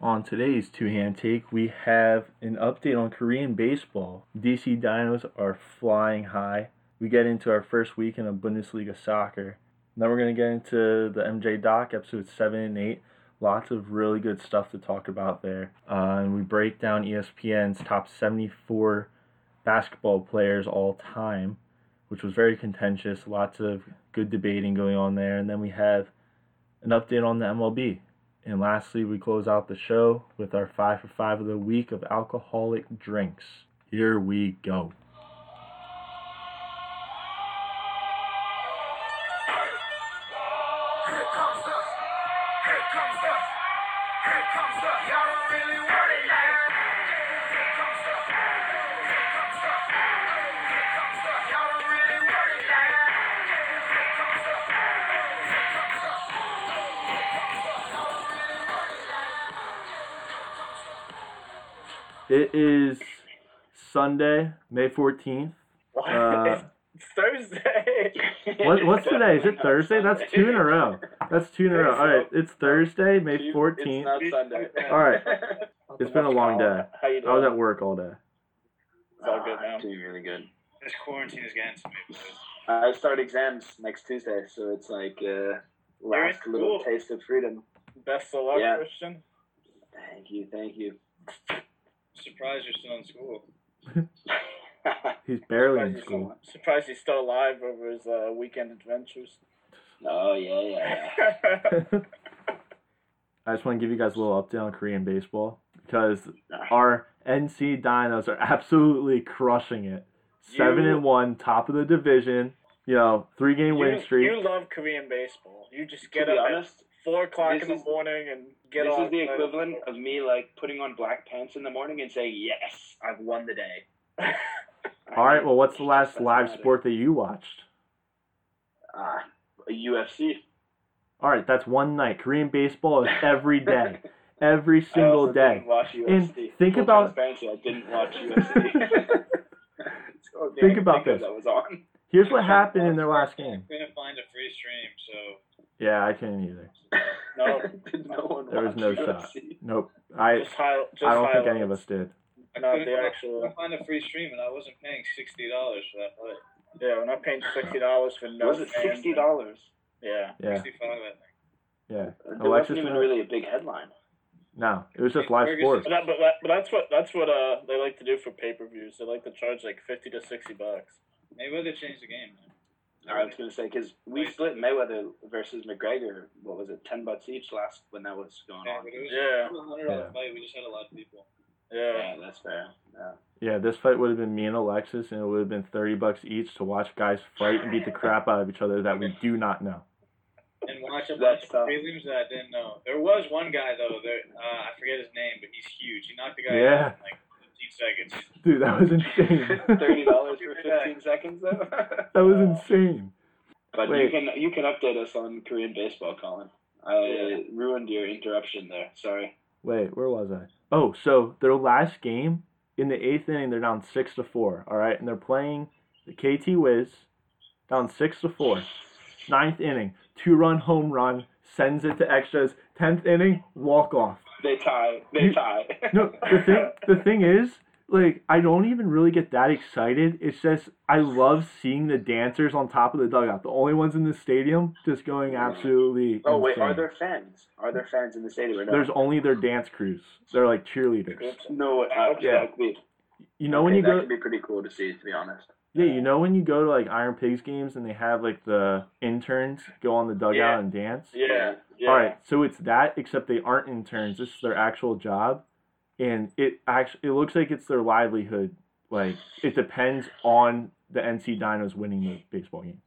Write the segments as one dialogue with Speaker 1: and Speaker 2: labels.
Speaker 1: On today's two hand take, we have an update on Korean baseball. DC Dinos are flying high. We get into our first weekend of Bundesliga soccer. Then we're going to get into the MJ Doc, episodes 7 and 8. Lots of really good stuff to talk about there. Uh, and we break down ESPN's top 74 basketball players all time, which was very contentious. Lots of good debating going on there. And then we have an update on the MLB. And lastly, we close out the show with our five for five of the week of alcoholic drinks. Here we go. It is Sunday, May 14th.
Speaker 2: What?
Speaker 1: Uh,
Speaker 2: it's Thursday.
Speaker 1: What, what's today? Is it Thursday? That's two in a row. That's two in a row. All right, it's Thursday, May
Speaker 3: Chief, It's
Speaker 1: 14th.
Speaker 3: not Sunday.
Speaker 1: All right, it's been a long day.
Speaker 2: How you
Speaker 1: I
Speaker 2: doing?
Speaker 1: was at work all day.
Speaker 2: It's all good now.
Speaker 3: Doing really good.
Speaker 4: This quarantine is getting to me. because
Speaker 3: I start exams next Tuesday, so it's like uh, last
Speaker 2: in
Speaker 3: little
Speaker 2: school.
Speaker 3: taste of freedom.
Speaker 2: Best of luck,
Speaker 3: Yeah.
Speaker 2: Christian.
Speaker 3: Thank you, thank you.
Speaker 4: I'm surprised you're still in school.
Speaker 1: He's barely in
Speaker 3: Surprised you so
Speaker 1: school.
Speaker 3: much.
Speaker 2: Surprised he's still alive over his uh, weekend adventures.
Speaker 3: Oh yeah, yeah,
Speaker 1: I just want to give you guys a little update on Korean baseball because
Speaker 3: yeah.
Speaker 1: our NC Dinos are absolutely crushing it. Seven
Speaker 2: You-
Speaker 1: and one, top of the division. You know, three game
Speaker 2: you,
Speaker 1: win streak.
Speaker 2: you love Korean baseball. You just
Speaker 3: to
Speaker 2: get
Speaker 3: be
Speaker 2: up at
Speaker 3: honest,
Speaker 2: four o'clock in
Speaker 3: this
Speaker 2: the
Speaker 3: is-
Speaker 2: morning and get
Speaker 3: this
Speaker 2: on.
Speaker 3: is the equivalent of me like putting on black pants in the morning and saying, "Yes, I've won the day."
Speaker 1: All right, well, what's the last
Speaker 3: That's
Speaker 1: live
Speaker 3: about it.
Speaker 1: sport that you watched?
Speaker 3: Ah, UFC.
Speaker 1: All right, that's one night. Korean baseball is every day, every single day. And think
Speaker 3: Full
Speaker 1: about-
Speaker 3: transparency, I didn't watch UFC. So I
Speaker 1: Think
Speaker 3: didn't
Speaker 1: about
Speaker 3: of
Speaker 1: this.
Speaker 3: That was on.
Speaker 1: Here's what happened in their last game.
Speaker 4: Couldn't find a free stream, so
Speaker 1: Yeah, I couldn't either.
Speaker 2: No,
Speaker 3: Did no one
Speaker 1: There was no
Speaker 3: watch UFC?
Speaker 1: Nope. I
Speaker 2: just high. Just
Speaker 1: I don't think
Speaker 2: highlights.
Speaker 1: any of us did.
Speaker 4: I
Speaker 2: No,
Speaker 4: couldn't,
Speaker 2: the
Speaker 4: fi-
Speaker 2: actual.
Speaker 4: couldn't find a free stream, and I wasn't paying sixty dollars for that play.
Speaker 2: Yeah, we're not paying sixty dollars for no.
Speaker 3: was it
Speaker 2: fans.
Speaker 3: sixty dollars?
Speaker 2: Yeah.
Speaker 1: Yeah,
Speaker 4: Sixty-five, I think.
Speaker 1: yeah.
Speaker 3: There
Speaker 1: Alexis
Speaker 3: wasn't even
Speaker 1: Smith?
Speaker 3: really a big headline.
Speaker 1: No, it was just live
Speaker 4: Ferguson-
Speaker 1: sports.
Speaker 2: But, that, but, that, but that's what that's what uh they like to do for pay per views. They like to charge like fifty to sixty bucks.
Speaker 4: Mayweather changed the game. Man.
Speaker 3: I was gonna say because we split Mayweather versus McGregor. What was it, ten bucks each last when that was going
Speaker 4: Yeah,
Speaker 3: on?
Speaker 4: but it was
Speaker 2: Yeah.
Speaker 4: it was a hundred dollar fight. We just had a lot of people.
Speaker 2: Yeah.
Speaker 3: Yeah, that's fair. Yeah.
Speaker 1: Yeah, this fight would have been me and Alexis, and it would have been thirty bucks each to watch guys fight and beat the crap out of each other that we do not know.
Speaker 4: And watch a
Speaker 3: That's
Speaker 4: bunch
Speaker 3: tough.
Speaker 4: of prelims that I didn't know. There was one guy though. There, uh, I forget his name, but he's huge. He knocked the guy
Speaker 1: Yeah.
Speaker 4: out in like fifteen seconds.
Speaker 1: Dude, that was insane.
Speaker 3: Thirty dollars for fifteen seconds though.
Speaker 1: that was insane.
Speaker 3: but you
Speaker 1: Wait.
Speaker 3: can you can update us on Korean baseball, Colin. I ruined your interruption there. Sorry.
Speaker 1: Wait, where was I? Oh, so their last game in the eighth inning, they're down six to four. All right, and they're playing the KT Wiz, down six to four. Ninth inning, two-run home run sends it to extras. Tenth inning, walk off.
Speaker 3: They tie. They
Speaker 1: You-
Speaker 3: tie.
Speaker 1: No, the thing the thing is, like, I don't even really get that excited. It's just I love seeing the dancers on top of the dugout. The only ones in the stadium just going absolutely.
Speaker 3: oh wait, are
Speaker 1: insane.
Speaker 3: there fans? Are there fans in the stadium or no?
Speaker 1: There's only their dance crews. They're like cheerleaders.
Speaker 3: no. Uh,
Speaker 1: Yeah.
Speaker 3: that could be-
Speaker 1: You know when
Speaker 3: okay,
Speaker 1: you
Speaker 3: that
Speaker 1: go,
Speaker 3: could be pretty cool to see, to be honest.
Speaker 1: yeah, you know when you go to like Iron Pigs games and they have like the interns go on the dugout
Speaker 2: Yeah.
Speaker 1: and dance.
Speaker 2: Yeah. yeah.
Speaker 1: All right, so it's that except they aren't interns. This is their actual job, and it actually it looks like it's their livelihood. Like it depends on the NC Dinos winning the baseball game.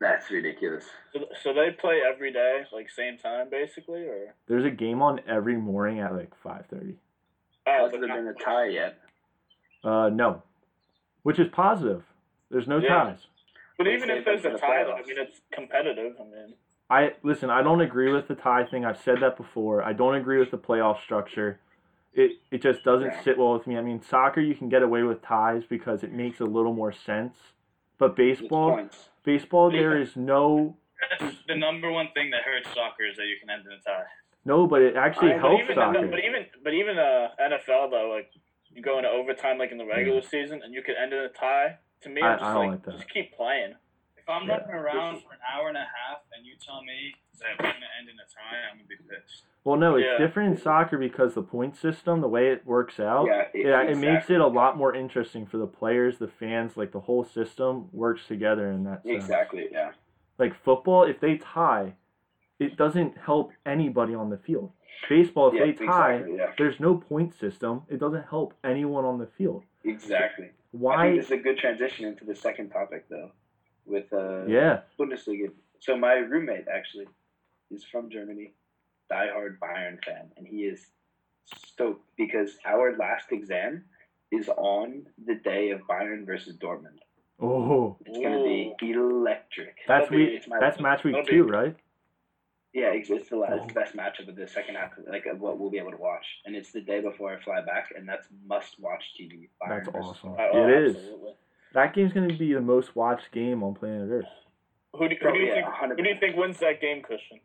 Speaker 3: That's ridiculous.
Speaker 2: So, so they play every day, like same time, basically, or.
Speaker 1: There's a game on every morning at like five thirty.
Speaker 2: Oh,
Speaker 3: Hasn't
Speaker 2: but not-
Speaker 3: been a tie yet.
Speaker 1: Uh, no, which is positive. There's no
Speaker 2: Yeah.
Speaker 1: ties.
Speaker 2: But
Speaker 3: They
Speaker 2: even
Speaker 3: say
Speaker 2: if there's
Speaker 3: that's
Speaker 2: a
Speaker 3: in the
Speaker 2: tie, though, I
Speaker 3: playoffs.
Speaker 2: mean, it's competitive. I mean,
Speaker 1: I listen. I don't agree with the tie thing. I've said that before. I don't agree with the playoff structure. It it just doesn't
Speaker 3: Yeah.
Speaker 1: sit well with me. I mean, soccer you can get away with ties because it makes a little more sense, but
Speaker 3: It's
Speaker 1: baseball.
Speaker 3: points.
Speaker 1: baseball there is no
Speaker 4: That's the number one thing that hurts soccer is that you can end in a tie.
Speaker 1: No, but it actually
Speaker 3: I- but
Speaker 1: helps
Speaker 2: even,
Speaker 1: soccer.
Speaker 2: But even but even uh, NFL though, like you go into overtime like in the regular season and you could end in a tie. To me,
Speaker 1: I-
Speaker 2: I'm just
Speaker 1: I
Speaker 2: like,
Speaker 1: don't like that.
Speaker 2: just keep playing.
Speaker 4: If I'm
Speaker 1: Yeah.
Speaker 4: running around for an hour and a half and you tell me that we're gonna end in a tie, I'm gonna be pissed.
Speaker 1: well, no, it's
Speaker 2: yeah.
Speaker 1: different in soccer because the point system, the way it works out,
Speaker 3: Yeah, it-
Speaker 1: yeah, it makes
Speaker 3: exactly.
Speaker 1: it a lot more interesting for the players, the fans, like the whole system works together in that sense.
Speaker 3: Exactly. Yeah.
Speaker 1: Like football, if they tie, it doesn't help anybody on the field. Baseball, if
Speaker 3: yeah,
Speaker 1: they tie,
Speaker 3: Exactly. Yeah.
Speaker 1: there's no point system. It doesn't help anyone on the field.
Speaker 3: Exactly. I
Speaker 1: Why?
Speaker 3: think this is a good transition into the second topic though, with uh,
Speaker 1: Yeah.
Speaker 3: Bundesliga. So my roommate actually is from Germany, diehard Bayern fan, and he is stoked because our last exam is on the day of Bayern versus Dortmund.
Speaker 1: Oh,
Speaker 3: It's gonna be electric.
Speaker 1: that's
Speaker 3: It'll be-
Speaker 1: week.
Speaker 3: it's my-
Speaker 1: That's match week
Speaker 2: that'll be-
Speaker 1: two, right?
Speaker 3: Yeah, it's, it's the last, it's the
Speaker 1: Oh.
Speaker 3: best matchup of the second half, like of what we'll be able to watch, and it's the day before I fly back, and that's must-watch TV. Bayern
Speaker 1: That's
Speaker 3: versus-
Speaker 1: awesome.
Speaker 2: I- oh,
Speaker 1: It is.
Speaker 2: absolutely.
Speaker 1: That game's gonna be the most watched game on planet Earth.
Speaker 2: Who do, who
Speaker 3: Bro,
Speaker 2: do you
Speaker 3: yeah,
Speaker 2: think?
Speaker 3: 100%.
Speaker 2: Who do you think wins that game, Christian?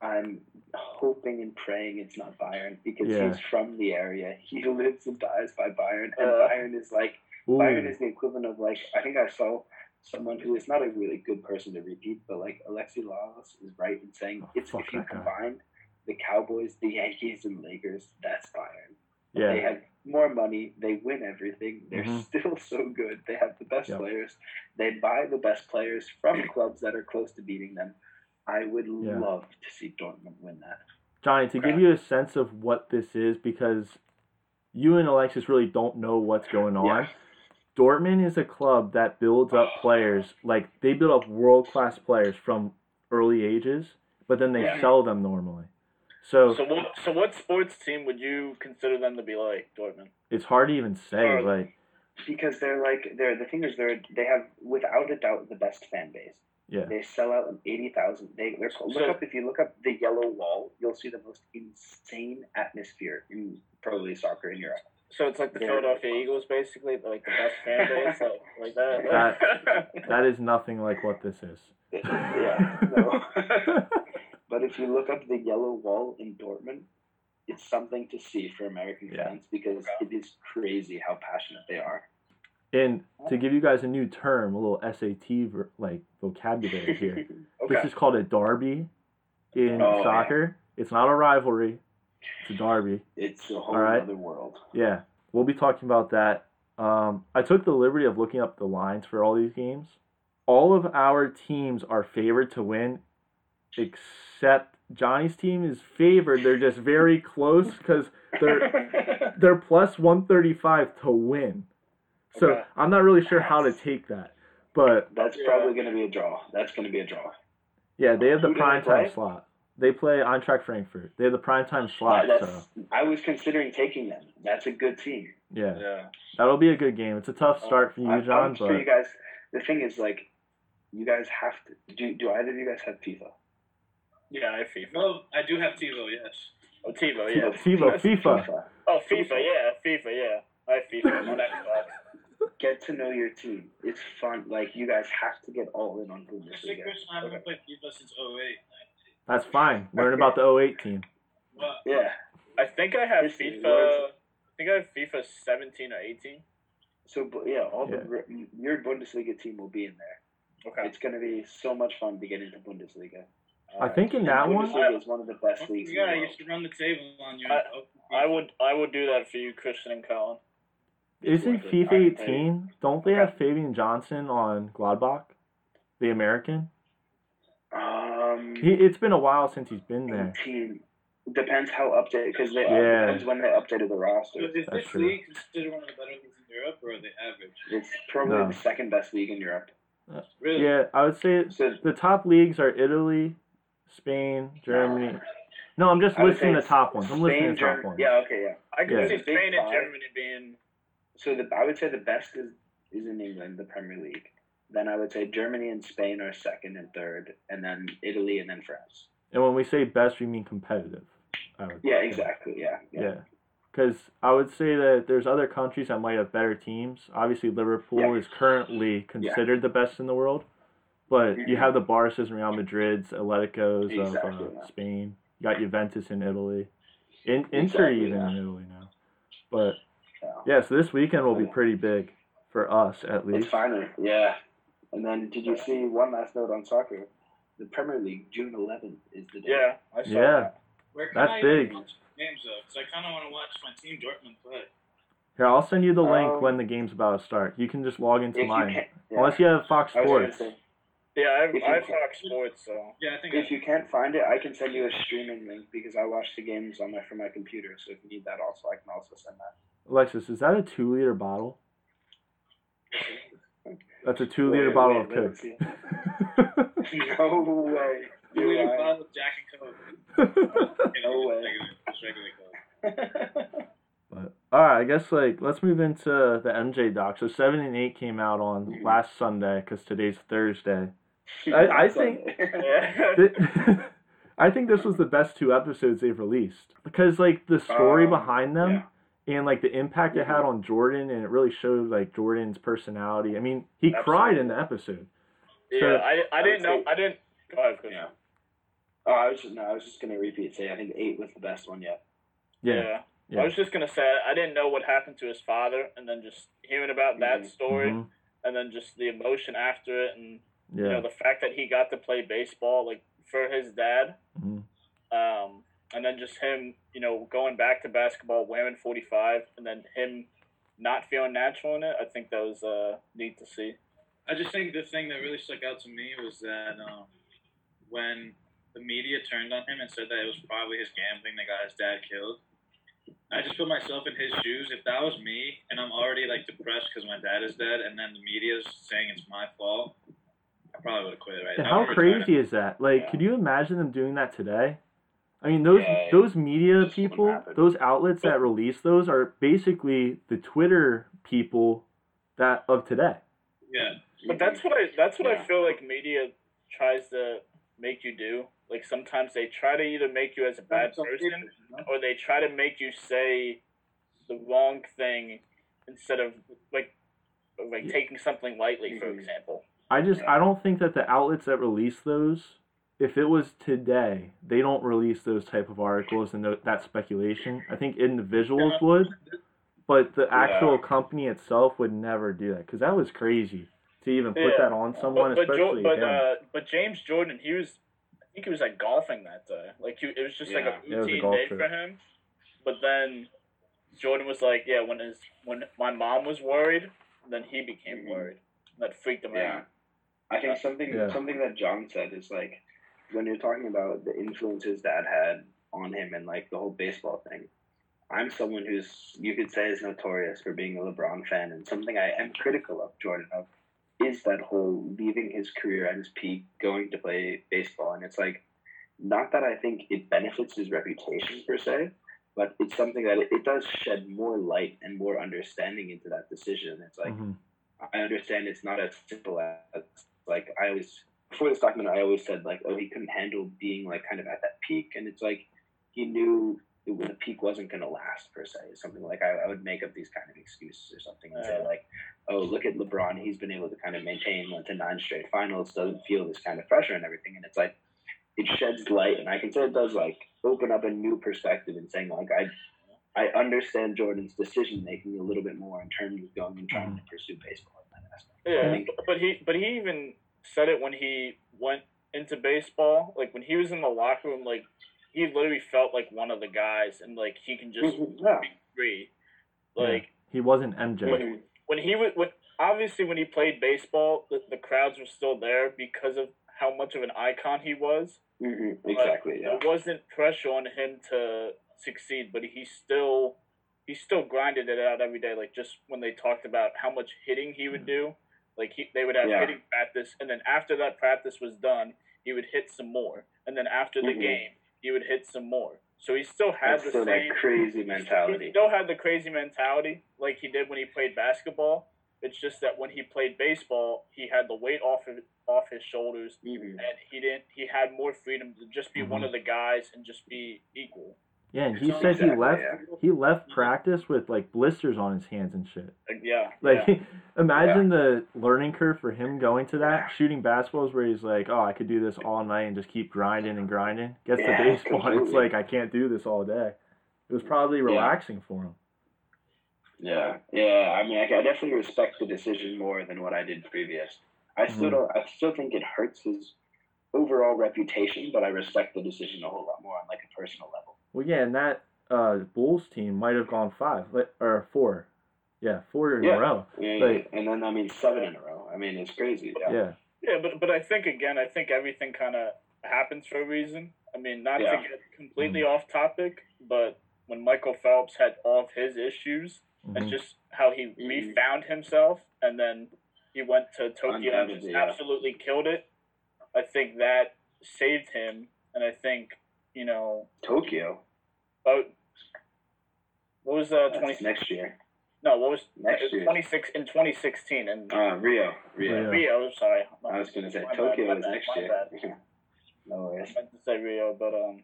Speaker 3: I'm hoping and praying it's not Bayern because
Speaker 1: Yeah.
Speaker 3: he's from the area. He lives and dies by Bayern, and
Speaker 2: Uh.
Speaker 3: Bayern is like
Speaker 1: Ooh.
Speaker 3: Bayern is the equivalent of like I think I saw someone who is not a really good person to repeat, but like Alexi Lalas is right in saying
Speaker 1: Oh,
Speaker 3: it's
Speaker 1: fuck
Speaker 3: if you
Speaker 1: that guy.
Speaker 3: combine the Cowboys, the Yankees, and Lakers, that's Bayern. They
Speaker 1: yeah.
Speaker 3: have more money. They win everything. They're
Speaker 1: Mhm.
Speaker 3: still so good. They have the best
Speaker 1: Yep.
Speaker 3: players. They buy the best players from clubs that are close to beating them. I would
Speaker 1: Yeah.
Speaker 3: love to see Dortmund win that.
Speaker 1: Johnny, to give you a sense of what this is, because you and Alexis really don't know what's going on.
Speaker 3: Yeah.
Speaker 1: Dortmund is a club that builds up players like they build up world class players from early ages, but then they
Speaker 3: Yeah.
Speaker 1: sell them normally. So,
Speaker 2: So what? So what sports team would you consider them to be like Dortmund?
Speaker 1: it's hard to even say.
Speaker 2: Or-
Speaker 1: Like,
Speaker 3: Because they're like they're the thing is they're they have without a doubt the best fan base.
Speaker 1: yeah,
Speaker 3: They sell out in eighty thousand. They they're look
Speaker 2: So-
Speaker 3: up if you look up the yellow wall, you'll see the most insane atmosphere in probably soccer in Europe.
Speaker 2: So it's like the
Speaker 3: Yeah.
Speaker 2: Philadelphia Eagles, basically, like the best fan base, like, like that.
Speaker 1: Uh, that is nothing like what this is.
Speaker 3: yeah. No. But if you look up the yellow wall in Dortmund, it's something to see for American
Speaker 1: Yeah.
Speaker 3: fans because it is crazy how passionate they are.
Speaker 1: and to give you guys a new term, a little SAT ver- like vocabulary here. This is called a derby in
Speaker 3: Oh,
Speaker 1: soccer. It's not a rivalry. It's a derby.
Speaker 3: It's a whole
Speaker 1: Alright.
Speaker 3: other world.
Speaker 1: Yeah, we'll be talking about that. Um, I took the liberty of looking up the lines for all these games. All of our teams are favored to win, except Johnny's team is favored. They're just very close because they're they're plus one thirty five to win. So
Speaker 2: Okay.
Speaker 1: I'm not really sure how to take that, but
Speaker 3: That's
Speaker 2: Yeah.
Speaker 3: probably going to be a draw. That's going to be a draw.
Speaker 1: yeah, they have the
Speaker 3: Who do they
Speaker 1: prime time
Speaker 3: play?
Speaker 1: slot. They play Eintracht Frankfurt. They have the prime time slot.
Speaker 3: Yeah,
Speaker 1: So
Speaker 3: that's, I was considering taking them. That's a good team.
Speaker 1: yeah,
Speaker 2: yeah.
Speaker 1: that'll be a good game. It's a tough start for
Speaker 3: Oh, I-
Speaker 1: you, John.
Speaker 3: I'm sure
Speaker 1: But
Speaker 3: you guys. The thing is, like, you guys have to. Do, do either of you guys have FIFA?
Speaker 2: Yeah, I FIFA.
Speaker 4: Well, I do have TiVo, yes.
Speaker 2: Oh, TiVo, yeah.
Speaker 1: FIFA, FIFA.
Speaker 2: Oh, FIFA, yeah, FIFA, yeah. I FIFA. on Xbox.
Speaker 3: Get to know your team. It's fun. Like, you guys have to get all in on
Speaker 4: Actually,
Speaker 3: Bundesliga.
Speaker 4: Christian, I haven't played FIFA since 08.
Speaker 1: That's fine. Learn about the 08 team.
Speaker 4: Well,
Speaker 3: Yeah.
Speaker 2: I think I have
Speaker 3: This is
Speaker 2: FIFA. I think I have FIFA 17 or 18.
Speaker 3: So bu- yeah, all
Speaker 1: Yeah.
Speaker 3: the the your Bundesliga team will be in there.
Speaker 2: Okay.
Speaker 3: It's gonna be so much fun to get into Bundesliga.
Speaker 1: I think in
Speaker 3: And
Speaker 1: that one,
Speaker 3: Bundesliga is one of the best leagues.
Speaker 4: yeah,
Speaker 3: in the
Speaker 4: you
Speaker 3: world.
Speaker 4: should run the table on your.
Speaker 2: I-
Speaker 4: open
Speaker 2: I
Speaker 4: FIFA.
Speaker 2: would I would do that for you, Christian and Colin.
Speaker 1: isn't FIFA 18? Don't they have Fabian Johnson on Gladbach, the American?
Speaker 3: Um,
Speaker 1: He, it's been a while since he's been there.
Speaker 3: team depends how updated because they
Speaker 1: Yeah.
Speaker 3: depends when they updated the
Speaker 4: So
Speaker 3: roster.
Speaker 4: is this
Speaker 1: That's true.
Speaker 4: league considered one of the better leagues in Europe, or are they average?
Speaker 3: It's probably
Speaker 1: No.
Speaker 3: the second best league in Europe.
Speaker 4: Really?
Speaker 1: Yeah, I would say it's-
Speaker 3: So
Speaker 1: the top leagues are Italy, Spain, Germany. No, I'm just
Speaker 3: I would
Speaker 1: listing
Speaker 3: say
Speaker 1: the top ones. I'm listing
Speaker 3: Spain,
Speaker 1: the top
Speaker 3: Germ-
Speaker 1: ones.
Speaker 3: Yeah, okay, yeah.
Speaker 2: I can
Speaker 1: Yeah.
Speaker 2: see Spain
Speaker 3: Big
Speaker 2: and
Speaker 3: five.
Speaker 2: Germany being.
Speaker 3: So the I would say the best is is in England, the Premier League. Then I would say Germany and Spain are second and third, and then Italy and then France.
Speaker 1: And when we say best, we mean competitive. I would
Speaker 3: Yeah,
Speaker 1: say.
Speaker 3: exactly. Yeah, yeah.
Speaker 1: Yeah. Because I would say that there's other countries that might have better teams. Obviously, Liverpool
Speaker 3: Yeah.
Speaker 1: is currently considered the best in the world, but you
Speaker 3: Mhm.
Speaker 1: have the Barca's and Real Madrid's, Atletico's of
Speaker 3: Exactly,
Speaker 1: uh,
Speaker 3: yeah.
Speaker 1: Spain. You got Juventus in Italy, in, Inter
Speaker 3: Exactly,
Speaker 1: even
Speaker 3: yeah.
Speaker 1: in Italy now. But
Speaker 3: So,
Speaker 1: yeah, so this weekend will be pretty big for us at
Speaker 3: it's
Speaker 1: least.
Speaker 3: finally, yeah. And then, did you see one last note on soccer? The Premier League, June 11th is the day.
Speaker 2: Yeah.
Speaker 3: I saw
Speaker 1: Yeah.
Speaker 3: that.
Speaker 4: Where can
Speaker 1: That's
Speaker 4: I
Speaker 1: big.
Speaker 4: Watch games though, because I kind of want to watch my team Dortmund play.
Speaker 1: Here, I'll send you the link
Speaker 3: Um,
Speaker 1: when the game's about to start. You can just log into
Speaker 3: If you
Speaker 1: mine.
Speaker 3: can't, yeah.
Speaker 1: Unless you have Fox
Speaker 3: I was gonna
Speaker 1: Sports.
Speaker 3: say,
Speaker 2: Yeah, I have,
Speaker 3: If you-
Speaker 2: I have Fox Sports, so.
Speaker 4: Yeah, I think.
Speaker 3: if you can't find it, I can send you a streaming link because I watch the games on my from my computer. So if you need that, also I can also send that.
Speaker 1: Alexis, is that a two liter bottle? That's a two liter
Speaker 3: Wait,
Speaker 1: bottle of
Speaker 3: wait, let me
Speaker 1: Coke.
Speaker 3: see. No way.
Speaker 4: I, we
Speaker 3: You're
Speaker 4: need a
Speaker 3: lying.
Speaker 4: bottle of Jack and Coke.
Speaker 3: No way.
Speaker 4: Just regular Coke.
Speaker 1: but all right, I guess like let's move into the MJ doc. So seven and eight came out on
Speaker 3: Mhm.
Speaker 1: last Sunday because today's Thursday. I- I think-
Speaker 2: Yeah.
Speaker 1: Th- I think this was the best two episodes they've released because like the story
Speaker 3: Um,
Speaker 1: behind them
Speaker 3: yeah.
Speaker 1: and like the impact it had on Jordan and it really showed like Jordan's personality. I mean, he cried in the episode.
Speaker 2: yeah,
Speaker 1: So-
Speaker 2: I, I didn't know. I didn't. Go ahead, Chris.
Speaker 3: Yeah. Oh, I was just, no, I was just gonna repeat. Say, I think eight was the best one yet.
Speaker 1: Yeah, yeah.
Speaker 2: I was just gonna say I didn't know what happened to his father, and then just hearing about that
Speaker 3: Mhm.
Speaker 2: story,
Speaker 1: Mhm.
Speaker 2: and then just the emotion after it, and you know
Speaker 1: yeah.
Speaker 2: the fact that he got to play baseball like for his dad,
Speaker 1: Mhm.
Speaker 2: um, and then just him, you know, going back to basketball, wearing forty five, and then him not feeling natural in it. I think that was uh, neat to see.
Speaker 4: I just think the thing that really stuck out to me was that um, when the media turned on him and said that it was probably his gambling that got his dad killed, I just put myself in his shoes. If that was me and I'm already like depressed because my dad is dead, and then the media's saying it's my fault, I probably would have quit. Right?
Speaker 1: And
Speaker 4: I
Speaker 1: how
Speaker 4: would've retired.
Speaker 1: crazy is that? Like,
Speaker 3: Yeah.
Speaker 1: could you imagine them doing that today? I mean, those
Speaker 3: Yeah,
Speaker 1: those media
Speaker 3: just wouldn't
Speaker 1: people,
Speaker 3: happen.
Speaker 1: those outlets that release those are basically the Twitter people that of today.
Speaker 4: Yeah.
Speaker 1: Mm-hmm.
Speaker 2: But that's what I that's what
Speaker 3: Yeah.
Speaker 2: I feel like media tries to make you do. Like sometimes they try to either make you as a bad person or they try to make you say the wrong thing instead of like like
Speaker 1: Yeah. Mm-hmm.
Speaker 2: taking something lightly, for
Speaker 3: Mhm.
Speaker 2: example.
Speaker 1: I just
Speaker 3: Yeah.
Speaker 1: I don't think that the outlets that release those, if it was today, they don't release those type of articles and tho- that speculation. I think individuals
Speaker 4: Yeah.
Speaker 1: would, but the actual company itself would never do that because that was crazy to even put
Speaker 2: Yeah.
Speaker 1: that on someone,
Speaker 2: but but,
Speaker 1: especially
Speaker 2: jo- but
Speaker 1: him.
Speaker 2: uh but James Jordan, he was I think he was like golfing that day. Like he, it was just like
Speaker 3: Yeah.
Speaker 2: a
Speaker 1: Yeah, it was a
Speaker 2: routine
Speaker 1: golf
Speaker 2: day
Speaker 1: trip.
Speaker 2: for him. But then Jordan was like, yeah, when his when my mom was worried, then he became
Speaker 3: Mhm.
Speaker 2: worried. That freaked him
Speaker 3: Yeah.
Speaker 2: out.
Speaker 3: I think something
Speaker 1: Yeah.
Speaker 3: something that John said is like when you're talking about the influences dad had on him and like the whole baseball thing. I'm someone who's you could say is notorious for being a LeBron fan and something I am critical of Jordan of is that whole leaving his career at his peak, going to play baseball. And it's like not that I think it benefits his reputation per se, but it's something that it, it does shed more light and more understanding into that decision. It's like
Speaker 1: Mhm.
Speaker 3: I understand it's not as simple as like I always before this document I always said like oh he couldn't handle being like kind of at that peak and it's like he knew it, the peak wasn't gonna last per se something like I, I would make up these kind of excuses or something and say
Speaker 2: Yeah.
Speaker 3: like oh look at LeBron he's been able to kind of maintain went to nine straight finals doesn't feel this kind of pressure and everything and it's like it sheds light and I can say it does like open up a new perspective and saying like I I understand Jordan's decision making a little bit more in terms of going and trying to
Speaker 1: Mm-hmm.
Speaker 3: pursue baseball in that aspect. I
Speaker 2: Yeah,
Speaker 3: think-
Speaker 2: but he but he even said it when he went into baseball. Like when he was in the locker room, like he literally felt like one of the guys, and like he can just
Speaker 1: Mm-hmm.
Speaker 3: yeah.
Speaker 2: be free.
Speaker 1: Yeah.
Speaker 2: Like
Speaker 1: He wasn't MJ.
Speaker 3: Mhm.
Speaker 2: when he was when obviously when he played baseball, the, the crowds were still there because of how much of an icon he was.
Speaker 3: Mhm. Exactly. Yeah.
Speaker 2: There wasn't pressure on him to succeed, but he still he still grinded it out every day. Like just when they talked about how much hitting he would do, like he, they would have
Speaker 3: Mm-hmm. Yeah.
Speaker 2: hitting practice, and then after that practice was done, he would hit some more, and then after the
Speaker 3: Mhm.
Speaker 2: game, he would hit some more. So he still had
Speaker 3: That's
Speaker 2: the
Speaker 3: still
Speaker 2: same
Speaker 3: that crazy
Speaker 2: He
Speaker 3: mentality.
Speaker 2: still had the crazy mentality like he did when he played basketball. It's just that when he played baseball, he had the weight off of, off his shoulders
Speaker 3: Mhm.
Speaker 2: and he didn't he had more freedom to just be one of the guys and just be equal
Speaker 1: Yeah, and he
Speaker 4: It's
Speaker 1: said
Speaker 3: exactly,
Speaker 1: he left.
Speaker 3: yeah.
Speaker 1: He left practice with like blisters on his hands and shit.
Speaker 2: like yeah
Speaker 1: Like
Speaker 2: yeah.
Speaker 1: Imagine the learning curve for him going to that shooting basketballs where he's like, "Oh, I could do this all night and just keep grinding and grinding." Gets
Speaker 3: Yeah,
Speaker 1: to baseball, and it's
Speaker 3: completely.
Speaker 1: like, "I can't do this all day." It was probably relaxing for him.
Speaker 3: Yeah, yeah. I mean, I, I definitely respect the decision more than what I did previous. I still
Speaker 1: Mhm.
Speaker 3: don't. I still think it hurts his overall reputation, but I respect the decision a whole lot more on like a personal level.
Speaker 1: Well, yeah, and that uh, Bulls team might have gone five like- or four, yeah, four in
Speaker 3: Yeah.
Speaker 1: a row.
Speaker 3: Yeah,
Speaker 1: Like-
Speaker 3: and then I mean seven in a row. I mean, it's crazy. Yeah,
Speaker 1: Yeah,
Speaker 2: Yeah, but but I think again, I think everything kind of happens for a reason. I mean, not
Speaker 3: Yeah. Mm-hmm.
Speaker 2: to get completely off topic, but when Michael Phelps had all of his issues and
Speaker 3: Mm-hmm.
Speaker 1: Mhm.
Speaker 2: just how he refound himself, and then he went to Tokyo and
Speaker 3: Undoubtedly,
Speaker 2: just
Speaker 3: yeah.
Speaker 2: absolutely killed it. I think that saved him, and I think you know,
Speaker 3: Tokyo.
Speaker 2: oh, what was uh
Speaker 3: That's
Speaker 2: twenty?
Speaker 3: next year.
Speaker 2: No, what was
Speaker 3: Next year.
Speaker 2: twenty six in twenty sixteen and
Speaker 3: Uh, Rio.
Speaker 1: Rio.
Speaker 3: Rio.
Speaker 2: Rio? Sorry,
Speaker 3: I was gonna say
Speaker 2: My bad,
Speaker 3: Tokyo
Speaker 2: my
Speaker 3: is
Speaker 2: bad,
Speaker 3: next
Speaker 2: my
Speaker 3: year.
Speaker 2: bad.
Speaker 3: no
Speaker 2: I
Speaker 3: worries.
Speaker 2: meant to say Rio, but um,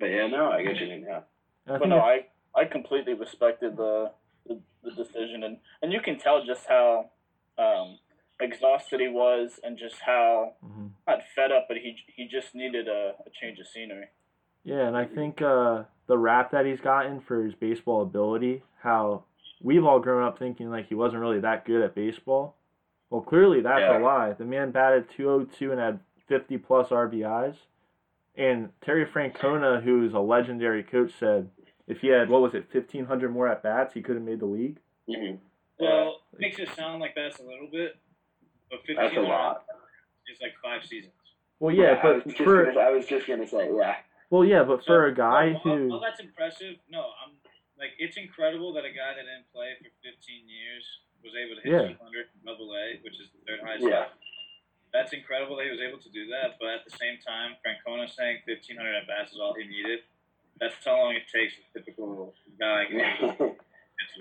Speaker 3: But yeah, no, I get you. Yeah.
Speaker 1: And I
Speaker 2: but
Speaker 1: think
Speaker 2: no,
Speaker 1: it's-
Speaker 2: I I completely respected the the, the decision, and and you can tell just how um, exhausted he was, and just how
Speaker 1: mhm.
Speaker 2: not fed up, but he he just needed a, a change of scenery.
Speaker 1: Yeah, and I think uh, the rap that he's gotten for his baseball ability, how we've all grown up thinking like he wasn't really that good at baseball. Well, clearly that's
Speaker 3: Yeah.
Speaker 1: a lie. The man batted 202 and had 50 plus RBIs. And Terry Francona, who is a legendary coach, said if he had what was it, 1500 more at bats, he could have made the league.
Speaker 3: hmm
Speaker 4: Well,
Speaker 2: uh,
Speaker 4: makes it sound like that's a little bit, but 15
Speaker 3: That's a lot.
Speaker 4: is like five seasons.
Speaker 1: Well, yeah,
Speaker 3: I
Speaker 1: but
Speaker 3: was just
Speaker 1: for
Speaker 3: gonna, I was just gonna say, yeah.
Speaker 1: well, yeah, but for a
Speaker 4: So,
Speaker 1: guy
Speaker 4: while-
Speaker 1: who
Speaker 4: while that's impressive. No, I'm like it's incredible that a guy that didn't play for 15 years was able to hit
Speaker 1: Yeah.
Speaker 4: 200 in Double A, which is the third highest.
Speaker 3: Yeah.
Speaker 4: level. That's incredible that he was able to do that. But at the same time, Francona saying 1500 at bats is all he needed. That's how long it takes a typical guy. to get to the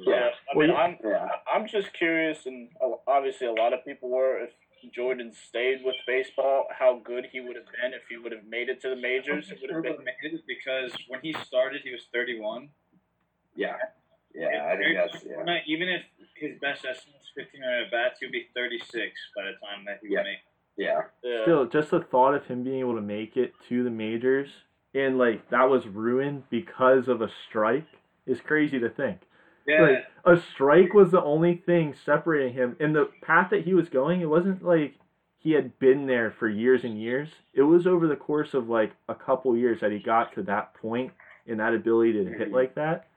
Speaker 3: Yeah.
Speaker 2: I
Speaker 1: Well, you-
Speaker 2: mean, I'm
Speaker 3: yeah.
Speaker 2: I'm just curious, and obviously a lot of people were, if Jordan stayed with baseball, how good he would have been if he would have made it to the majors. It would have been
Speaker 4: because when he started, he was 31.
Speaker 3: Yeah. Yeah, I think that's yeah.
Speaker 4: Not- even if his best estimate was 1500 at bats, he'd be 36 by the time that he
Speaker 3: Yeah.
Speaker 4: would make.
Speaker 3: Yeah.
Speaker 2: yeah.
Speaker 1: still just the thought of him being able to make it to the majors and like that was ruined because of a strike is crazy to think
Speaker 4: Yeah,
Speaker 1: like a strike was the only thing separating him and the path that he was going it wasn't like he had been there for years and years it was over the course of like a couple years that he got to that point and that ability to hit like that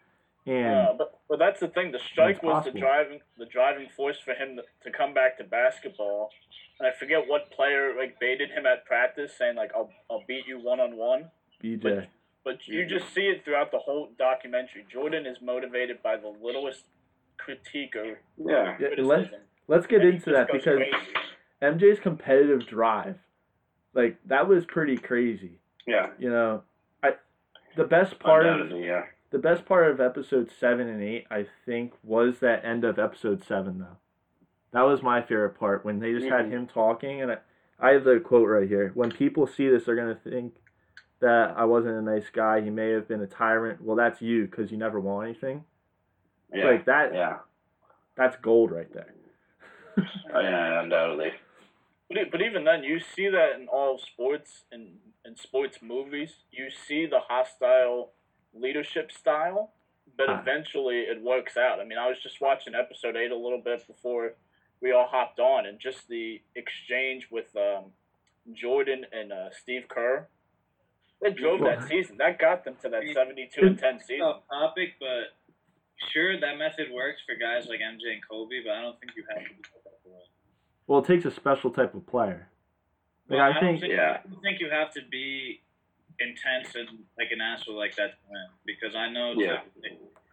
Speaker 1: and
Speaker 2: Mm-hmm. Yeah, but, but that's the thing. The strike
Speaker 1: It's
Speaker 2: was the
Speaker 1: possible.
Speaker 2: driving the driving force for him to, to come back to basketball. And I forget what player like baited him at practice, saying like I'll I'll beat you one on one.
Speaker 1: bj
Speaker 2: But you
Speaker 1: Mm-hmm.
Speaker 2: just see it throughout the whole documentary. Jordan is motivated by the littlest critique or
Speaker 3: Yeah.
Speaker 1: Yeah, let's, let's
Speaker 2: criticism.
Speaker 1: get
Speaker 2: And he
Speaker 1: into that
Speaker 2: just
Speaker 1: because
Speaker 2: goes crazy.
Speaker 1: mj's competitive drive like that was pretty crazy
Speaker 3: Yeah.
Speaker 1: you know, I the best part of
Speaker 3: Undoubtedly, yeah.
Speaker 1: the best part of episode seven and eight, I think, was that end of episode seven though. That was my favorite part when they just had
Speaker 3: Mhm.
Speaker 1: him talking, and I, I have the quote right here. When people see this, they're gonna think that I wasn't a nice guy. He may have been a tyrant. Well, that's you because you never want anything.
Speaker 3: Yeah.
Speaker 1: Like that,
Speaker 3: yeah.
Speaker 1: that's gold right there.
Speaker 3: Oh, yeah, undoubtedly.
Speaker 2: But, e- but even then, you see that in all of sports and in, sports movies, you see the hostile leadership style, but
Speaker 1: Ah.
Speaker 2: eventually it works out. I mean, I was just watching episode eight a little bit before we all hopped on, and just the exchange with um, Jordan and uh, Steve Kerr. It drove that
Speaker 1: Well-
Speaker 2: season. That got them to that seventy-two and ten
Speaker 4: It's
Speaker 2: season.
Speaker 4: off topic, but sure that method works for guys like MJ and Kobe, but I don't think you have to. do that for it.
Speaker 1: Well, it takes a special type of player. Like,
Speaker 4: Well,
Speaker 1: I
Speaker 4: don't
Speaker 1: think-
Speaker 3: Yeah.
Speaker 4: I don't think you have to be intense and like an asshole like that to win, because I know
Speaker 3: Yeah.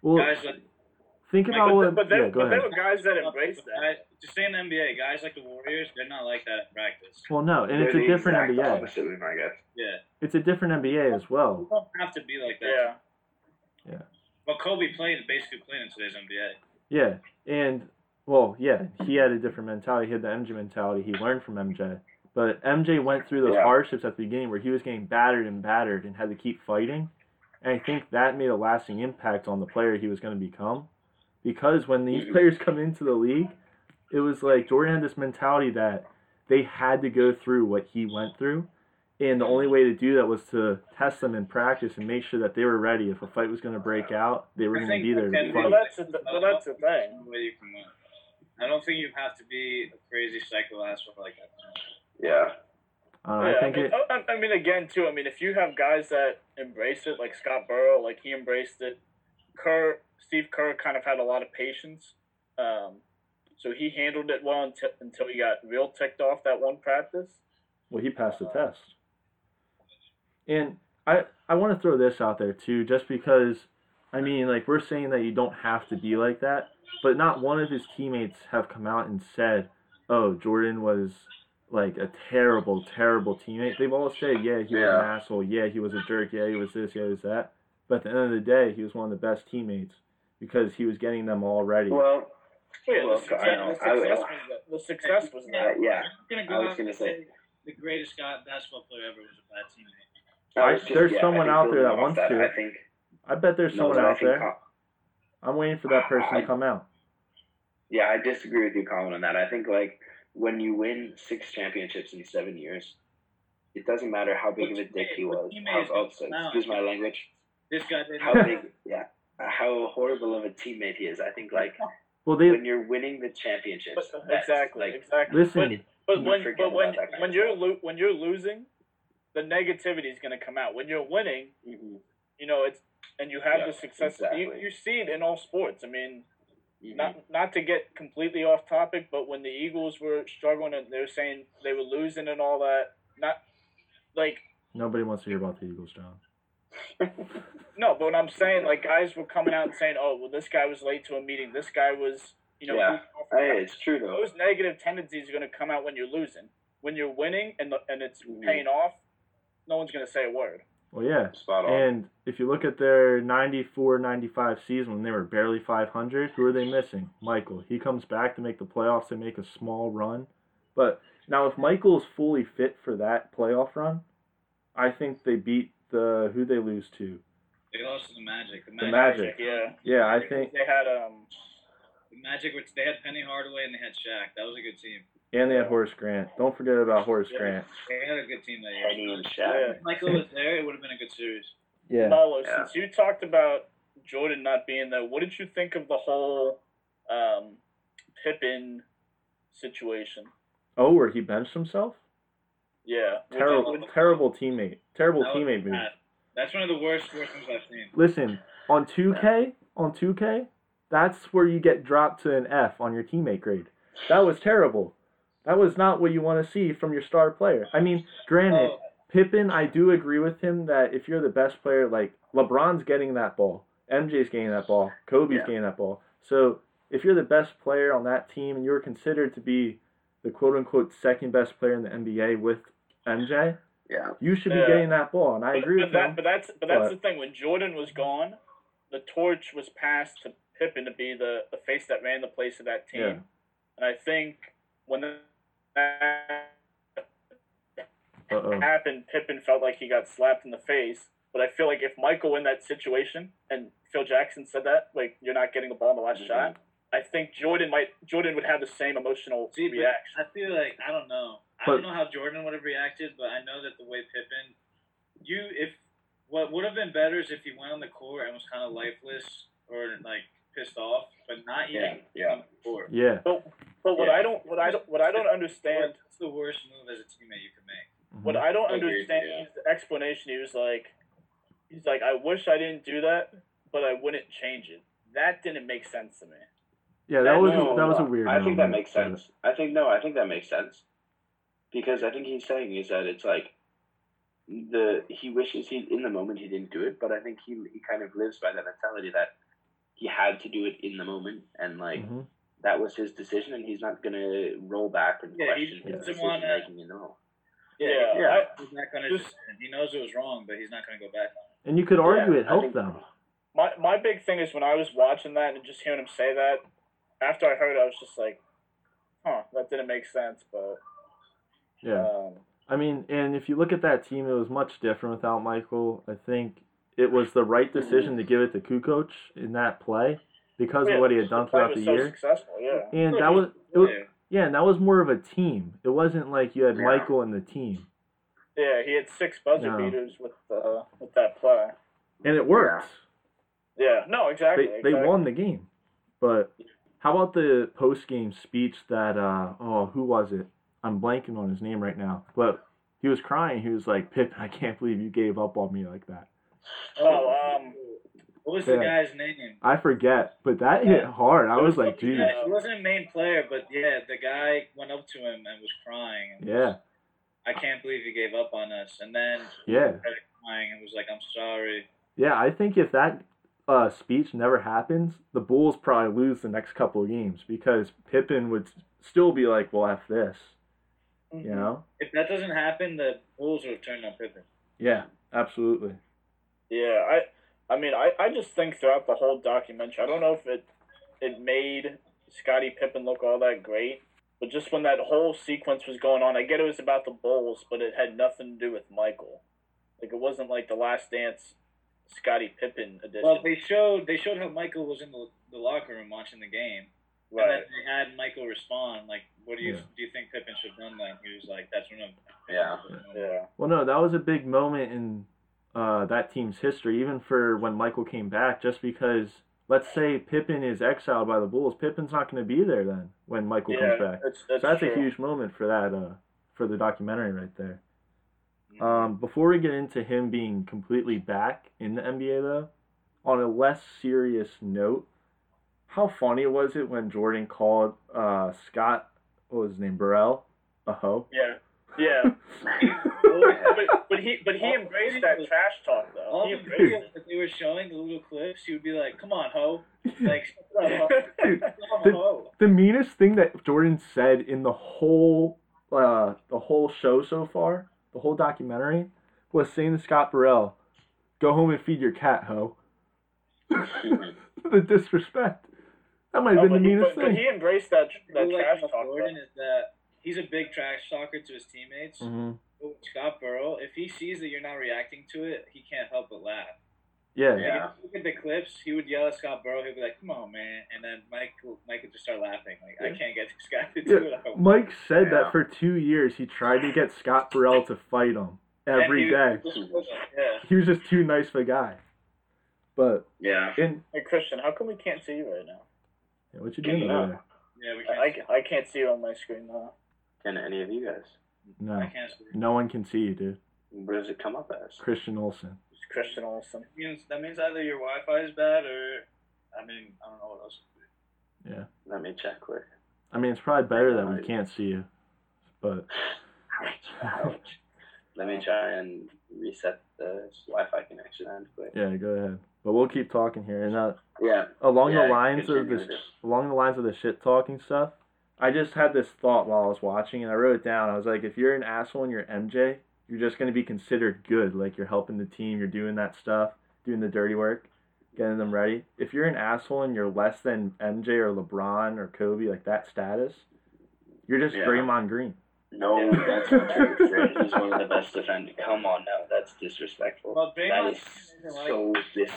Speaker 1: Well,
Speaker 4: guys like
Speaker 1: think
Speaker 4: like,
Speaker 1: about
Speaker 2: But,
Speaker 1: what.
Speaker 2: th- but, there,
Speaker 1: yeah, go
Speaker 2: but there
Speaker 1: ahead.
Speaker 2: were guys that embraced that.
Speaker 4: guys- Just stay in the NBA. Guys like the Warriors, they're not like that in practice.
Speaker 1: Well, no, and it's
Speaker 3: They're
Speaker 1: a
Speaker 3: the
Speaker 1: different
Speaker 3: exact
Speaker 1: NBA.
Speaker 3: Opposite, I guess.
Speaker 4: Yeah,
Speaker 1: It's a different NBA as well.
Speaker 4: you don't have to be like that.
Speaker 2: Yeah.
Speaker 4: But Kobe played basically playing in today's NBA.
Speaker 1: Yeah, and well, yeah, he had a different mentality. He had the MJ mentality. He learned from MJ, but MJ went through those
Speaker 3: Yeah.
Speaker 1: hardships at the beginning where he was getting battered and battered and had to keep fighting. And I think that made a lasting impact on the player he was going to become, because when these
Speaker 3: Mhm.
Speaker 1: players come into the league, it was like Jordan had this mentality that they had to go through what he went through. And the only way to do that was to test them in practice and make sure that they were ready. If a fight was going to break out, they were
Speaker 4: I
Speaker 1: going to
Speaker 4: think
Speaker 1: be there to
Speaker 4: and-
Speaker 2: Well,
Speaker 1: fight.
Speaker 2: that's the th- well, that's the thing.
Speaker 4: Way you can win. I don't think you have to be a crazy psycho asshole like that.
Speaker 3: Yeah.
Speaker 1: I, don't know, Uh, I
Speaker 2: Yeah, I,
Speaker 1: think
Speaker 2: mean,
Speaker 1: it.
Speaker 2: I, I mean, again, too. I mean, if you have guys that embrace it, like Scott Burrow, like he embraced it. Kerr, Steve Kerr, kind of had a lot of patience, um, so he handled it well until until he got real ticked off that one practice.
Speaker 1: Well, he passed the
Speaker 3: Uh,
Speaker 1: test. And I I want to throw this out there too, just because I mean, like we're saying that you don't have to be like that, but not one of his teammates have come out and said, "Oh, Jordan was like a terrible, terrible teammate." They've all said, "Yeah, he was an
Speaker 3: Yeah.
Speaker 1: asshole. Yeah, he was a jerk. Yeah, he was this. Yeah, he was that." But at the end of the day, he was one of the best teammates because he was getting them all ready.
Speaker 3: Well,
Speaker 2: Yeah,
Speaker 3: Well,
Speaker 2: the success,
Speaker 3: I know,
Speaker 2: the
Speaker 3: I would-
Speaker 2: success was that- the success was
Speaker 3: uh,
Speaker 2: that.
Speaker 3: yeah.
Speaker 4: I'm
Speaker 3: I
Speaker 4: gonna
Speaker 3: was
Speaker 4: go out
Speaker 3: gonna
Speaker 4: and
Speaker 3: say-
Speaker 4: say the greatest guy basketball player ever was a bad teammate.
Speaker 1: I-
Speaker 3: It's
Speaker 1: there's
Speaker 3: yeah,
Speaker 1: someone
Speaker 3: I think
Speaker 1: out there
Speaker 3: building
Speaker 1: that
Speaker 3: off
Speaker 1: wants to.
Speaker 3: I think
Speaker 1: I bet there's
Speaker 3: no,
Speaker 1: someone
Speaker 3: but I
Speaker 1: out
Speaker 3: think
Speaker 1: there.
Speaker 3: Col-
Speaker 1: I'm waiting for that person to come out.
Speaker 3: yeah, I disagree with you, Colin, on that. I think like when you win six championships in seven years, it doesn't matter how big of a dick he was. How, oh, so excuse my language.
Speaker 4: This guy did
Speaker 3: How big? Yeah. How horrible of a teammate he is. I think like
Speaker 1: Well, they
Speaker 3: when you're winning the
Speaker 2: But,
Speaker 3: championships, that's,
Speaker 2: exactly,
Speaker 3: Like
Speaker 2: exactly.
Speaker 1: listen.
Speaker 2: But
Speaker 3: You
Speaker 2: when
Speaker 3: forget
Speaker 2: but when
Speaker 3: about that kind
Speaker 2: when
Speaker 3: of
Speaker 2: you're
Speaker 3: stuff.
Speaker 2: lo- when you're losing, the negativity is going to come out. When you're winning,
Speaker 3: mhm,
Speaker 2: you know it's and you have
Speaker 3: Yeah,
Speaker 2: the success. You,
Speaker 3: exactly.
Speaker 2: you see it in all sports. I mean,
Speaker 3: mhm.
Speaker 2: not not to get completely off topic, but when the Eagles were struggling and they were saying they were losing and all that, not like
Speaker 1: Nobody wants to hear about the Eagles, John.
Speaker 2: no, but what I'm saying like guys were coming out and saying, oh well, this guy was late to a meeting. This guy was you know.
Speaker 3: Yeah.
Speaker 2: he-
Speaker 3: Hey, it's true though.
Speaker 2: those negative tendencies are going to come out when you're losing. When you're winning and the, and it's
Speaker 3: Mhm.
Speaker 2: paying off, no one's going to say a word.
Speaker 1: Well, yeah.
Speaker 3: Spot on.
Speaker 1: And if you look at their 94 95 season when they were barely 500, who are they missing? Michael. He comes back to make the playoffs. They make a small run. But now, if Michael's fully fit for that playoff run, I think they beat the who they lose to.
Speaker 4: They lost to the Magic. The
Speaker 1: The
Speaker 4: Magic.
Speaker 1: Magic.
Speaker 2: Yeah,
Speaker 1: Yeah, I think.
Speaker 2: they had um.
Speaker 4: The Magic were, they had Penny Hardaway and they had Shaq. That was a good team.
Speaker 1: And they had Horace Grant. Don't forget about Horace Grant.
Speaker 4: They had a good team that year.
Speaker 3: Penny and Shaq.
Speaker 2: Yeah.
Speaker 4: If Michael was there, it would have been a good series.
Speaker 1: Yeah.
Speaker 2: Nalo,
Speaker 3: Yeah.
Speaker 2: since you talked about Jordan not being there, what did you think of the whole um, Pippin situation?
Speaker 1: Oh, where he benched himself?
Speaker 2: Yeah, Would you-
Speaker 1: Terrible,
Speaker 2: would-
Speaker 1: terrible teammate. Terrible
Speaker 4: That was
Speaker 1: teammate move.
Speaker 4: bad. That's one of the worst worst moves I've seen.
Speaker 1: Listen, on 2K, on 2K, that's where you get dropped to an F on your teammate grade. That was terrible. That was not what you want to see from your star player. I mean, granted,
Speaker 4: Oh,
Speaker 1: Pippen, I do agree with him that if you're the best player, like LeBron's getting that ball, MJ's getting that ball, Kobe's
Speaker 3: Yeah.
Speaker 1: getting that ball. So if you're the best player on that team and you're considered to be the quote unquote second best player in the NBA with MJ,
Speaker 3: Yeah.
Speaker 1: you should be
Speaker 2: Yeah.
Speaker 1: getting that ball. And I
Speaker 2: but-
Speaker 1: agree
Speaker 2: but
Speaker 1: with
Speaker 2: that,
Speaker 1: him.
Speaker 2: But that's but that's
Speaker 1: What?
Speaker 2: the thing. When Jordan was gone, the torch was passed to Pippen to be the, the face that ran the place of that team.
Speaker 1: Yeah.
Speaker 2: And I think when that
Speaker 1: Uh oh.
Speaker 2: happened, Pippen felt like he got slapped in the face. But I feel like if Michael in that situation and Phil Jackson said that, like you're not getting the ball in the last
Speaker 3: Mhm.
Speaker 4: Mm-hmm.
Speaker 2: shot, I think Jordan might Jordan would have the same emotional
Speaker 4: see, but
Speaker 2: reaction.
Speaker 4: I feel like I don't know. I
Speaker 1: But-
Speaker 4: don't know how Jordan would have reacted, but I know that the way Pippen, you if what would have been better is if he went on the court and was kind of lifeless or like pissed off, but not
Speaker 3: Yeah.
Speaker 4: yet
Speaker 3: Yeah.
Speaker 4: on the court.
Speaker 1: Yeah.
Speaker 2: But what
Speaker 3: Yeah.
Speaker 2: I don't what I don't what I don't understand
Speaker 4: That's the worst move as a teammate you can make.
Speaker 2: what I don't
Speaker 3: Agreed,
Speaker 2: understand
Speaker 3: yeah.
Speaker 2: is the explanation. He was like he's like, I wish I didn't do that, but I wouldn't change it. That didn't make sense to me.
Speaker 1: Yeah, that was
Speaker 3: No, uh,
Speaker 1: a, that was a weird.
Speaker 3: I think that
Speaker 1: moment,
Speaker 3: makes
Speaker 1: but-
Speaker 3: sense. I think no, I think that makes sense because I think he's saying is that it's like the he wishes he in the moment he didn't do it, but I think he he kind of lives by that mentality that he had to do it in the moment and like
Speaker 1: Mhm.
Speaker 3: that was his decision and he's not gonna roll back and
Speaker 4: Yeah, he
Speaker 3: question his
Speaker 4: doesn't
Speaker 3: decision
Speaker 4: wanna-
Speaker 3: making in the moment.
Speaker 2: Yeah,
Speaker 3: yeah.
Speaker 2: I,
Speaker 4: He's not gonna
Speaker 2: Just-
Speaker 4: just, he knows it was wrong, but he's not gonna go back on it.
Speaker 1: And you could argue
Speaker 3: Yeah,
Speaker 1: it
Speaker 3: I
Speaker 1: helped
Speaker 3: think-
Speaker 1: them.
Speaker 2: My my big thing is when I was watching that and just hearing him say that. After I heard, it, I was just like, "Huh, that didn't make sense." But
Speaker 1: Yeah.
Speaker 2: um,
Speaker 1: I mean, and if you look at that team, it was much different without
Speaker 3: Mm-hmm.
Speaker 1: Michael. I think it was the right decision to give it to Kukoc in that play because
Speaker 2: Yeah,
Speaker 1: of what he had done
Speaker 2: the
Speaker 1: throughout
Speaker 2: fight
Speaker 1: the
Speaker 2: was so
Speaker 1: year.
Speaker 2: Successful, yeah.
Speaker 1: And
Speaker 4: No,
Speaker 1: that
Speaker 4: he-
Speaker 1: was it was
Speaker 4: Yeah.
Speaker 1: yeah, and that was more of a team. It wasn't like you had
Speaker 3: Yeah.
Speaker 1: Michael and the team.
Speaker 2: Yeah, he had six buzzer
Speaker 1: No.
Speaker 2: beaters with uh, with that play.
Speaker 1: And it worked.
Speaker 2: Yeah, no, exactly.
Speaker 1: They they
Speaker 2: exactly.
Speaker 1: won the game. But how about the post game speech that uh oh, who was it? I'm blanking on his name right now. But he was crying. He was like, Pippen, I can't believe you gave up on me like that.
Speaker 2: Oh, um,
Speaker 4: What was the
Speaker 1: Yeah.
Speaker 4: guy's name?
Speaker 1: I forget, but that hit
Speaker 2: Yeah.
Speaker 1: hard. I
Speaker 2: It
Speaker 1: was
Speaker 2: was
Speaker 1: like,
Speaker 2: something
Speaker 1: geez.
Speaker 2: that-
Speaker 4: Yeah, he wasn't a main player, but yeah, the guy went up to him and was crying. And
Speaker 1: Yeah,
Speaker 4: was, I can't believe you gave up on us. And then
Speaker 1: yeah.
Speaker 4: crying and was like, I'm sorry.
Speaker 1: Yeah, I think if that uh, speech never happens, the Bulls probably lose the next couple of games because Pippen would s- still be like, "Well, f this,"
Speaker 2: Mm-hmm.
Speaker 1: you know?
Speaker 4: If that doesn't happen, the Bulls would have turned on Pippen.
Speaker 1: Yeah, absolutely.
Speaker 2: Yeah, I I mean I, I just think throughout the whole documentary, I don't know if it it made Scottie Pippen look all that great, but just when that whole sequence was going on, I get it was about the Bulls, but it had nothing to do with Michael. Like it wasn't like the last dance Scottie Pippen edition.
Speaker 4: Well, they showed they showed how Michael was in the, the locker room watching the game, and then
Speaker 2: right.
Speaker 4: they had Michael respond like, "What do you
Speaker 1: Yeah.
Speaker 4: do? You think Pippen should have done that?" He was like, "That's what I'm."
Speaker 3: Yeah.
Speaker 2: Yeah.
Speaker 1: Well, no, that was a big moment in uh, that team's history, even for when Michael came back. Just because, let's say Pippen is exiled by the Bulls, Pippen's not going to be there then when Michael comes
Speaker 2: Yeah,
Speaker 1: back.
Speaker 2: it's, it's
Speaker 1: so that's a
Speaker 2: true.
Speaker 1: huge moment for that uh, for the documentary right there. Um, before we get into him being completely back in the NBA though, on a less serious note, how funny was it when Jordan called uh, Scott what was his name Burrell a hoe?
Speaker 2: Yeah. Yeah. but, but he but he embraced that trash talk though.
Speaker 4: All
Speaker 2: He
Speaker 4: the
Speaker 2: embraced
Speaker 4: videos that they were showing, the little clips, he would be like, "Come on, ho!"
Speaker 1: Dude,
Speaker 4: Like, "Come on, ho." Come on,
Speaker 1: The-
Speaker 4: ho.
Speaker 1: the meanest thing that Jordan said in the whole uh, the whole show so far, the whole documentary, was saying to Scott Burrell, "Go home and feed your cat, hoe." the disrespect. That might have
Speaker 2: Oh,
Speaker 1: been
Speaker 2: but,
Speaker 1: the
Speaker 2: he,
Speaker 1: meanest
Speaker 2: but, but
Speaker 1: thing.
Speaker 2: he embraced that
Speaker 4: I
Speaker 2: that
Speaker 4: like
Speaker 2: trash
Speaker 4: about
Speaker 2: talk. though.
Speaker 4: Jordan is that he's a big trash talker to his teammates.
Speaker 1: hmm
Speaker 4: But with Scott Burrow, if he sees that you're not reacting to it, he can't help but laugh.
Speaker 1: Yeah.
Speaker 4: Like,
Speaker 3: Yeah.
Speaker 4: if you look at the clips, he would yell at Scott Burrow. He'd be like, "Come on, man!" And then Mike, will- Mike would just start laughing. Like, I
Speaker 1: Yeah.
Speaker 4: can't get this guy to do it. I won't."
Speaker 1: Mike said
Speaker 3: Yeah.
Speaker 1: that for two years he tried to get Scott Burrell to fight him every day.
Speaker 4: And he would just- Yeah.
Speaker 1: He was just too nice of a guy. But
Speaker 3: Yeah.
Speaker 1: in
Speaker 2: Hey Christian, how come we can't see you right now?
Speaker 1: yeah, what you doing
Speaker 3: Yeah.
Speaker 1: over there?
Speaker 4: Yeah, we can't.
Speaker 2: I, I can't see you on my screen now.
Speaker 3: Can any of you guys?
Speaker 4: I
Speaker 1: No,
Speaker 4: can't speak.
Speaker 1: no one can see you, dude.
Speaker 3: What does it come up as?
Speaker 1: Christian Olsen.
Speaker 2: It's Christian Olsen.
Speaker 4: That means, that means either your Wi-Fi is bad or, I mean, I don't know what else.
Speaker 3: Let me check quick.
Speaker 1: I mean, it's probably better that we can't see you. But
Speaker 3: Ouch. Let me try and reset the Wi-Fi connection and quick.
Speaker 1: yeah, go ahead. But we'll keep talking here. And uh,
Speaker 3: Yeah.
Speaker 1: along
Speaker 3: yeah,
Speaker 1: the lines of
Speaker 3: continue
Speaker 1: this
Speaker 3: with it.
Speaker 1: along the lines of the shit talking stuff, I just had this thought while I was watching and I wrote it down. I was like, if you're an asshole and you're MJ, you're just gonna be considered good. Like you're helping the team, you're doing that stuff, doing the dirty work, getting them ready. If you're an asshole and you're less than MJ or LeBron or Kobe, like that status, you're just
Speaker 3: Yeah.
Speaker 1: Draymond Green.
Speaker 3: No, that's not true. Drake is one of the best defenders. Come on now, that's disrespectful.
Speaker 4: Well,
Speaker 3: That
Speaker 4: Draymond
Speaker 3: is so dis.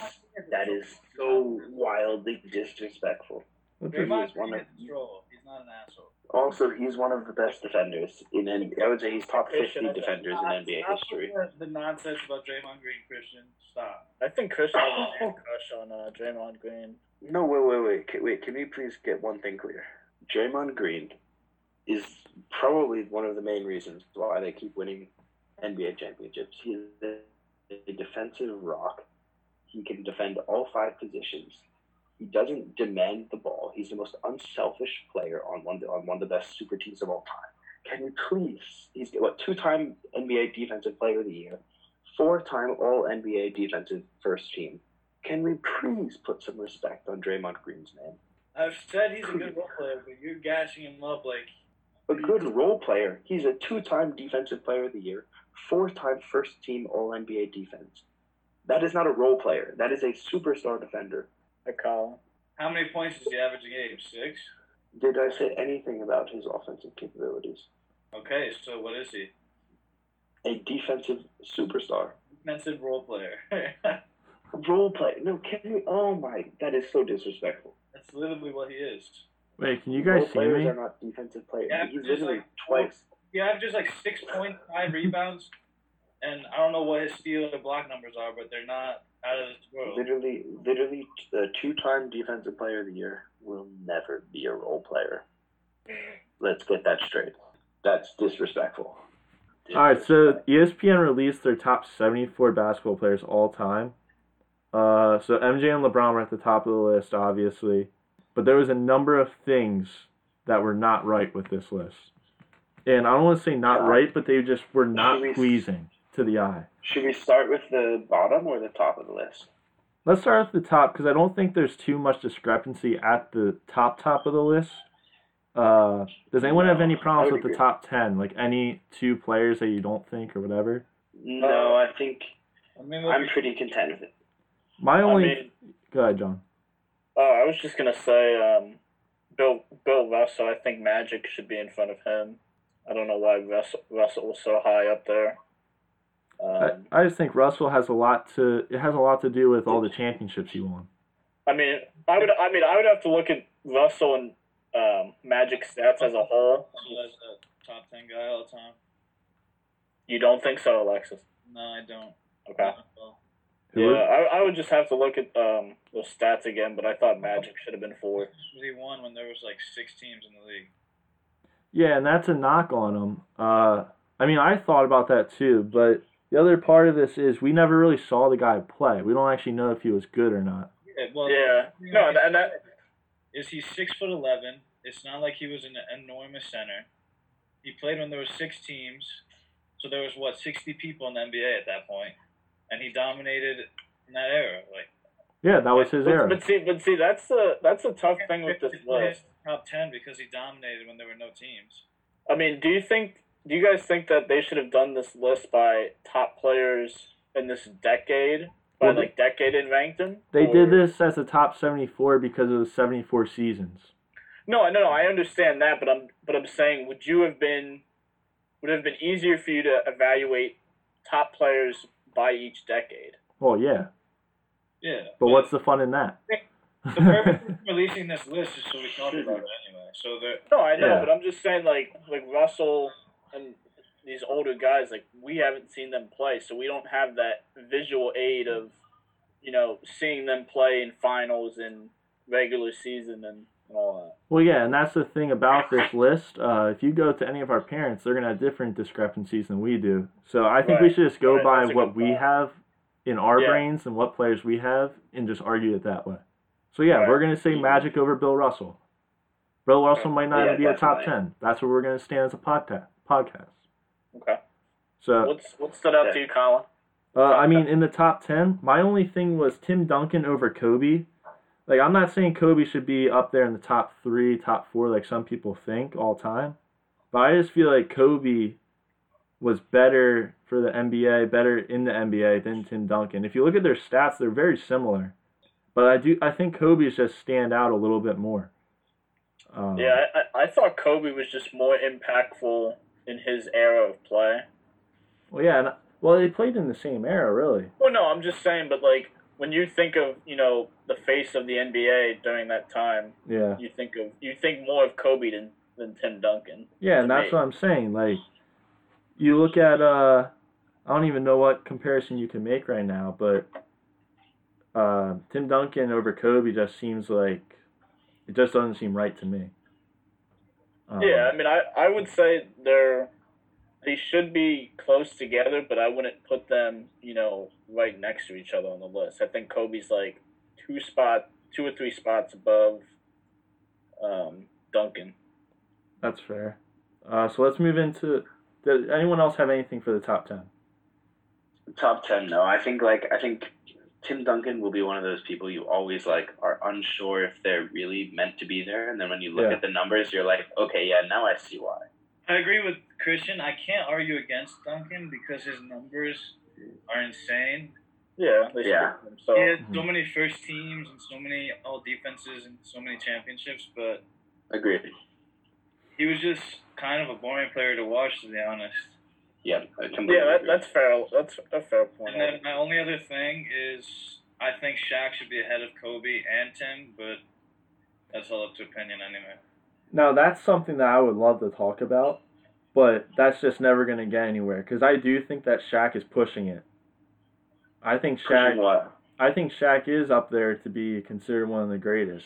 Speaker 3: That is so wildly disrespectful.
Speaker 4: Draymond
Speaker 3: is one
Speaker 4: Green
Speaker 3: of-
Speaker 4: is a troll. He's not an asshole.
Speaker 3: Also, he's one of the best defenders in. N- I would say he's top fifty defenders in
Speaker 4: Stop-
Speaker 3: NBA
Speaker 4: stop
Speaker 3: history.
Speaker 4: with The the nonsense about Draymond Green, Christian. Stop.
Speaker 2: I think Christian has a man crush on uh, Draymond Green.
Speaker 3: No, wait, wait, wait, Ca- wait. Can we please get one thing clear? Draymond Green is probably one of the main reasons why they keep winning NBA championships. He's a, a defensive rock. He can defend all five positions. He doesn't demand the ball. He's the most unselfish player on one on one of the best super teams of all time. Can you please? He's what two-time NBA Defensive Player of the Year, four-time All NBA Defensive First Team. Can we please put some respect on Draymond Green's name?
Speaker 4: I've said he's a good role player, but you're gashing him up like
Speaker 3: a good role player. He's a two-time defensive player of the year, four-time first-team All-NBA defense. That is not a role player. That is a superstar defender.
Speaker 2: I call
Speaker 4: how many points is he averaging a game? Six.
Speaker 3: Did I say anything about his offensive capabilities?
Speaker 4: Okay, so what is he?
Speaker 3: A defensive superstar.
Speaker 4: Defensive role player.
Speaker 3: Role player. No, can we? Oh my, that is so disrespectful.
Speaker 4: That's literally what he is.
Speaker 1: Wait, can you guys
Speaker 3: Both
Speaker 1: see
Speaker 3: players
Speaker 1: me?
Speaker 3: are not defensive players.
Speaker 4: Yeah,
Speaker 3: He's
Speaker 4: just
Speaker 3: literally
Speaker 4: like-
Speaker 3: twice.
Speaker 4: He averages like six point five rebounds, and I don't know what his steal or block numbers are, but they're not out of this world.
Speaker 3: Literally, literally, the two-time defensive player of the year will never be a role player. Let's get that straight. That's disrespectful.
Speaker 1: All right, so E ESPN released their top 74 basketball players all time. Uh, so MJ and LeBron were at the top of the list, obviously, but there was a number of things that were not right with this list, and I don't want to say not
Speaker 3: Yeah.
Speaker 1: right, but they just were not
Speaker 3: Should we-
Speaker 1: pleasing to the eye.
Speaker 3: Should we start with the bottom or the top of the list?
Speaker 1: Let's start at the top because I don't think there's too much discrepancy at the top top of the list. Uh, does anyone have any problems with
Speaker 3: would
Speaker 1: the
Speaker 3: agree.
Speaker 1: top 10? Like any two players that you don't think or whatever?
Speaker 3: No, I think
Speaker 4: I mean,
Speaker 3: I'm pretty content with it.
Speaker 1: My only.
Speaker 2: I mean,
Speaker 1: Go ahead, John.
Speaker 2: Oh, I was just gonna say, um, Bill Bill Russell. I think Magic should be in front of him. I don't know why Russell Russell was so high up there.
Speaker 1: I,
Speaker 2: Um,
Speaker 1: I just think Russell has a lot to it has a lot to do with all the championships he won.
Speaker 2: I mean, I would. I mean, I would have to look at Russell and um, Magic stats as a whole.
Speaker 4: as a top ten guy all the time.
Speaker 2: You don't think so, Alexis?
Speaker 4: No, I don't.
Speaker 2: Okay.
Speaker 4: Well,
Speaker 1: Who
Speaker 2: Yeah,
Speaker 1: was-
Speaker 2: I, I would just have to look at um, those stats again. But I thought Magic should have been four.
Speaker 4: He won when there was like six teams in the league.
Speaker 1: Yeah, and that's a knock on him. Uh, I mean, I thought about that too, but the other part of this is we never really saw the guy play. We don't actually know if he was good or not.
Speaker 4: Yeah, well,
Speaker 2: Yeah. No, and- and that
Speaker 4: is he's six foot eleven. It's not like he was an enormous center. He played when there was six teams, so there was what sixty people in the NBA at that point, and he dominated in that era. Like
Speaker 1: Yeah, that was his
Speaker 2: but,
Speaker 1: error.
Speaker 2: But see, but see, that's the that's a tough thing with this
Speaker 4: he played
Speaker 2: list.
Speaker 4: top ten because he dominated when there were no teams.
Speaker 2: I mean, do you think do you guys think that they should have done this list by top players in this decade? By
Speaker 1: Well,
Speaker 2: like decade and ranked them?
Speaker 1: They
Speaker 2: Or-
Speaker 1: did this as a top 74 because of the 74 seasons.
Speaker 2: No, no, no, I understand that, but I'm but I'm saying would you have been would it have been easier for you to evaluate top players by each decade?
Speaker 1: Well, yeah,
Speaker 4: Yeah,
Speaker 1: but what's the fun in that?
Speaker 4: the purpose of releasing this list is so we talk about it anyway. So there,
Speaker 2: No, I know,
Speaker 1: Yeah.
Speaker 2: but I'm just saying like like Russell and these older guys, like we haven't seen them play, so we don't have that visual aid of, you know, seeing them play in finals and regular season and, and all
Speaker 1: Well, yeah, and that's the thing about this list. Uh, if you go to any of our parents, they're going to have different discrepancies than we do. So I think we
Speaker 2: Right.
Speaker 1: should just go
Speaker 2: Right,
Speaker 1: by
Speaker 2: that's a
Speaker 1: what
Speaker 2: good
Speaker 1: we
Speaker 2: thought.
Speaker 1: have in our
Speaker 2: Yeah.
Speaker 1: brains and what players we have and just argue it that way. So, yeah,
Speaker 2: Right.
Speaker 1: we're going to say Magic over Bill Russell. Bill Russell might not
Speaker 3: Yeah,
Speaker 1: even be a top
Speaker 3: definitely.
Speaker 1: 10. That's where we're going to stand as a podcast. podcast.
Speaker 2: that. Okay.
Speaker 1: So,
Speaker 2: What's what stood out to you, Colin?
Speaker 1: uh, I mean, in the top 10, my only thing was Tim Duncan over Kobe. Like, I'm not saying Kobe should be up there in the top three, top four, like some people think all time. But I just feel like Kobe was better for the NBA, better in the NBA than Tim Duncan. If you look at their stats, they're very similar. But I do, I think Kobe's just stand out a little bit more. Um,
Speaker 2: Yeah, I, I- I thought Kobe was just more impactful in his era of play.
Speaker 1: Well, yeah. And, well, they played in the same era, really.
Speaker 2: Well, no, I'm just saying, but like when you think of you know the face of the NBA during that time,
Speaker 1: Yeah.
Speaker 2: you think of you think more of Kobe than than Tim Duncan.
Speaker 1: Yeah, and
Speaker 2: to
Speaker 1: that's
Speaker 2: me.
Speaker 1: what I'm saying. Like, you look at uh, I don't even know what comparison you can make right now, but uh, Tim Duncan over Kobe just seems like it just doesn't seem right to me. Um,
Speaker 2: Yeah, I mean, I, I would say they're they should be close together, but I wouldn't put them, you know, right next to each other on the list. I think Kobe's like two spot, two or three spots above um, Duncan.
Speaker 1: that's fair. Uh, so let's move into. Does anyone else have anything for the top ten?
Speaker 3: Top ten, no. I think like I think Tim Duncan will be one of those people you always like are unsure if they're really meant to be there, and then when you look
Speaker 1: Yeah.
Speaker 3: at the numbers, you're like, okay, yeah, now I see why.
Speaker 4: I agree with Christian. I can't argue against Duncan because his numbers are insane.
Speaker 2: Yeah, they should
Speaker 3: Yeah.
Speaker 2: be So
Speaker 4: He had so many first teams and so many all defenses and so many championships, but
Speaker 3: Agreed.
Speaker 4: he was just kind of a boring player to watch, to be honest.
Speaker 3: Yeah, I completely
Speaker 2: yeah, that,
Speaker 3: agree.
Speaker 2: that's fair. That's a fair point.
Speaker 4: And then my only other thing is I think Shaq should be ahead of Kobe and Tim, but That's Hulk's opinion, anyway.
Speaker 1: Now that's something that I would love to talk about, but that's just never gonna get anywhere because I do think that Shaq is pushing it. I think Shaq.
Speaker 3: Pushing what?
Speaker 1: I think Shaq is up there to be considered one of the greatest.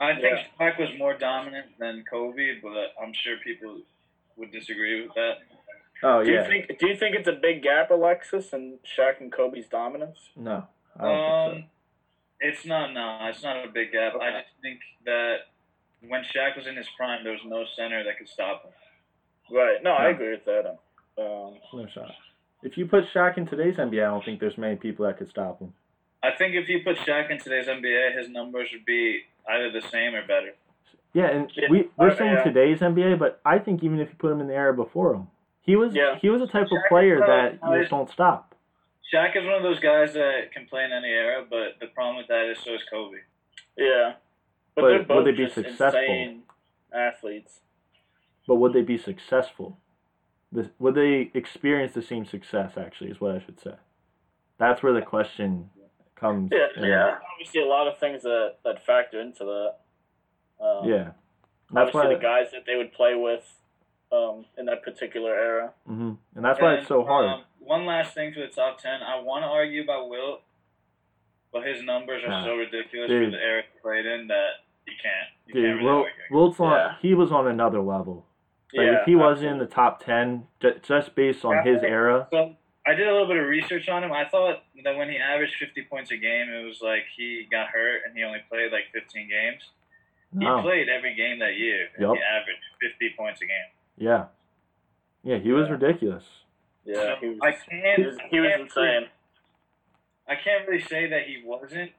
Speaker 4: I think
Speaker 2: Yeah.
Speaker 4: Shaq was more dominant than Kobe, but I'm sure people would disagree with that.
Speaker 1: Oh
Speaker 2: Do you
Speaker 1: yeah,
Speaker 2: think do you think it's a big gap, Alexis, and Shaq and Kobe's dominance?
Speaker 1: no, I don't
Speaker 4: Um,
Speaker 1: think
Speaker 4: it's not. No, it's not a big gap.
Speaker 2: Okay.
Speaker 4: I just think that when Shaq was in his prime, there was no center that could stop him.
Speaker 2: Right. No, I
Speaker 1: No.
Speaker 2: agree with that. Um,
Speaker 1: so. No shot. If you put Shaq in today's NBA, I don't think there's many people that could stop him.
Speaker 4: I think if you put Shaq in today's NBA, his numbers would be either the same or better.
Speaker 1: Yeah, and
Speaker 2: Yeah, uh,
Speaker 1: we we're
Speaker 2: okay,
Speaker 1: saying
Speaker 2: yeah.
Speaker 1: today's NBA, but I think even if you put him in the era before him, he was
Speaker 2: Yeah.
Speaker 1: he was a type of
Speaker 4: Shaq
Speaker 1: player
Speaker 4: is not-
Speaker 1: that
Speaker 4: not
Speaker 1: you just don't stop.
Speaker 4: Shaq is one of those guys that can play in any era, but the problem with that is so is Kobe.
Speaker 2: yeah. But,
Speaker 1: But
Speaker 2: they're
Speaker 1: would
Speaker 2: both
Speaker 1: they be
Speaker 2: just
Speaker 1: successful?
Speaker 2: insane athletes.
Speaker 1: But would they be successful? This, would they experience the same success? Actually, is what I should say. That's where the question comes.
Speaker 2: Yeah,
Speaker 1: in.
Speaker 3: Yeah.
Speaker 2: Obviously, a lot of things that, that factor into that. Um,
Speaker 1: yeah. That's
Speaker 2: Obviously,
Speaker 1: why.
Speaker 2: the guys that they would play with um, in that particular era.
Speaker 1: hmm And that's why it's so
Speaker 4: And,
Speaker 1: hard.
Speaker 4: Um, one last thing for the top ten. I want to argue about Wilt, but his numbers are
Speaker 1: Nah.
Speaker 4: so ridiculous
Speaker 1: Dude.
Speaker 4: for the era he played in that you can't. You can't
Speaker 1: Dude,
Speaker 4: really
Speaker 1: Wilt,
Speaker 4: argue.
Speaker 1: Wilt's on.
Speaker 3: Yeah.
Speaker 1: He was on another level. Like
Speaker 2: yeah,
Speaker 1: if he wasn't in the top ten, ju- just based on his
Speaker 4: Yeah.
Speaker 1: era.
Speaker 4: So I did a little bit of research on him. I thought that when he averaged 50 points a game, it was like he got hurt and he only played like 15 games. He
Speaker 1: No.
Speaker 4: played every game that year. and
Speaker 1: Oh. Yup.
Speaker 4: He averaged 50 points a game.
Speaker 1: Yeah. Yeah, he was ridiculous.
Speaker 2: Yeah,
Speaker 4: So
Speaker 2: he was,
Speaker 4: I can't.
Speaker 2: he was, he was
Speaker 4: I can't really-
Speaker 2: insane.
Speaker 4: I can't really say that he wasn't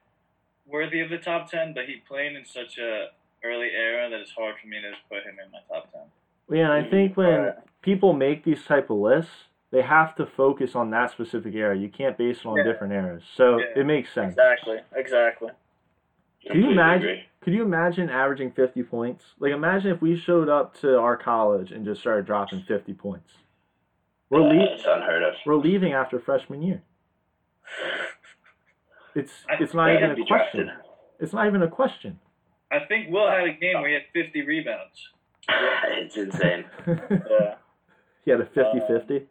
Speaker 4: worthy of the top 10, but he played in such a early era that it's hard for me to just put him in my top 10.
Speaker 1: Yeah, and I think when
Speaker 2: Alright.
Speaker 1: people make these type of lists, they have to focus on that specific era. You can't base it on
Speaker 4: Yeah.
Speaker 1: different eras. So
Speaker 4: Yeah.
Speaker 1: it makes sense.
Speaker 2: Exactly, exactly.
Speaker 1: Can you
Speaker 3: Completely
Speaker 1: imagine?
Speaker 3: agree.
Speaker 1: Could you imagine averaging 50 points? Like imagine if we showed up to our college and just started dropping 50 points. We're
Speaker 3: Yeah,
Speaker 1: lea-
Speaker 3: it's unheard of.
Speaker 1: we're leaving after freshman year. It's
Speaker 4: I-
Speaker 1: it's not
Speaker 3: Yeah,
Speaker 1: even
Speaker 3: he'd
Speaker 1: a
Speaker 3: be
Speaker 1: question.
Speaker 3: drafted.
Speaker 1: It's not even a question.
Speaker 4: I think Will had a game where he had 50 rebounds.
Speaker 3: it's insane.
Speaker 2: Yeah,
Speaker 1: he had a 50
Speaker 3: Um,
Speaker 1: 50.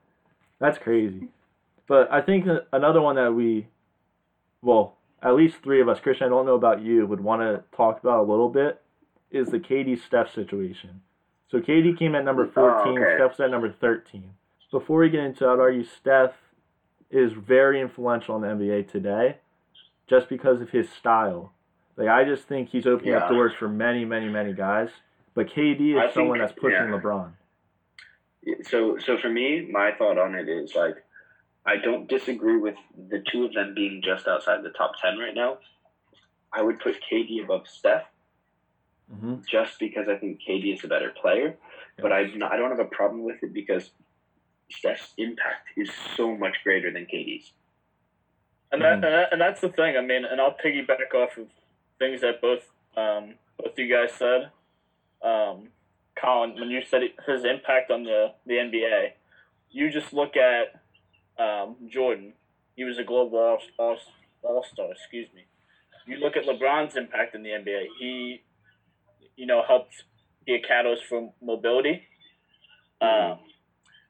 Speaker 1: That's crazy. But I think a- another one that we, well, at least three of us, Christian, I don't know about you, would want to talk about a little bit is the KD Steph situation. So KD came at number 14,
Speaker 3: Oh, okay.
Speaker 1: Steph's at number 13. Before we get into that, argue Steph is very influential in the NBA today just because of his style. Like, I just think he's opening up
Speaker 3: Yeah.
Speaker 1: doors for many, many, many guys. But KD is
Speaker 3: I
Speaker 1: someone
Speaker 3: think-
Speaker 1: that's pushing
Speaker 3: yeah.
Speaker 1: LeBron.
Speaker 3: So, so for me, my thought on it is like, I don't disagree with the two of them being just outside the top ten right now. I would put KD above Steph
Speaker 1: hmm
Speaker 3: just because I think KD is a better player, but I I don't have a problem with it because Steph's impact is so much greater than KD's.
Speaker 2: and that, and that and that's the thing. I mean, and I'll piggyback off of things that both um, both you guys said. Um, Colin, when you said his impact on the the NBA, you just look at um, Jordan. He was a global all all all star. Excuse me. You look at LeBron's impact in the NBA. He, you know, helped be a catalyst for mobility. Um,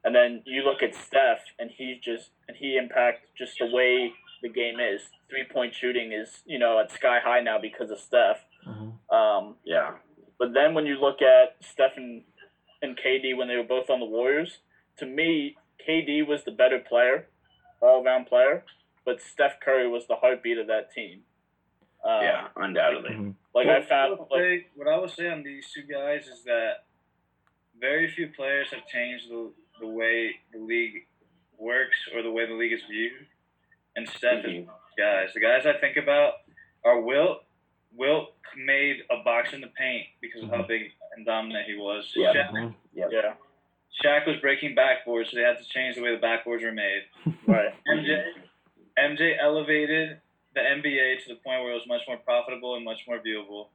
Speaker 2: and then you look at Steph, and he just and he impact just the way the game is. Three point shooting is you know at sky high now because of Steph.
Speaker 1: hmm
Speaker 2: Um,
Speaker 3: Yeah,
Speaker 2: but then when you look at Steph and, and KD when they were both on the Warriors, to me, KD was the better player, all around player, but Steph Curry was the heartbeat of that team. Um,
Speaker 3: yeah, undoubtedly.
Speaker 2: Like I found,
Speaker 4: What I,
Speaker 2: like,
Speaker 4: would say, what I would say on these two guys is that very few players have changed the, the way the league works or the way the league is viewed. And Steph is
Speaker 3: Mhm.
Speaker 4: one of those guys. The guys I think about are Wilt. Wilt made a box in the paint because of how big and dominant he was.
Speaker 3: Yeah.
Speaker 4: Shaq,
Speaker 1: Mm-hmm.
Speaker 2: yeah,
Speaker 4: Shaq was breaking backboards, so they had to change the way the backboards were made.
Speaker 2: right,
Speaker 4: MJ, MJ elevated the NBA to the point where it was much more profitable and much more viewable.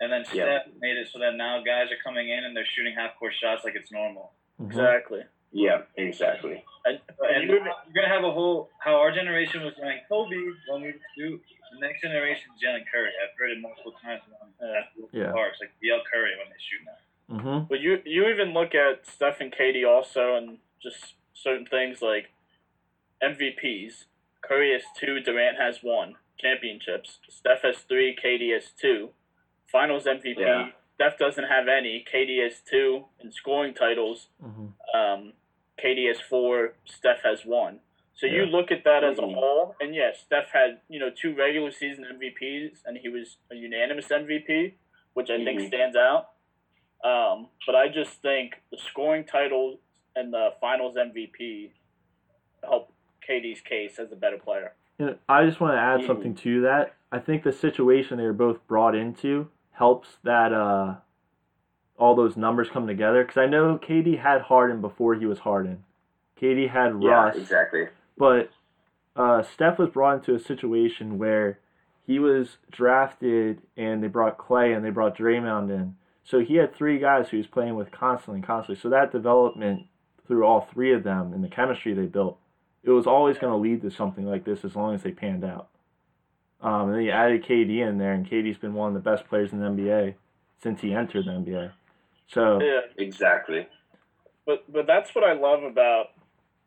Speaker 4: And then Steph
Speaker 3: Yeah.
Speaker 4: made it so that now guys are coming in and they're shooting half court shots like it's normal.
Speaker 2: exactly.
Speaker 3: Yeah, exactly.
Speaker 2: And,
Speaker 4: And
Speaker 2: and
Speaker 4: you're
Speaker 2: you
Speaker 4: gonna have a whole how our generation was going Kobe, let me shoot The next generation is Jalen Curry. I've heard it multiple times on uh,
Speaker 1: Yeah.
Speaker 4: parks, like yell Curry when they shoot now.
Speaker 1: Mm-hmm.
Speaker 2: But you you even look at Steph and Katie also, and just certain things like MVPs. Curry has two, Durant has one. Championships. Steph has three, Katie has two. Finals MVP.
Speaker 3: Yeah.
Speaker 2: Steph doesn't have any. Katie has two. And scoring titles,
Speaker 1: Mm-hmm.
Speaker 2: um, Katie has four. Steph has one. So you
Speaker 1: Yeah.
Speaker 2: look at that as a
Speaker 3: Mhm.
Speaker 2: whole, and yes, Steph had you know two regular season MVPs, and he was a unanimous MVP, which I think
Speaker 3: Mhm.
Speaker 2: stands out. Um, but I just think the scoring title and the Finals MVP help KD's case as a better player.
Speaker 1: And I just want to add
Speaker 3: Mhm.
Speaker 1: something to that. I think the situation they were both brought into helps that uh, all those numbers come together. Because I know KD had Harden before he was Harden. KD had
Speaker 3: Yeah,
Speaker 1: Russ,
Speaker 3: exactly.
Speaker 1: but uh, Steph was brought into a situation where he was drafted, and they brought Clay and they brought Draymond in. So he had three guys who he was playing with constantly, constantly. So that development through all three of them and the chemistry they built, it was always going to lead to something like this as long as they panned out. Um, and then you added KD in there, and KD's been one of the best players in the NBA since he entered the NBA. So
Speaker 2: Yeah,
Speaker 3: Exactly.
Speaker 2: but but that's what I love about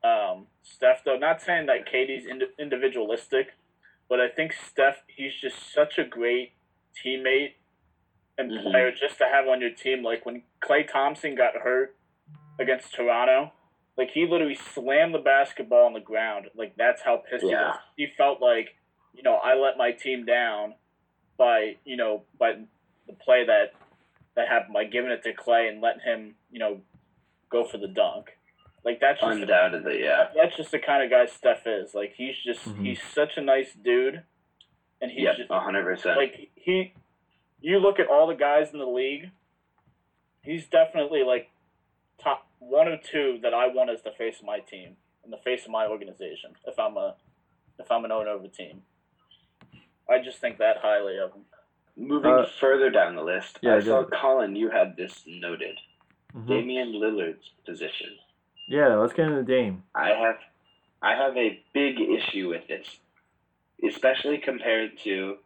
Speaker 2: um, Steph. Though not saying that Katie's ind- individualistic, but I think Steph he's just such a great teammate and
Speaker 3: Mhm.
Speaker 2: player just to have on your team. Like when Clay Thompson got hurt against Toronto, like he literally slammed the basketball on the ground. Like that's how pissed he was.
Speaker 3: Yeah.
Speaker 2: He felt like you know I let my team down by you know by the play that that happened by giving it to Clay and letting him you know go for the dunk. Like that's just
Speaker 3: Undoubtedly, yeah.
Speaker 2: that's just the kind of guy Steph is. Like he's just
Speaker 1: Mhm.
Speaker 2: he's such a nice dude, and he's
Speaker 3: Yep,
Speaker 2: just
Speaker 3: 100%.
Speaker 2: like he. You look at all the guys in the league. He's definitely like top one or two that I want as the face of my team and the face of my organization. If I'm a if I'm an owner of a team, I just think that highly of him.
Speaker 3: Moving
Speaker 1: Uh,
Speaker 3: further down the list,
Speaker 1: yeah,
Speaker 3: I saw
Speaker 1: good.
Speaker 3: Colin, you had this noted.
Speaker 1: mhm.
Speaker 3: Damian Lillard's position.
Speaker 1: yeah, let's get into Dame.
Speaker 3: I have I have a big issue with this, especially compared to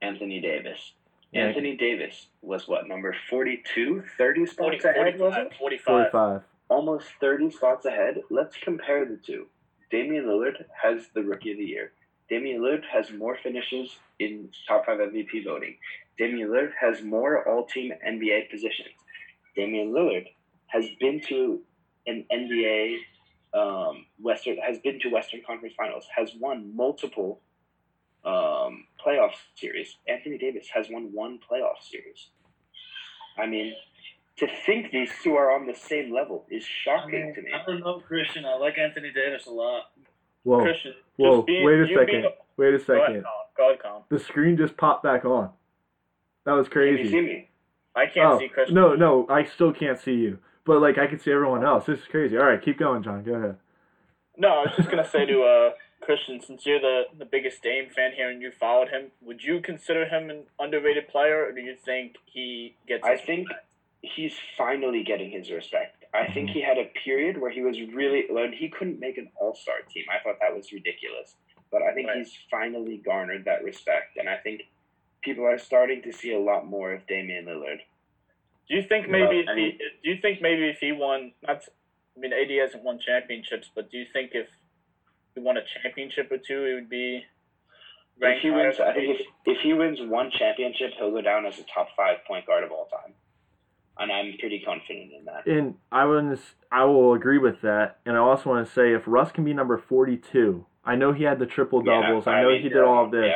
Speaker 3: Anthony Davis.
Speaker 1: Yeah.
Speaker 3: Anthony Davis was what number 42, 30 spots
Speaker 2: 40,
Speaker 3: ahead, was it?
Speaker 2: 45, 45.
Speaker 1: Forty-five.
Speaker 3: Almost 30 spots ahead. Let's compare the two. Damian Lillard has the rookie of the year. Damian Lillard has more finishes in top 5 MVP voting. Damian Lillard has more all-team NBA positions. Damian Lillard has been to an NBA um, Western has been to Western Conference Finals, has won multiple um, playoff series. Anthony Davis has won one playoff series. I mean, to think these two are on the same level is
Speaker 4: I,
Speaker 3: shocking
Speaker 4: mean,
Speaker 3: to me.
Speaker 4: I don't know Christian. I like Anthony Davis a lot.
Speaker 1: Whoa.
Speaker 2: Christian,
Speaker 1: Oh, Whoa,
Speaker 2: just being,
Speaker 1: wait a
Speaker 2: you
Speaker 1: second.
Speaker 2: Being a,
Speaker 1: Wait a
Speaker 2: go
Speaker 1: second.
Speaker 2: ahead, Colin. Go ahead, Colin.
Speaker 1: The screen just popped back on. That was
Speaker 3: Can you see
Speaker 1: crazy.
Speaker 3: me?
Speaker 2: I can't
Speaker 1: oh,
Speaker 2: see Christian.
Speaker 1: No, no, I still can't see you. But like I can see everyone else. This is crazy. All right, keep going, John. Go ahead.
Speaker 2: No, I was just gonna say to uh, Christian, since you're the, the biggest Dame fan here and you followed him, would you consider him an underrated player, or do you think he gets?
Speaker 3: I think he's finally getting his respect. I think he had a period where he was really when he couldn't make an All Star team. I thought that was ridiculous, but I think
Speaker 2: Right.
Speaker 3: he's finally garnered that respect, and I think people are starting to see a lot more of Damian Lillard.
Speaker 2: Do you think
Speaker 3: No,
Speaker 2: maybe if
Speaker 3: I mean-
Speaker 2: he, do you think maybe if he won? Not, I mean, AD hasn't won championships, but do you think if he won a championship or two, he would be
Speaker 3: If
Speaker 2: ranked
Speaker 3: he
Speaker 2: higher
Speaker 3: wins,
Speaker 2: than
Speaker 3: I think if, if he wins one championship, he'll go down as a top five point guard of all time, and I'm pretty confident in that.
Speaker 1: And I wouldn't. s- I will agree with that. And I also want to say if Russ can be number forty-two, I know he had the triple doubles.
Speaker 3: Yeah,
Speaker 1: I know
Speaker 3: mean,
Speaker 1: he did all
Speaker 3: yeah,
Speaker 1: of this.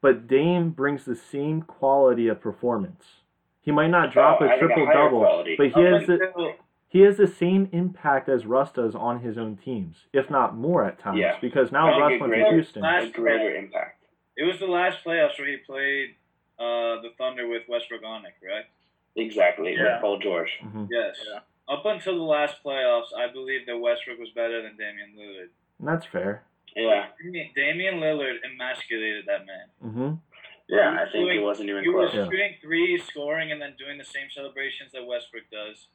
Speaker 1: But Dame brings the same quality of performance. He might not drop
Speaker 3: Oh, I
Speaker 1: a
Speaker 3: think a
Speaker 1: triple
Speaker 3: higher
Speaker 1: double,
Speaker 3: quality.
Speaker 1: but he
Speaker 4: I
Speaker 1: has
Speaker 4: like
Speaker 1: the,
Speaker 4: Phil.
Speaker 1: he has the same impact as Russ does on his own teams, if not more at times.
Speaker 3: Yeah.
Speaker 1: Because
Speaker 3: I
Speaker 1: now
Speaker 3: think
Speaker 1: Russ went
Speaker 3: it
Speaker 1: to
Speaker 3: great-
Speaker 1: Houston.
Speaker 4: Last
Speaker 3: a greater impact.
Speaker 4: It was the last playoffs where he played uh, the Thunder with Westbrook on it, correct?
Speaker 3: Exactly,
Speaker 2: Yeah.
Speaker 3: with Paul George.
Speaker 1: Mhm.
Speaker 4: Yes.
Speaker 2: Yeah.
Speaker 4: Up until the last playoffs, I believed that Westbrook was better than Damian Lillard.
Speaker 1: And that's fair.
Speaker 3: Yeah,
Speaker 4: Damian- Damian Lillard emasculated that man.
Speaker 1: hmm
Speaker 3: yeah,
Speaker 4: He
Speaker 3: I think
Speaker 4: was-
Speaker 3: it wasn't even
Speaker 4: He was
Speaker 1: Yeah.
Speaker 3: close.
Speaker 4: shooting threes, scoring, and then doing the same celebrations that Westbrook does.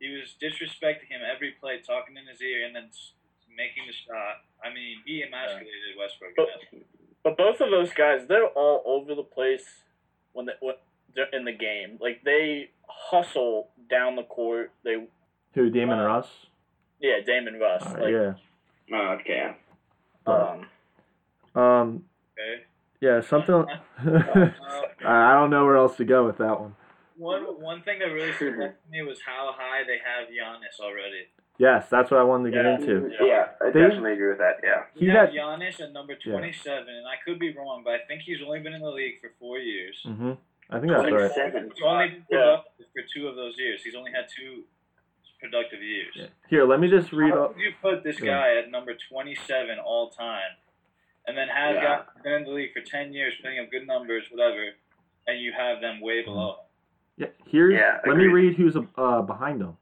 Speaker 4: He was disrespecting him every play, talking in his ear, and then s- making the shot. I mean, he emasculated Westbrook. in
Speaker 2: But-
Speaker 4: that.
Speaker 2: But both of those guys, they're all over the place when, they, when they're in the game. Like they hustle down the court. They
Speaker 1: Who, Damon
Speaker 2: Uh,
Speaker 1: Ross?
Speaker 2: yeah, Damon Russ.
Speaker 1: Uh,
Speaker 2: like
Speaker 1: yeah.
Speaker 3: Oh, okay.
Speaker 1: But,
Speaker 2: um,
Speaker 1: um,
Speaker 4: Okay.
Speaker 1: yeah, something. I
Speaker 4: Uh,
Speaker 1: I don't know where else to go with that one.
Speaker 4: one one thing that really surprised me was how high they have Giannis already.
Speaker 1: Yes, that's what I wanted to get
Speaker 2: Yeah.
Speaker 1: into.
Speaker 3: Yeah, I
Speaker 1: They-
Speaker 3: definitely agree with that. Yeah.
Speaker 1: He
Speaker 4: You have
Speaker 1: had-
Speaker 4: Giannis at number
Speaker 1: Yeah.
Speaker 4: twenty-seven, and I could be wrong, but I think he's only been in the league for four years.
Speaker 1: hmm I think that's right.
Speaker 3: Seven.
Speaker 4: He's only been
Speaker 2: Yeah.
Speaker 4: productive for two of those years. He's only had two productive years.
Speaker 1: Here, let me just read
Speaker 4: How
Speaker 1: up.
Speaker 4: could you put this
Speaker 1: Yeah.
Speaker 4: guy at number 27 all time, and then have
Speaker 3: Yeah.
Speaker 4: guys been in the league for 10 years, putting up good numbers, whatever, and you have them way
Speaker 1: Mm-hmm.
Speaker 4: below?
Speaker 1: Yeah, here.
Speaker 3: Yeah,
Speaker 1: let me
Speaker 3: agreed.
Speaker 1: read who's uh, behind them.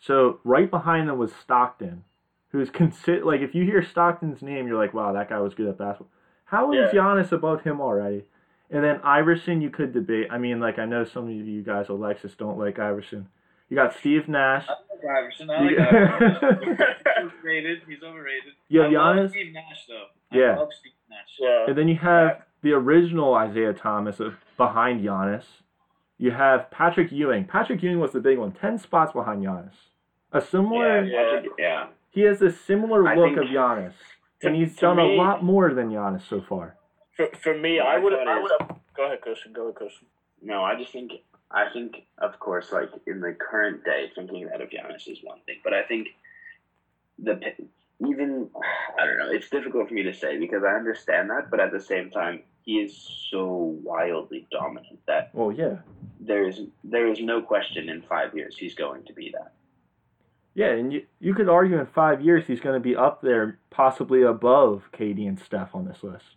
Speaker 1: So right behind them was Stockton, who's consider like if you hear Stockton's name, you're like, wow, that guy was good at basketball. How is
Speaker 2: Yeah.
Speaker 1: Giannis above him already? And then Iverson, you could debate. I mean, like I know some of you guys, Alexis, don't like Iverson. You got Steve Nash.
Speaker 4: I like Iverson. I like
Speaker 1: Yeah.
Speaker 4: Iverson. He's overrated. He's overrated.
Speaker 1: Yeah,
Speaker 4: I love
Speaker 1: Giannis-
Speaker 4: Steve Nash though.
Speaker 1: Yeah.
Speaker 4: I love Steve Nash.
Speaker 2: yeah.
Speaker 1: And then you have the original Isaiah Thomas of- behind Giannis. You have Patrick Ewing. Patrick Ewing was the big one, 10 spots behind Giannis. A similar,
Speaker 2: Yeah.
Speaker 3: Patrick- yeah.
Speaker 1: he has this similar
Speaker 3: I
Speaker 1: look
Speaker 3: think-
Speaker 1: of Giannis.
Speaker 2: To-
Speaker 1: and he's
Speaker 2: to
Speaker 1: done
Speaker 2: me-
Speaker 1: a lot more than Giannis so far.
Speaker 2: For, for me,
Speaker 3: Yeah,
Speaker 2: I
Speaker 3: I
Speaker 2: would
Speaker 3: thought it
Speaker 2: I
Speaker 3: is.
Speaker 2: would go ahead, Christian. Go ahead, Christian.
Speaker 3: No, I just think I think of course like in the current day thinking that of Giannis is one thing, but I think the p- even I don't know, it's difficult for me to say because I understand that, but at the same time he is so wildly dominant that
Speaker 1: Well, yeah.
Speaker 3: there is there is no question in 5 years he's going to be that.
Speaker 1: Yeah, and you, you could argue in five years he's going to be up there, possibly above KD and Steph on this list.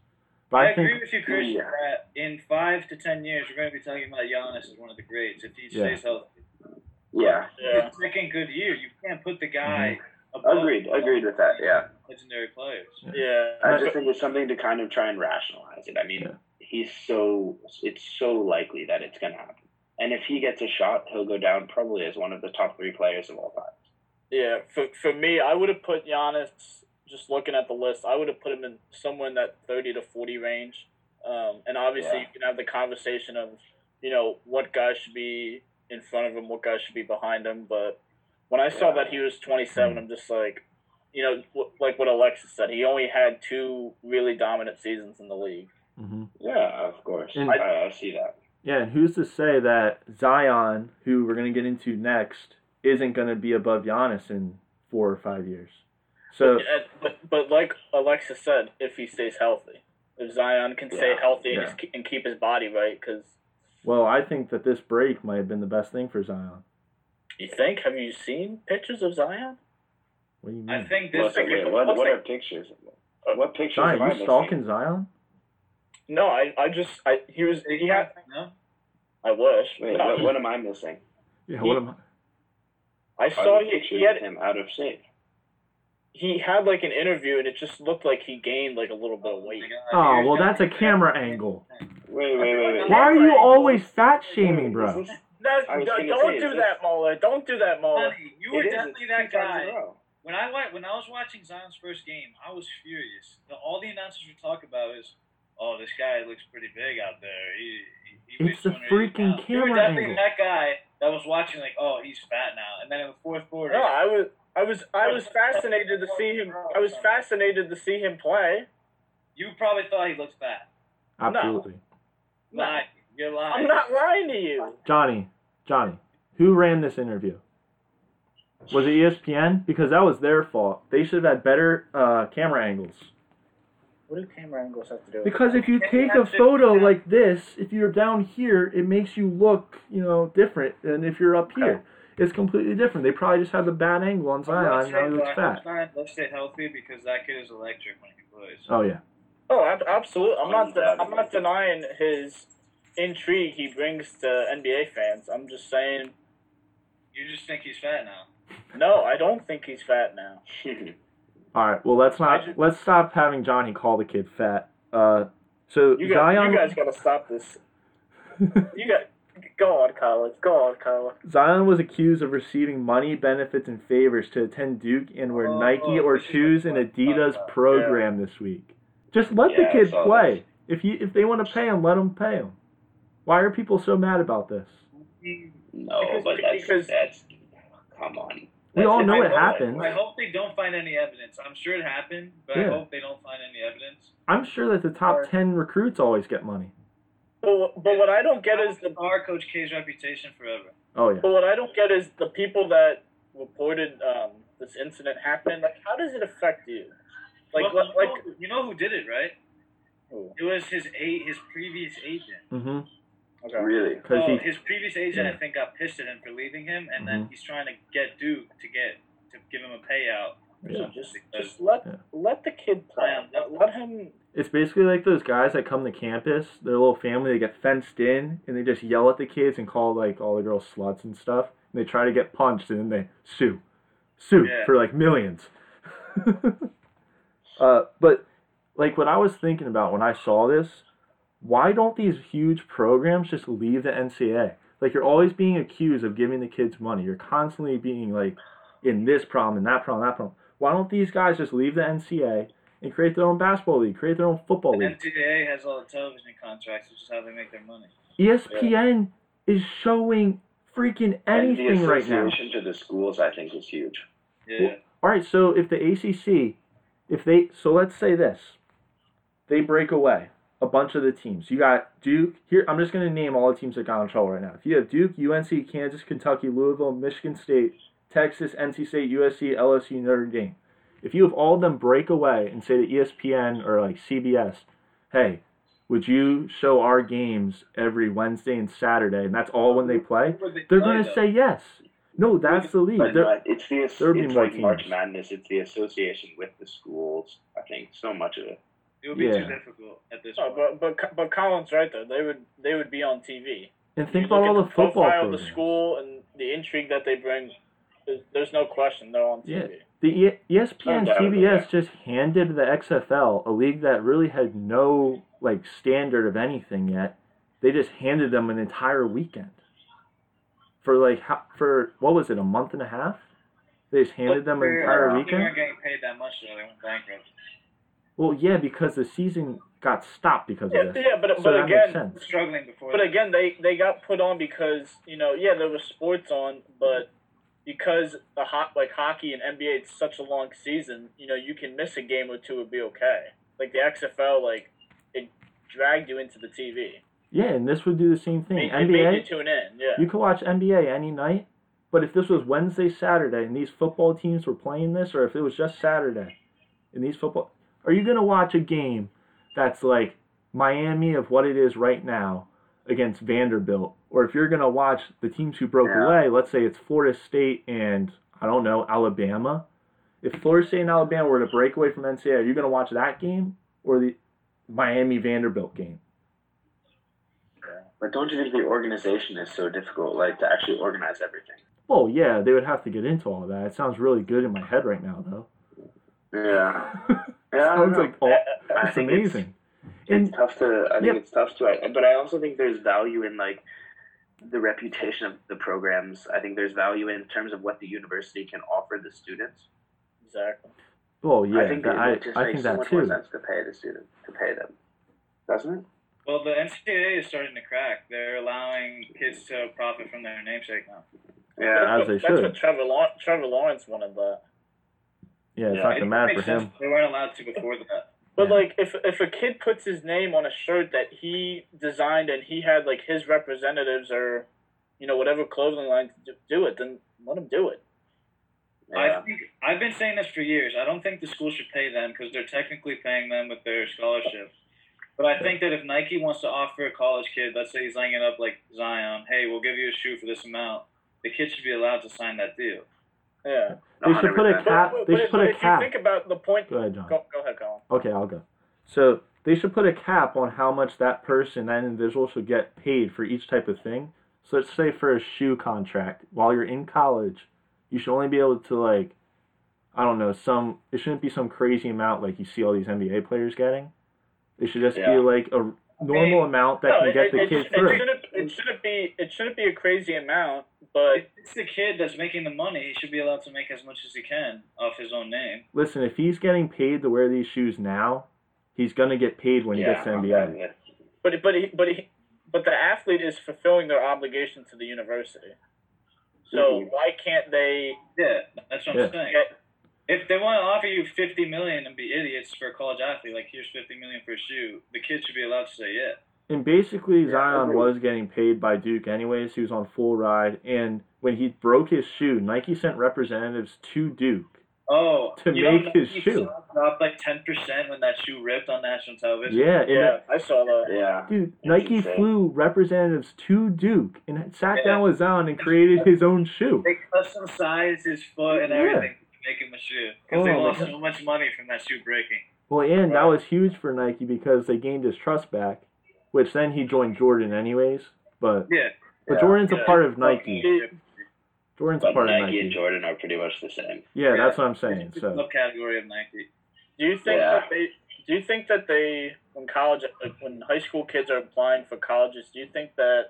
Speaker 1: But
Speaker 4: I,
Speaker 1: I,
Speaker 4: agree
Speaker 1: think,
Speaker 4: with you, Christian.
Speaker 3: Yeah.
Speaker 4: That in five to ten years, we're going to be talking about Giannis as one of the greats if he
Speaker 1: Yeah.
Speaker 4: stays healthy.
Speaker 3: Yeah. Mm-hmm.
Speaker 2: Yeah.
Speaker 4: His second good year, you can't put the guy. above
Speaker 3: Agreed. Agreed with that. Yeah.
Speaker 4: Legendary players.
Speaker 1: Mm-hmm.
Speaker 2: Yeah.
Speaker 3: I just think it's something to kind of try and rationalize it. I mean,
Speaker 1: Yeah.
Speaker 3: he's so it's so likely that it's going to happen. And if he gets a shot, he'll go down probably as one of the top three players of all time.
Speaker 2: Yeah, for for me, I would have put Giannis. Just looking at the list, I would have put him in somewhere in that thirty to forty range. Um, and obviously,
Speaker 3: Yeah.
Speaker 2: you can have the conversation of, you know, what guys should be in front of him, what guys should be behind him. But when I saw
Speaker 3: Yeah.
Speaker 2: that he was twenty seven, I'm just like, you know, w- like what Alexis said, he only had two really dominant seasons in the league.
Speaker 1: Mhm.
Speaker 3: Yeah, of course.
Speaker 1: And-
Speaker 3: I, I see that.
Speaker 1: Yeah, and who's to say that Zion, who we're going to get into next, isn't going to be above Giannis in four or five years? So,
Speaker 2: And- but, but like Alexa said, if he stays healthy, if Zion can stay
Speaker 3: Yeah,
Speaker 2: healthy and,
Speaker 1: yeah.
Speaker 2: just keep, and keep his body right, because
Speaker 1: well, I think that this break might have been the best thing for Zion.
Speaker 2: you think, have you seen pictures of Zion?
Speaker 1: What do you
Speaker 4: I
Speaker 1: mean?
Speaker 4: think this
Speaker 3: What's
Speaker 4: is a
Speaker 3: wait,
Speaker 4: good
Speaker 3: what,
Speaker 2: what's
Speaker 3: what
Speaker 2: that-
Speaker 3: are pictures? What pictures
Speaker 1: Zion,
Speaker 3: am I
Speaker 1: you
Speaker 3: missing?
Speaker 1: stalking Zion?
Speaker 2: No, I, I just I he was he had
Speaker 4: No?
Speaker 2: I wish.
Speaker 3: Wait,
Speaker 2: No,
Speaker 3: what, what am I missing?
Speaker 1: Yeah,
Speaker 2: He-
Speaker 1: what am I?
Speaker 2: I
Speaker 3: Are
Speaker 2: saw
Speaker 3: the
Speaker 2: he,
Speaker 3: pictures
Speaker 2: he had
Speaker 3: of him out of shape.
Speaker 2: he had like an interview and it just looked like he gained like a little bit of weight.
Speaker 1: Oh, well, that's a camera angle.
Speaker 3: Wait, wait, wait, wait.
Speaker 1: Why are you always fat shaming, bro?
Speaker 3: Is this-
Speaker 2: No,
Speaker 3: I was
Speaker 2: no,
Speaker 3: gonna
Speaker 2: don't
Speaker 3: say,
Speaker 2: do
Speaker 3: is
Speaker 2: that, Muller. Don't do that, Muller.
Speaker 4: Honey, you were
Speaker 3: it is,
Speaker 4: definitely
Speaker 3: it's
Speaker 4: that
Speaker 3: two times in a
Speaker 4: guy.
Speaker 3: row.
Speaker 4: When I wa- when I was watching Zion's first game, I was furious. The, all the announcers would talk about is, "Oh, this guy looks pretty big out there. He, he, he weighs
Speaker 1: It's the
Speaker 4: 280
Speaker 1: freaking
Speaker 4: pounds." You were
Speaker 1: camera
Speaker 4: definitely
Speaker 1: angle.
Speaker 4: that guy that was watching like, "Oh, he's fat now." And then in the fourth quarter,
Speaker 2: No, I was I was I was fascinated to see him. I was fascinated to see him play.
Speaker 4: you probably thought he looked fat.
Speaker 1: Absolutely.
Speaker 2: No.
Speaker 4: Lying. You're lying.
Speaker 2: I'm not lying to you.
Speaker 1: Johnny, Johnny, who ran this interview? Was it E ESPN? Because that was their fault. They should have had better uh, camera angles.
Speaker 2: What do camera angles have to do?
Speaker 1: Because if you take a photo like this, if you're down here, it makes you look, you know, different than if you're up here. It's completely different. They probably just had the bad angle on Zion.
Speaker 4: Let's
Speaker 1: Now
Speaker 4: stay,
Speaker 1: he looks fat.
Speaker 4: uh, let's stay healthy because that kid is electric when he plays.
Speaker 1: Oh yeah,
Speaker 2: Oh, ab- absolutely. I'm not. De- I'm not denying his intrigue he brings to NBA fans. I'm just saying.
Speaker 4: You just think he's fat now.
Speaker 2: No, I don't think he's fat now.
Speaker 1: All right. Well, let's
Speaker 2: I
Speaker 1: not
Speaker 2: just-
Speaker 1: let's stop having Johnny call the kid fat. Uh, so
Speaker 2: You guys,
Speaker 1: Zion
Speaker 2: you guys gotta stop this. You got. Go on, Colin. Go on, Colin.
Speaker 1: Zion was accused of receiving money, benefits, and favors to attend Duke and wear
Speaker 4: Oh,
Speaker 1: Nike or
Speaker 4: this is
Speaker 1: shoes and
Speaker 4: what I'm talking
Speaker 1: Adidas
Speaker 4: about.
Speaker 1: program this week. Just let
Speaker 3: Yeah, I
Speaker 1: the kid
Speaker 3: saw
Speaker 1: play. If you if they want to pay him, let them pay him. Why are people so mad about this? Mm-hmm.
Speaker 3: No,
Speaker 2: Because-
Speaker 3: but that's
Speaker 2: because-
Speaker 3: that's come on.
Speaker 1: We
Speaker 3: That's
Speaker 1: all
Speaker 3: if
Speaker 1: know
Speaker 3: I
Speaker 1: it
Speaker 3: that.
Speaker 1: happened.
Speaker 4: I hope they don't find any evidence. I'm sure it happened, but
Speaker 1: Yeah.
Speaker 4: I hope they don't find any evidence.
Speaker 1: I'm sure that the
Speaker 4: Or-
Speaker 1: top ten recruits always get money.
Speaker 2: But, but what I don't get is the
Speaker 4: our Coach K's reputation forever.
Speaker 1: Oh yeah.
Speaker 2: but what I don't get is the people that reported um, this incident happened. Like, how does it affect you? Like,
Speaker 4: Well,
Speaker 2: like, like
Speaker 4: you know, you know who did it, right?
Speaker 2: Who?
Speaker 4: It was his a his previous agent.
Speaker 1: Mm-hmm.
Speaker 3: Really?
Speaker 1: Because
Speaker 4: Oh,
Speaker 1: he
Speaker 4: his previous agent,
Speaker 1: Yeah. Mm-hmm.
Speaker 4: I think, got pissed at him for leaving him, and then he's trying to get Duke to get to give him a payout.
Speaker 1: Yeah.
Speaker 2: dude, just just let
Speaker 1: Yeah.
Speaker 2: let the kid play.
Speaker 4: Yeah.
Speaker 2: Let, let him.
Speaker 1: It's basically like those guys that come to campus, their little family, they get fenced in, and they just yell at the kids and call like all the girls sluts and stuff. And they try to get punched, and then they sue, sue
Speaker 4: Yeah.
Speaker 1: for like millions. uh, but like what I was thinking about when I saw this, why don't these huge programs just leave the NCAA? Like you're always being accused of giving the kids money. You're constantly being like in this problem and that problem, that problem. Why don't these guys just leave the NCAA and create their own basketball league, create their own football league?
Speaker 4: NCAA has all the television contracts, which is how they make their money.
Speaker 1: E ESPN is showing freaking
Speaker 3: And the
Speaker 1: anything right now.
Speaker 3: association to the schools, I think, is huge.
Speaker 4: Yeah,
Speaker 1: All right, so if the ACC, if they, so let's say this, they break away a bunch of the teams. You got Duke. Here, I'm just going to name all the teams that got in trouble right now. If you have Duke, UNC, Kansas, Kentucky, Louisville, Michigan State, Texas, NC State, USC, LSU, Notre Dame. If you have all of them break away and say to E ESPN or like CBS, hey, would you show our games every Wednesday and Saturday, and that's all when they play? They're going to say yes. No, that's the league.
Speaker 3: But
Speaker 1: They're-
Speaker 3: not- it's the it's
Speaker 1: there'll be more
Speaker 3: like March
Speaker 1: teams.
Speaker 3: Madness. It's the association with the schools. I think so much of it.
Speaker 4: it would be
Speaker 1: Yeah.
Speaker 4: too difficult at this
Speaker 2: No,
Speaker 4: point.
Speaker 2: Oh, but but but Colin's right though. They would they would be on TV.
Speaker 1: and
Speaker 2: You
Speaker 1: think about
Speaker 2: look
Speaker 1: all
Speaker 2: at
Speaker 1: the football
Speaker 2: profile of
Speaker 1: programs.
Speaker 2: the school and the intrigue that they bring. There's, there's no question they're on TV.
Speaker 1: The e- ESPN
Speaker 3: Undoubtedly,
Speaker 1: CBS just handed the XFL, a league that really had no like standard of anything yet. They just handed them an entire weekend for like how, for what was it a month and a half? They just handed them an
Speaker 4: They
Speaker 1: entire
Speaker 4: weren't- They
Speaker 1: weekend.
Speaker 4: weren't getting paid that much, so they went bankrupt.
Speaker 1: Well, yeah, because the season got stopped because
Speaker 2: Yeah,
Speaker 1: of
Speaker 2: yeah,
Speaker 1: this.
Speaker 2: but
Speaker 1: So
Speaker 2: but
Speaker 1: that makes
Speaker 2: again,
Speaker 1: sense.
Speaker 4: Struggling before.
Speaker 2: but again, they they got put on because you know yeah there was sports on, but because the hot like hockey and NBA it's such a long season, you know you can miss a game or two would be okay. Like the XFL, like it dragged you into the TV.
Speaker 1: Yeah, and this would do the same thing.
Speaker 2: It, it
Speaker 1: NBA,
Speaker 2: made you tune in. Yeah.
Speaker 1: You can watch NBA any night, but if this was Wednesday, Saturday, and these football teams were playing this, or if it was just Saturday, and these football, are you gonna watch a game that's like Miami of what it is right now against Vanderbilt, or if you're gonna watch the teams who broke
Speaker 3: Yeah.
Speaker 1: away, let's say it's Florida State and I don't know Alabama. If Florida State and Alabama were to break away from NCAA, are you gonna watch that game or the Miami Vanderbilt game?
Speaker 3: But don't you think the organization is so difficult, like to actually organize everything?
Speaker 1: Well, Oh, yeah, they would have to get into all that. It sounds really good in my head right now, though.
Speaker 3: Yeah, yeah. I don't
Speaker 1: sounds
Speaker 3: know.
Speaker 1: like all,
Speaker 3: I
Speaker 1: that's
Speaker 3: think it's-
Speaker 1: amazing.
Speaker 3: it's
Speaker 1: and
Speaker 3: tough to. I think
Speaker 1: Yeah.
Speaker 3: it's tough to. I- But I also think there's value in like the reputation of the programs. I think there's value in terms of what the university can offer the students.
Speaker 2: Exactly.
Speaker 1: well, yeah,
Speaker 3: I think
Speaker 1: that-
Speaker 3: it
Speaker 1: I,
Speaker 3: would just
Speaker 1: I
Speaker 3: makes
Speaker 1: think
Speaker 3: so
Speaker 1: that
Speaker 3: much
Speaker 1: too.
Speaker 3: more sense to pay the student to pay them, doesn't it?
Speaker 4: well, the NCAA is starting to crack. They're allowing kids to profit from their namesake now.
Speaker 3: Yeah.
Speaker 1: As they
Speaker 2: that's
Speaker 1: should.
Speaker 2: what Trevor Lawrence, Trevor Lawrence wanted that.
Speaker 1: Yeah, it's
Speaker 3: Yeah.
Speaker 1: not
Speaker 4: It
Speaker 1: gonna matter for
Speaker 4: makes
Speaker 1: him.
Speaker 4: sense. They weren't allowed to before that.
Speaker 2: But
Speaker 1: Yeah.
Speaker 2: like, if if a kid puts his name on a shirt that he designed and he had like his representatives or, you know, whatever clothing line to do- do it, then let him do it.
Speaker 4: I think I've been saying this for years. I don't think the school should pay them because they're technically paying them with their scholarship. But I think that if Nike wants to offer a college kid, let's say he's lining it up like Zion, hey, we'll give you a shoe for this amount. The kid should be allowed to sign that deal.
Speaker 2: Yeah.
Speaker 1: They should put a
Speaker 3: 100%.
Speaker 1: cap.
Speaker 2: but
Speaker 1: They
Speaker 2: but,
Speaker 1: should
Speaker 2: if-
Speaker 1: put
Speaker 2: but
Speaker 1: a
Speaker 2: if
Speaker 1: cap.
Speaker 2: you think about the point,
Speaker 1: Go ahead, John.
Speaker 2: go, go ahead, Colin.
Speaker 1: Okay, I'll go. So they should put a cap on how much that person, that individual, should get paid for each type of thing. So let's say for a shoe contract, while you're in college, you should only be able to like, I don't know, some. It shouldn't be some crazy amount like you see all these NBA players getting. It should just
Speaker 3: Yeah.
Speaker 1: be like a normal amount that
Speaker 2: No,
Speaker 1: can
Speaker 2: it,
Speaker 1: get
Speaker 2: it,
Speaker 1: the
Speaker 2: it,
Speaker 1: kid
Speaker 2: it
Speaker 1: through.
Speaker 2: shouldn't it shouldn't be it shouldn't be a crazy amount, but
Speaker 4: If it's the kid that's making the money, he should be allowed to make as much as he can off his own name.
Speaker 1: Listen, if he's getting paid to wear these shoes now, He's gonna get paid when he
Speaker 3: yeah,
Speaker 1: gets to
Speaker 3: I'm
Speaker 1: NBA.
Speaker 3: fine with it.
Speaker 2: But but he, but he, but the athlete is fulfilling their obligation to the university. So
Speaker 3: Mhm.
Speaker 2: why can't they?
Speaker 4: Yeah, that's what
Speaker 1: Yeah.
Speaker 4: I'm saying.
Speaker 2: Yeah.
Speaker 4: If they want to offer you fifty million and be idiots for a college athlete, like here's fifty million for a shoe, the kid should be allowed to say yeah.
Speaker 1: And basically,
Speaker 3: Yeah, I
Speaker 1: Zion
Speaker 3: agree.
Speaker 1: was getting paid by Duke anyways. He was on full ride. And when he broke his shoe, Nike sent representatives to Duke.
Speaker 4: Oh,
Speaker 1: To
Speaker 4: you know,
Speaker 1: make his
Speaker 4: he
Speaker 1: shoe.
Speaker 4: dropped like ten percent when that shoe ripped on national television.
Speaker 1: Yeah, and
Speaker 2: Yeah, I saw that.
Speaker 3: Yeah.
Speaker 1: dude,
Speaker 3: That's
Speaker 1: Nike
Speaker 3: insane.
Speaker 1: flew representatives to Duke and had sat
Speaker 4: Yeah.
Speaker 1: down with Zion and created his own shoe.
Speaker 4: They custom sized his foot and
Speaker 1: Yeah.
Speaker 4: everything to make him a shoe because
Speaker 1: Oh,
Speaker 4: they
Speaker 1: my
Speaker 4: lost
Speaker 1: God.
Speaker 4: so much money from that shoe breaking.
Speaker 1: Well, and that
Speaker 2: Right.
Speaker 1: was huge for Nike because they gained his trust back, which then he joined Jordan anyways. But
Speaker 4: Yeah,
Speaker 1: but
Speaker 3: Yeah.
Speaker 1: Jordan's
Speaker 4: Yeah.
Speaker 1: a part of Nike.
Speaker 2: He-
Speaker 1: Jordan's a
Speaker 3: But
Speaker 1: part
Speaker 3: Nike,
Speaker 1: of
Speaker 3: and
Speaker 1: Nike.
Speaker 3: Jordan are pretty much the same.
Speaker 1: Yeah,
Speaker 4: Yeah.
Speaker 1: that's what I'm saying.
Speaker 4: It's a
Speaker 1: So
Speaker 4: subcategory of Nike.
Speaker 2: Do you think
Speaker 3: Yeah.
Speaker 2: that they? Do you think that they, when college, like when high school kids are applying for colleges, do you think that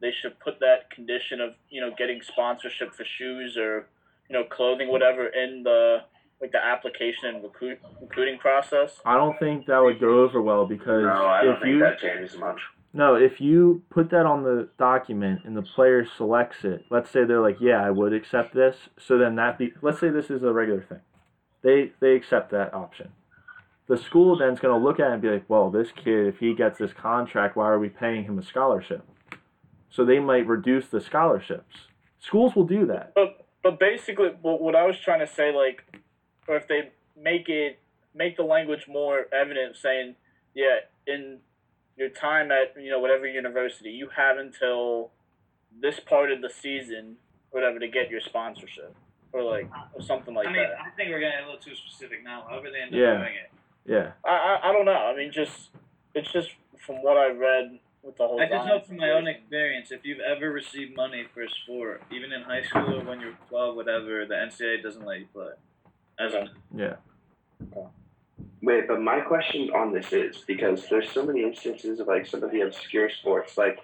Speaker 2: they should put that condition of you know getting sponsorship for shoes or you know clothing whatever in the like the application and recruit, recruiting process?
Speaker 1: I don't think that would go over well because
Speaker 3: No, I don't
Speaker 1: if
Speaker 3: think
Speaker 1: you
Speaker 3: that changes much.
Speaker 1: No, if you put that on the document and the player selects it, let's say they're like, "Yeah, I would accept this." So then that be let's say this is a regular thing. They they accept that option. The school then's going to look at it and be like, "Well, this kid, if he gets this contract, why are we paying him a scholarship?" So they might reduce the scholarships. Schools will do that.
Speaker 2: But but basically, what, what I was trying to say, like, or if they make it make the language more evident, saying, yeah, in your time at you know whatever university, you have until this part of the season, whatever, to get your sponsorship, or like or something like
Speaker 4: I mean,
Speaker 2: that.
Speaker 4: I think we're getting a little too specific now. However, they end up
Speaker 1: Yeah.
Speaker 4: doing it.
Speaker 1: Yeah.
Speaker 2: I, I I don't know. I mean, just it's just from what I read with the whole.
Speaker 4: I just
Speaker 2: Zion
Speaker 4: know from my own
Speaker 2: situation.
Speaker 4: experience, if you've ever received money for a sport, even in high school or when you're 12, whatever, the NCAA doesn't let you play. As an-
Speaker 1: Yeah.
Speaker 3: Wait, but my question on this is because there's so many instances of like some of the obscure sports, like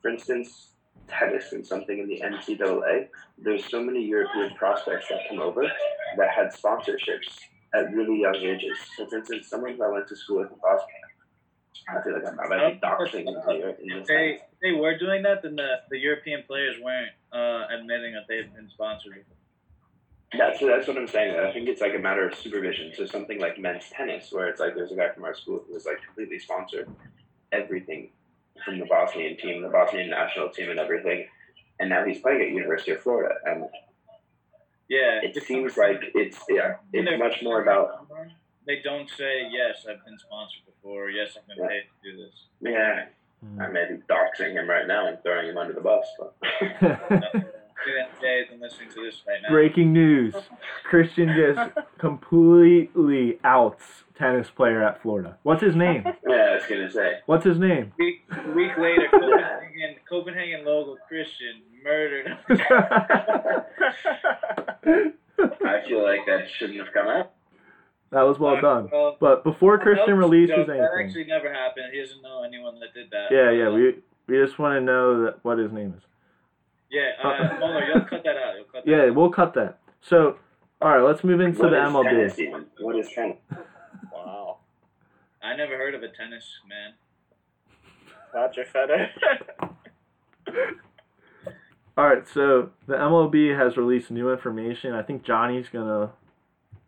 Speaker 3: for instance, tennis and something in the NCAA. There's so many European prospects that come over that had sponsorships at really young ages. So for instance, someone that went to school with in Bosnia. I feel like I'm about to doxing him here in this.
Speaker 4: they they were doing that, then the, the European players weren't uh, admitting that they had been sponsored.
Speaker 3: That's that's what I'm saying. I think it's like a matter of supervision. So something like men's tennis, where it's like there's a guy from our school who was like completely sponsored everything from the Bosnian team, the Bosnian national team, and everything, and now he's playing at University of Florida. And
Speaker 4: Yeah.
Speaker 3: it
Speaker 4: it's-
Speaker 3: seems like it's yeah,
Speaker 4: when they're-
Speaker 3: it's much more about
Speaker 4: They don't say, yes, I've been sponsored before, or yes, I've been
Speaker 3: Yeah.
Speaker 4: paid to do this.
Speaker 3: yeah. I may be doxing him right now and throwing him under the bus, but
Speaker 4: No, the NCAA isn't listening to this right now.
Speaker 1: Breaking news: Christian just completely outs tennis player at Florida. What's his name?
Speaker 3: yeah, I was gonna say.
Speaker 1: What's his name?
Speaker 4: Week, week later, Copenhagen, Copenhagen local Christian murdered him.
Speaker 1: that
Speaker 3: I feel like that shouldn't have come out.
Speaker 1: was well done.
Speaker 4: Well,
Speaker 1: But before Christian
Speaker 4: Nope,
Speaker 1: releases
Speaker 4: no, That
Speaker 1: anything,
Speaker 4: actually never happened. He doesn't know anyone that did that.
Speaker 1: yeah, yeah, we we just want to know that what his name is.
Speaker 4: yeah.
Speaker 1: Uh,
Speaker 4: Uh, Mueller, you'll cut that out. You'll cut that
Speaker 1: Yeah,
Speaker 4: out.
Speaker 1: we'll cut that. So, all right, let's move into
Speaker 3: What
Speaker 1: the
Speaker 3: is tennis
Speaker 1: MLB.
Speaker 3: even? What is tennis?
Speaker 2: Wow,
Speaker 4: I never heard of a tennis man.
Speaker 2: Roger Federer.
Speaker 1: All right, so the MLB has released new information. I think Johnny's gonna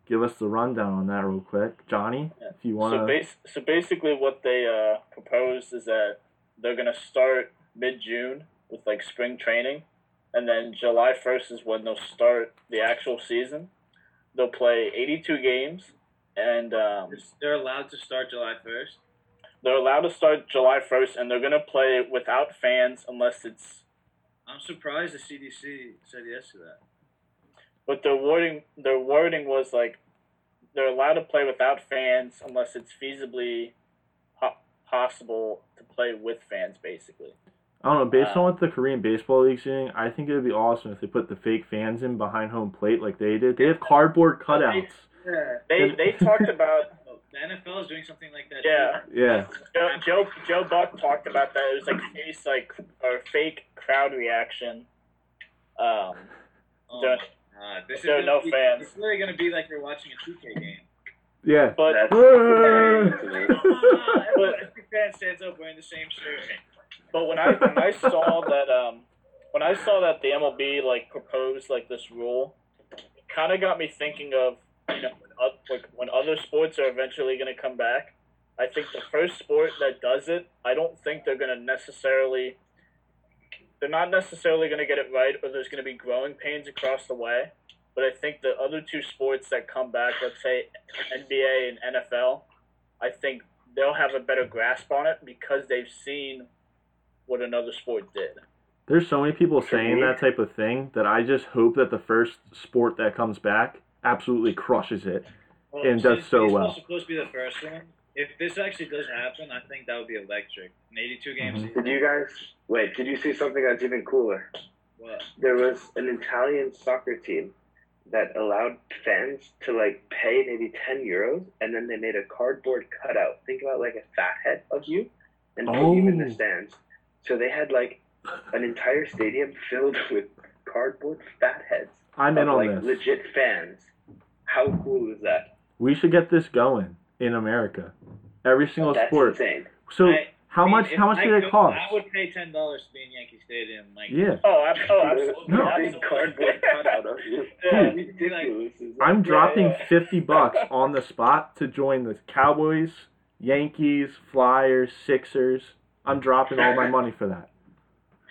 Speaker 1: give us the rundown on that real quick. Johnny, if you
Speaker 2: So,
Speaker 1: want to,
Speaker 2: bas- so basically, what they uh, proposed is that they're going to start mid June with like spring training, and then July 1st is when they'll start the actual season. They'll play 82 games, and um,
Speaker 4: They're allowed to start July first.
Speaker 2: they're allowed to start July 1st, and they're going to play without fans unless it's.
Speaker 4: I'm surprised the CDC said yes to that.
Speaker 2: But their wording, their wording was like, they're allowed to play without fans unless it's feasibly po- possible to play with fans, basically.
Speaker 1: I don't know. Based
Speaker 2: uh,
Speaker 1: on what the Korean baseball league's doing, I think it would be awesome if they put the fake fans in behind home plate like they did. They have cardboard cutouts.
Speaker 4: Yeah.
Speaker 2: They they talked about
Speaker 4: Oh, The NFL is doing something like that.
Speaker 2: Yeah.
Speaker 4: Too.
Speaker 1: Yeah,
Speaker 2: Joe, Joe Joe Buck talked about that. It was like face like or fake crowd reaction. Um,
Speaker 4: Oh
Speaker 2: There-
Speaker 4: my God. This is
Speaker 2: there are
Speaker 4: gonna
Speaker 2: no
Speaker 4: be,
Speaker 2: fans.
Speaker 4: It's literally gonna be like you're watching a 2K game.
Speaker 1: Yeah.
Speaker 2: But
Speaker 3: That's
Speaker 1: Hooray!
Speaker 3: hilarious to me.
Speaker 4: Everyone- every fan stands up wearing the same shirt.
Speaker 2: But when I when I saw that um when I saw that the MLB like proposed like this rule, it kind of got me thinking of you know when, oth- like when other sports are eventually going to come back. I think the first sport that does it, I don't think they're going to necessarily. They're not necessarily going to get it right, or there's going to be growing pains across the way. But I think the other two sports that come back, let's say NBA and NFL, I think they'll have a better grasp on it because they've seen what another sport did.
Speaker 1: There's so many people
Speaker 3: Sure.
Speaker 1: saying that type of thing that I just hope that the first sport that comes back absolutely crushes it.
Speaker 4: Well,
Speaker 1: And does
Speaker 4: since
Speaker 1: so
Speaker 4: baseball's
Speaker 1: well.
Speaker 4: supposed to be the first one. If this actually does happen, I think that would be electric. An 82 game
Speaker 1: Mhm.
Speaker 4: season.
Speaker 3: Did you guys wait? Did you see something that's even cooler?
Speaker 4: What?
Speaker 3: There was an Italian soccer team that allowed fans to like pay maybe ten euros, and then they made a cardboard cutout. Think about like a fat head of you, and put you in
Speaker 1: Oh.
Speaker 3: the stands. So they had like an entire stadium filled with cardboard fat heads
Speaker 1: I'm in
Speaker 3: of
Speaker 1: on
Speaker 3: like
Speaker 1: this.
Speaker 3: legit fans. How cool is that?
Speaker 1: We should get this going in America. Every single
Speaker 3: That's
Speaker 1: sport.
Speaker 3: insane.
Speaker 1: So
Speaker 4: I-
Speaker 1: how
Speaker 4: I mean,
Speaker 1: much
Speaker 4: if
Speaker 1: how much
Speaker 4: I
Speaker 1: did
Speaker 4: could,
Speaker 1: it cost?
Speaker 4: I would pay ten dollars to be in Yankee Stadium. Like,
Speaker 1: Yeah.
Speaker 2: Oh, ab- oh absolutely.
Speaker 1: No.
Speaker 3: A big
Speaker 2: absolutely.
Speaker 3: cardboard cutout of you.
Speaker 2: Yeah.
Speaker 3: Ridiculous. is that?
Speaker 1: I'm dropping
Speaker 2: yeah.
Speaker 1: 50 bucks on the spot to join the Cowboys, Yankees, Flyers, Sixers. I'm dropping all my money for that.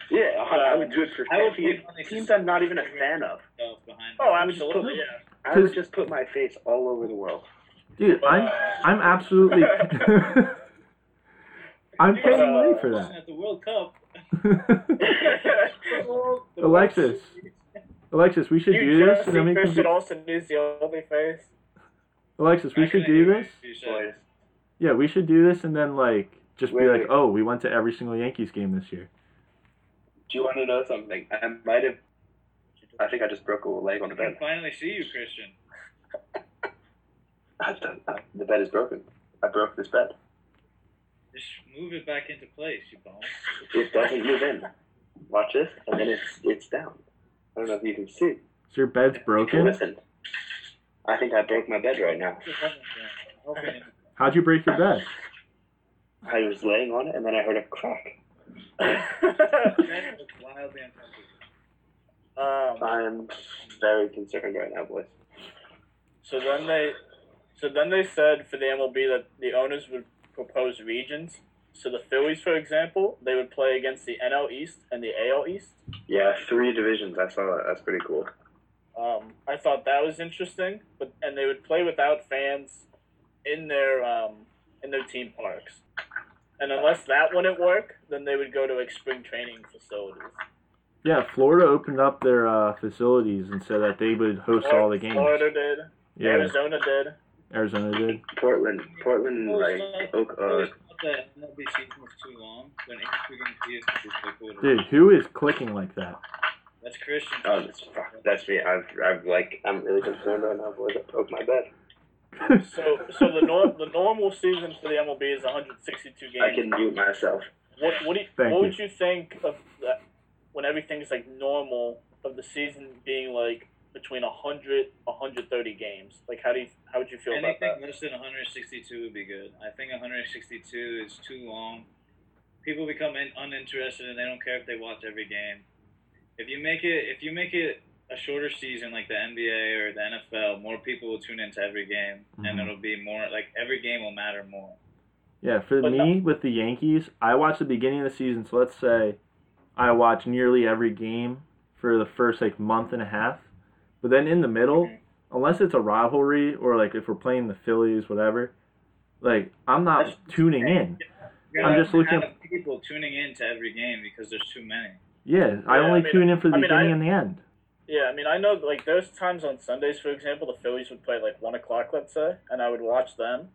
Speaker 3: Yeah, I would do it for
Speaker 4: I would
Speaker 3: teams,
Speaker 4: pay money to
Speaker 3: teams I'm not even a fan of.
Speaker 4: stuff behind.
Speaker 2: Oh,
Speaker 4: me.
Speaker 2: absolutely. Yeah.
Speaker 3: I would just put my face all over the world.
Speaker 1: Dude, I'm I'm absolutely I'm paying money for
Speaker 4: Uh, Listen, At the World Cup,
Speaker 1: that.
Speaker 4: the
Speaker 1: Alexis, Alexis, we should do
Speaker 2: You
Speaker 1: this
Speaker 2: just
Speaker 1: and then we
Speaker 2: think
Speaker 1: can
Speaker 2: Chris
Speaker 1: be,
Speaker 2: should also use the only face.
Speaker 1: Alexis, we
Speaker 4: Back
Speaker 1: should
Speaker 4: in the
Speaker 1: do
Speaker 4: day,
Speaker 1: this.
Speaker 4: you said,
Speaker 3: Boys.
Speaker 1: Yeah, we should do this and then like just be
Speaker 3: Wait,
Speaker 1: like,
Speaker 3: wait.
Speaker 1: "Oh, we went to every single Yankees game this year."
Speaker 3: Do you want to know something? I might have. I think I just broke a leg on the
Speaker 4: I can
Speaker 3: bed.
Speaker 4: finally see you, Christian.
Speaker 3: I don't- I- the bed is broken. I broke this bed.
Speaker 4: Just move it back into place, you bum.
Speaker 3: It doesn't move in. Watch this, and then it's it's down. I don't know if you can see.
Speaker 1: So your bed's broken.
Speaker 3: Listen, I think I broke my bed right now.
Speaker 4: Okay.
Speaker 1: How'd you break your bed?
Speaker 3: I was laying on it, and then I heard a crack.
Speaker 4: That was wildly uncomfortable.
Speaker 2: um,
Speaker 3: I am very concerned right now, boys.
Speaker 2: so then they, so then they said for the MLB that the owners would propose regions. So the Phillies, for example, they would play against the NL East and the AL East.
Speaker 3: Yeah, three divisions. I saw that. That's pretty cool.
Speaker 2: Um, I thought that was interesting, but and they would play without fans in their um, in their team parks. And unless that wouldn't work, then they would go to like spring training facilities.
Speaker 1: Yeah, Florida opened up their uh, facilities and said that they would host all the games.
Speaker 2: Florida did.
Speaker 1: Yeah,
Speaker 2: Arizona did.
Speaker 1: Arizona did.
Speaker 3: Portland, Portland, like Oak,
Speaker 4: I
Speaker 3: uh,
Speaker 4: always thought that MLB season was too long, but including season is like what it is.
Speaker 1: Dude, who is clicking like that?
Speaker 4: That's Christian.
Speaker 3: Oh, that's fuck. That's me. I've, I've like, I'm really concerned right now, boys. I broke my bed.
Speaker 2: So so the norm the normal season for the MLB is 162 games.
Speaker 3: I can mute myself.
Speaker 2: What what, do you,
Speaker 1: Thank
Speaker 2: what
Speaker 1: you.
Speaker 2: would you think of that when everything's like normal of the season being like between 100 130 games? Like how do you how would you feel about that?
Speaker 4: Anything less than 162 would be good. I think 162 is too long. People become in, uninterested and they don't care if they watch every game. If you make it, if you make it a shorter season like the NBA or the NFL, more people will tune into every game,
Speaker 2: Mm-hmm.
Speaker 4: and
Speaker 1: Mhm.
Speaker 4: it'll be more like every game will matter more.
Speaker 1: Yeah, for
Speaker 2: But
Speaker 1: me with the Yankees, I watch the beginning of the season. So let's say I watch nearly every game for the first like month and a half, but then in the middle,
Speaker 4: Mhm.
Speaker 1: unless it's a rivalry or like if we're playing the Phillies, whatever, like I'm not
Speaker 4: That's-
Speaker 1: tuning in.
Speaker 4: You're
Speaker 1: I'm
Speaker 4: not
Speaker 1: just
Speaker 4: gonna
Speaker 1: looking-
Speaker 4: have people tuning into every game because there's too many.
Speaker 1: Yeah, I
Speaker 2: Yeah, I
Speaker 1: only
Speaker 2: mean,
Speaker 1: tune in for the
Speaker 2: I mean,
Speaker 1: beginning
Speaker 2: I-
Speaker 1: and the end.
Speaker 2: Yeah, I mean, I know like there's times on Sundays, for example, the Phillies would play like one o'clock, let's say, and I would watch them.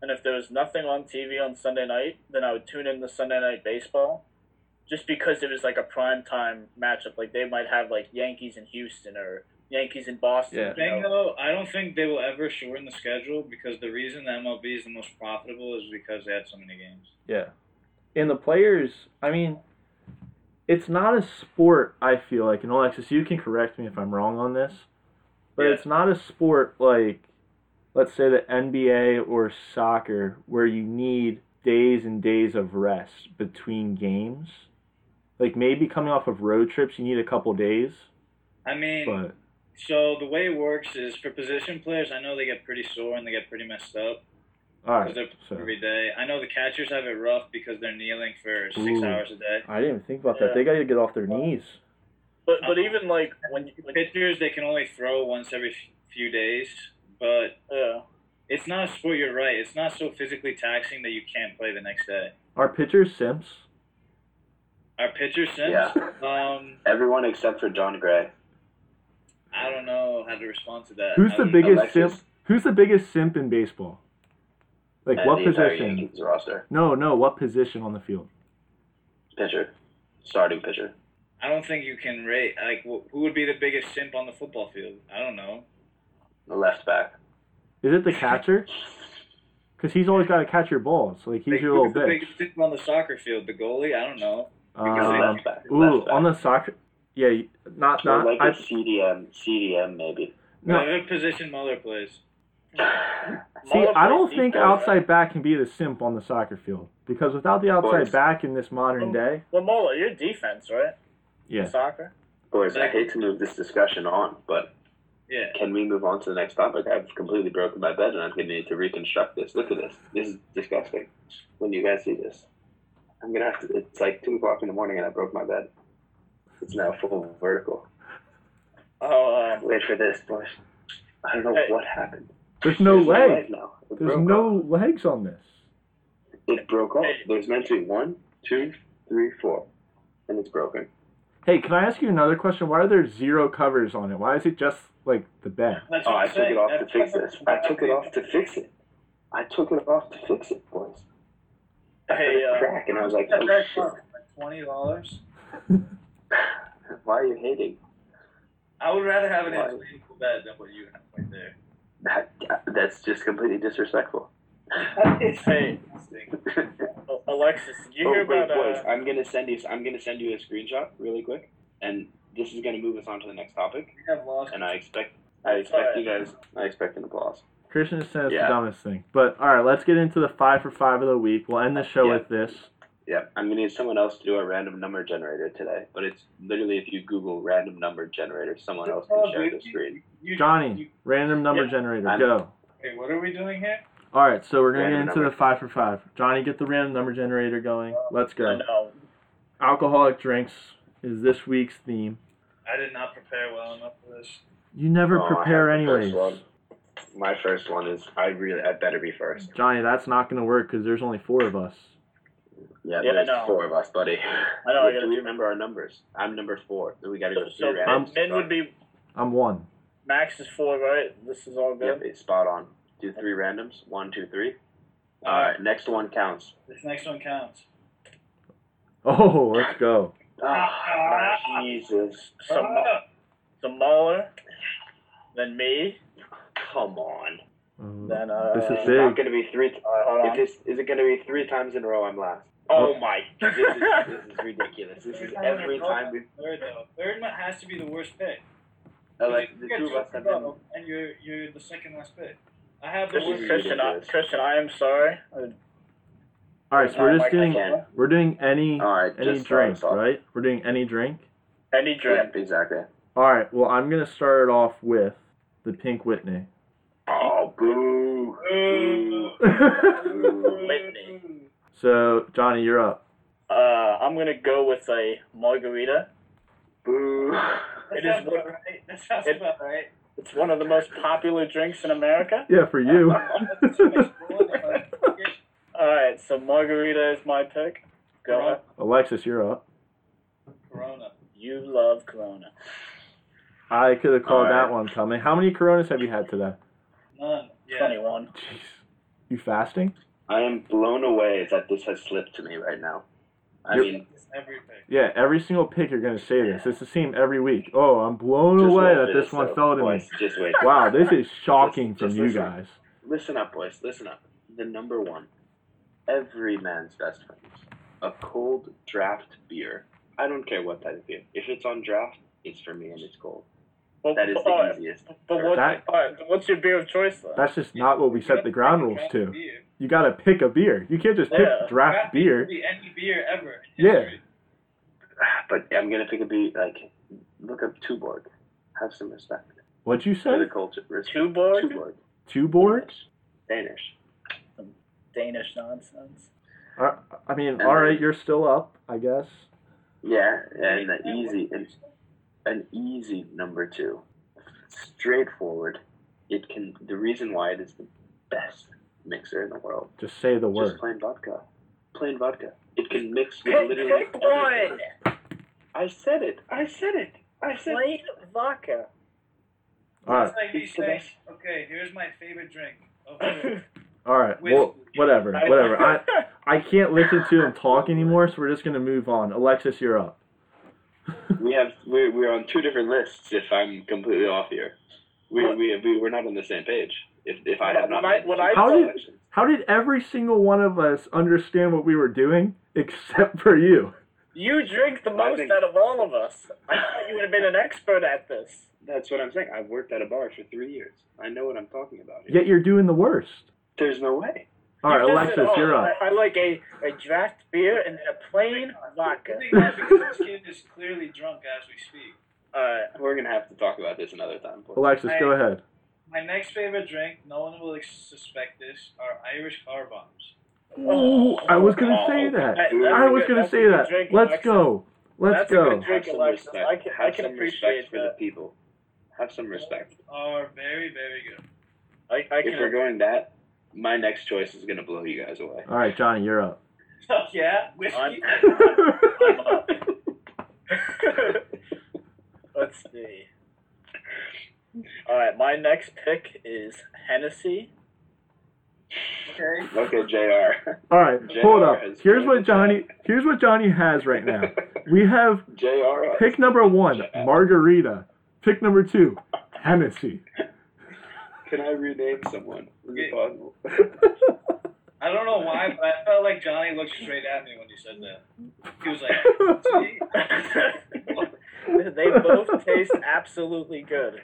Speaker 2: And if there was nothing on TV on Sunday night, then I would tune in to Sunday night baseball, just because it was like a prime time matchup. Like they might have like Yankees and Houston or Yankees and Boston.
Speaker 1: Yeah.
Speaker 2: you
Speaker 4: thing
Speaker 2: know?
Speaker 4: though, I don't think they will ever shorten the schedule because the reason the MLB is the most profitable is because they had so many games.
Speaker 1: Yeah. And the players, I mean, it's not a sport, I feel like, and Alexis, you can correct me if I'm wrong on this, but
Speaker 2: Yeah.
Speaker 1: it's not a sport like let's say the NBA or soccer, where you need days and days of rest between games. Like maybe coming off of road trips, you need a couple days,
Speaker 4: I mean,
Speaker 1: but
Speaker 4: so the way it works is for position players, I know they get pretty sore and they get pretty messed up
Speaker 1: all
Speaker 4: because
Speaker 1: right.
Speaker 4: they're
Speaker 1: So
Speaker 4: every day. I know the catchers have it rough because they're kneeling for six
Speaker 1: Ooh.
Speaker 4: hours a day.
Speaker 1: I didn't even think about that. They got to get off their knees.
Speaker 2: But but even like when you when,
Speaker 4: Pitchers they can only throw once every f- few days, but
Speaker 2: uh,
Speaker 4: it's not a sport. You're right. It's not so physically taxing that you can't play the next day.
Speaker 1: Are pitchers simps?
Speaker 4: Our pitcher since
Speaker 3: Yeah.
Speaker 4: um,
Speaker 3: Everyone except for John Gray.
Speaker 4: I don't know how to respond to that.
Speaker 1: Who's
Speaker 4: I
Speaker 1: the
Speaker 4: don't-
Speaker 1: biggest
Speaker 3: Alexis.
Speaker 1: simp? Who's the biggest simp in baseball? Like
Speaker 3: and
Speaker 1: what
Speaker 3: the entire
Speaker 1: position?
Speaker 3: Yankees roster.
Speaker 1: No, no, what position on the field?
Speaker 3: Pitcher. Starting pitcher.
Speaker 4: I don't think you can rate like wh- who would be the biggest simp on the football field. I don't know.
Speaker 3: The left back.
Speaker 1: Is it the catcher? Because he's always got to catch your balls. Like he's
Speaker 4: Like,
Speaker 1: your little
Speaker 4: who's the
Speaker 1: bitch.
Speaker 4: biggest simp on the soccer field? The goalie? I don't know.
Speaker 3: Because
Speaker 1: Um,
Speaker 3: left back.
Speaker 1: Ooh,
Speaker 3: left back.
Speaker 1: on the soccer. Yeah, y- not
Speaker 3: Or
Speaker 1: not.
Speaker 3: like
Speaker 1: I,
Speaker 3: a CDM. CDM maybe.
Speaker 1: no,
Speaker 4: Whatever position Muller plays.
Speaker 1: see, I don't
Speaker 2: Muller plays
Speaker 1: think
Speaker 2: defense.
Speaker 1: outside back can be the simp on the soccer field because without the outside
Speaker 3: Boys.
Speaker 1: back in this
Speaker 3: Oh.
Speaker 1: modern day,
Speaker 2: Well, Mola, you're defense, right?
Speaker 1: yeah,
Speaker 2: Soccer.
Speaker 3: Boys, I hate to move this discussion on, but
Speaker 4: Yeah.
Speaker 3: can we move on to the next topic? I've completely broken my bed and I'm going to need to reconstruct this. Look at this. This is disgusting. When you guys see this, I'm going to have to. It's like 2 o'clock in the morning and I broke my bed. It's now full vertical.
Speaker 2: Oh, um,
Speaker 3: Wait for this, boys. I don't know
Speaker 2: Hey.
Speaker 3: what happened.
Speaker 1: there's no
Speaker 3: There's
Speaker 1: leg.
Speaker 3: now. It
Speaker 1: There's
Speaker 3: broke
Speaker 1: no
Speaker 3: off.
Speaker 1: legs on this.
Speaker 3: It broke off.
Speaker 2: Hey.
Speaker 3: There's meant to be one, two, three, four. And it's broken.
Speaker 1: Hey, can I ask you another question? Why are there zero covers on it? Why is it just like the bed?
Speaker 4: That's
Speaker 3: Oh,
Speaker 4: what
Speaker 3: I
Speaker 4: I'm
Speaker 3: took
Speaker 4: saying.
Speaker 3: it off to
Speaker 4: That's-
Speaker 3: fix this. I took it off to fix it. I took it off to fix it, boys. I heard
Speaker 2: Hey,
Speaker 3: a
Speaker 2: uh,
Speaker 3: crack, and I was like,
Speaker 4: That's
Speaker 3: oh,
Speaker 4: very
Speaker 3: shit.
Speaker 4: far, like Twenty dollars.
Speaker 3: Why are you hating?
Speaker 4: I would rather have an
Speaker 3: Why?
Speaker 4: inflatable bed than what you have right there.
Speaker 3: That, that's just completely disrespectful.
Speaker 2: hey, Alexis, did you
Speaker 3: oh,
Speaker 2: hear
Speaker 3: wait,
Speaker 2: about uh,
Speaker 3: boys, I'm gonna send you. I'm gonna send you a screenshot really quick, and this is gonna move us on to the next topic.
Speaker 4: We have lost.
Speaker 3: And I expect, I
Speaker 2: That's
Speaker 3: expect
Speaker 2: all
Speaker 3: you guys, I expect an applause.
Speaker 1: Christian is saying it's
Speaker 3: Yeah.
Speaker 1: the dumbest thing. But all right, let's get into the five for five of the week. We'll end the show
Speaker 3: Yeah.
Speaker 1: with this.
Speaker 3: Yep, I'm gonna need someone else to do a random number generator today. But it's literally if you Google random number generator, someone else can
Speaker 4: Oh,
Speaker 3: share the
Speaker 4: dude.
Speaker 3: screen.
Speaker 4: You-
Speaker 1: Johnny,
Speaker 4: you-
Speaker 1: random number
Speaker 2: Yeah.
Speaker 1: generator,
Speaker 3: I'm-
Speaker 1: go.
Speaker 4: Hey, what are we doing here?
Speaker 1: All right, so we're gonna
Speaker 3: Random
Speaker 1: get into
Speaker 3: number.
Speaker 1: the five for five. Johnny, get the random number generator going. Let's go.
Speaker 2: no,
Speaker 1: Alcoholic drinks is this week's theme.
Speaker 4: I did not prepare well enough for this.
Speaker 1: You never
Speaker 3: Oh, I
Speaker 1: prepare
Speaker 3: have the first
Speaker 1: anyways.
Speaker 3: one. My first one is I really I better be first.
Speaker 1: Johnny, that's not gonna work because there's only four of us.
Speaker 3: Yeah,
Speaker 2: Yeah, I
Speaker 3: there's
Speaker 2: know.
Speaker 3: four of us, buddy.
Speaker 2: I know, I
Speaker 3: do
Speaker 2: gotta
Speaker 3: we
Speaker 2: do-
Speaker 3: remember our numbers? I'm number four. So we gotta go
Speaker 2: So-
Speaker 3: three
Speaker 2: so
Speaker 3: rounds.
Speaker 2: men would be
Speaker 1: I'm one.
Speaker 2: Max is four, right? This is all
Speaker 3: Yep,
Speaker 2: good.
Speaker 3: it's spot on. Do three randoms. One, two, three. All right, next one counts.
Speaker 4: This next one counts.
Speaker 1: Oh, let's go.
Speaker 3: Ah, Jesus,
Speaker 2: So, Mo- so Muller, then me,
Speaker 3: come on!
Speaker 1: Oh,
Speaker 2: then uh.
Speaker 1: This is
Speaker 3: It's
Speaker 1: Big.
Speaker 3: not gonna be three. T-
Speaker 2: Uh, hold
Speaker 3: if
Speaker 2: on.
Speaker 3: this is it gonna be three times in a row, I'm last.
Speaker 1: Oh.
Speaker 3: Oh my! This is, this is ridiculous. This is every time we.
Speaker 4: Third though, third one has to be the worst pick.
Speaker 3: uh, Like
Speaker 4: You
Speaker 3: the
Speaker 4: get
Speaker 3: two of us
Speaker 4: Joker
Speaker 3: have been.
Speaker 4: Bro, and you're you're the second last pick. I have the
Speaker 3: This
Speaker 4: worst.
Speaker 3: is
Speaker 4: pick.
Speaker 2: Christian, I, Christian, I am sorry. Uh,
Speaker 1: All right, so we're just
Speaker 2: Mike,
Speaker 1: doing
Speaker 3: Again.
Speaker 1: we're doing any
Speaker 3: All right,
Speaker 1: any
Speaker 3: just start
Speaker 1: drink,
Speaker 3: us off.
Speaker 1: right? We're doing any drink.
Speaker 2: Any drink.
Speaker 3: Yep, exactly.
Speaker 1: All right. Well, I'm gonna start it off with the Pink Whitney.
Speaker 3: Oh, boo.
Speaker 4: Boo.
Speaker 3: Boo.
Speaker 2: Whitney.
Speaker 1: so Johnny, you're up.
Speaker 2: Uh, I'm gonna go with a margarita.
Speaker 3: Boo.
Speaker 4: That
Speaker 2: It is
Speaker 4: sounds
Speaker 2: what-
Speaker 4: about right. That sounds
Speaker 2: it-
Speaker 4: about right.
Speaker 2: It's one of the most popular drinks in America.
Speaker 1: Yeah, for you.
Speaker 2: All right, so margarita is my pick. Go ahead.
Speaker 1: Alexis, you're up.
Speaker 4: Corona.
Speaker 2: You love Corona.
Speaker 1: I could have called
Speaker 3: All right.
Speaker 1: that one coming. How many Coronas have you had today?
Speaker 4: None. Yeah.
Speaker 2: Twenty-one.
Speaker 1: Jeez. You fasting?
Speaker 3: I am blown away that this has slipped to me right now. I
Speaker 1: You're-
Speaker 3: mean,
Speaker 4: It's every pick.
Speaker 1: Yeah, every single pick you're going to say this. It's the same every week. Oh, I'm blown
Speaker 3: just
Speaker 1: away
Speaker 3: wait
Speaker 1: that
Speaker 3: for
Speaker 1: this one
Speaker 3: though,
Speaker 1: fell to me.
Speaker 3: boys. Just wait.
Speaker 1: Wow, this is shocking
Speaker 3: Just-
Speaker 1: from
Speaker 3: just
Speaker 1: you
Speaker 3: listen.
Speaker 1: guys.
Speaker 3: Listen up, boys. Listen up. The number one, every man's best friend, a cold draft beer. I don't care what type of beer. If it's on draft, it's for me and it's cold.
Speaker 2: Well,
Speaker 3: That is
Speaker 2: all
Speaker 3: the
Speaker 2: right,
Speaker 3: easiest.
Speaker 2: But what,
Speaker 1: That-
Speaker 2: all right, but what's your beer of choice though?
Speaker 1: That's just not what we set the ground rules to. You gotta pick a beer. You can't just pick
Speaker 2: Yeah.
Speaker 1: draft beer.
Speaker 4: Be any beer ever. in
Speaker 1: Yeah.
Speaker 4: history.
Speaker 3: But I'm gonna pick a beat like look up Tuborg. Have some respect
Speaker 1: What'd you
Speaker 3: for
Speaker 1: say?
Speaker 3: the culture. Respect.
Speaker 2: Tuborg?
Speaker 3: Tuborg.
Speaker 1: Two board?
Speaker 3: Danish.
Speaker 2: Danish nonsense.
Speaker 1: I, I mean, all right, you're still up, I guess.
Speaker 3: Yeah, and an easy an, an easy number two. Straightforward. It can the reason why it is the best mixer in the world.
Speaker 1: Just say the
Speaker 3: Just
Speaker 1: word.
Speaker 3: plain vodka. Plain vodka. It can mix with
Speaker 2: Pick,
Speaker 3: literally
Speaker 2: pick
Speaker 3: everything.
Speaker 2: one.
Speaker 3: I said it. I said it. I said
Speaker 2: Plain vodka.
Speaker 1: All right,
Speaker 4: It's like me
Speaker 3: It's the
Speaker 4: saying,
Speaker 3: best.
Speaker 4: okay, here's my favorite drink. Okay.
Speaker 1: all right. Well, whatever, whatever. I, I can't listen to him talk anymore, so we're just gonna move on. Alexis, you're up.
Speaker 3: We have we're, we're on two different lists. If I'm completely off here, we
Speaker 2: What?
Speaker 3: we, we we're not on the same page. If if I have not,
Speaker 2: When I- when I
Speaker 1: How did- How did every single one of us understand what we were doing except for you?
Speaker 2: you drink the most
Speaker 3: think-
Speaker 2: out of all of us. I thought you would have been an expert at this.
Speaker 3: That's what I'm saying. I've worked at a bar for three years. I know what I'm talking about. Here.
Speaker 1: Yet you're doing the worst.
Speaker 3: There's no way.
Speaker 1: All right,
Speaker 2: You just said,
Speaker 1: Alexis,
Speaker 2: "Oh,
Speaker 1: you're up.
Speaker 2: I, I like a, a draft beer and a plain vodka.
Speaker 4: The thing is, because this kid is clearly drunk as we speak.
Speaker 2: Alright.
Speaker 3: We're gonna have to talk about this another time. please.
Speaker 1: Alexis, go ahead.
Speaker 4: My next favorite drink, no one will ex- suspect this, are Irish car bombs.
Speaker 1: Oh, I was gonna say that. I was gonna say that. Let's go. Let's
Speaker 2: That's a
Speaker 1: go.
Speaker 2: good
Speaker 3: Have
Speaker 2: Drink,
Speaker 3: some
Speaker 2: Alexis.
Speaker 3: respect.
Speaker 2: I can- I
Speaker 3: have
Speaker 2: can
Speaker 3: some
Speaker 2: appreciate
Speaker 3: respect for the
Speaker 2: that.
Speaker 3: people. Have some respect.
Speaker 4: Are Oh, very very good.
Speaker 2: I, I
Speaker 3: If we're
Speaker 2: can.
Speaker 3: going that, my next choice is gonna blow you guys away.
Speaker 1: All right, Johnny, you're up.
Speaker 4: Fuck Oh, yeah, whiskey.
Speaker 2: Let's see. Alright, my next pick is Hennessy.
Speaker 4: Okay.
Speaker 3: Okay, Jr.
Speaker 1: All right,
Speaker 3: JR
Speaker 1: hold up.
Speaker 3: has
Speaker 1: Here's what
Speaker 3: proved that.
Speaker 1: Johnny. Here's what Johnny has right now. We have
Speaker 3: Jr.
Speaker 1: pick number one, margarita. Pick number two, Hennessy.
Speaker 3: Can I rename someone? Is it
Speaker 4: Yeah.
Speaker 3: possible?
Speaker 4: I don't know why, but I felt like Johnny looked straight at me when you said that. He was like, "See?"
Speaker 2: they both taste absolutely good.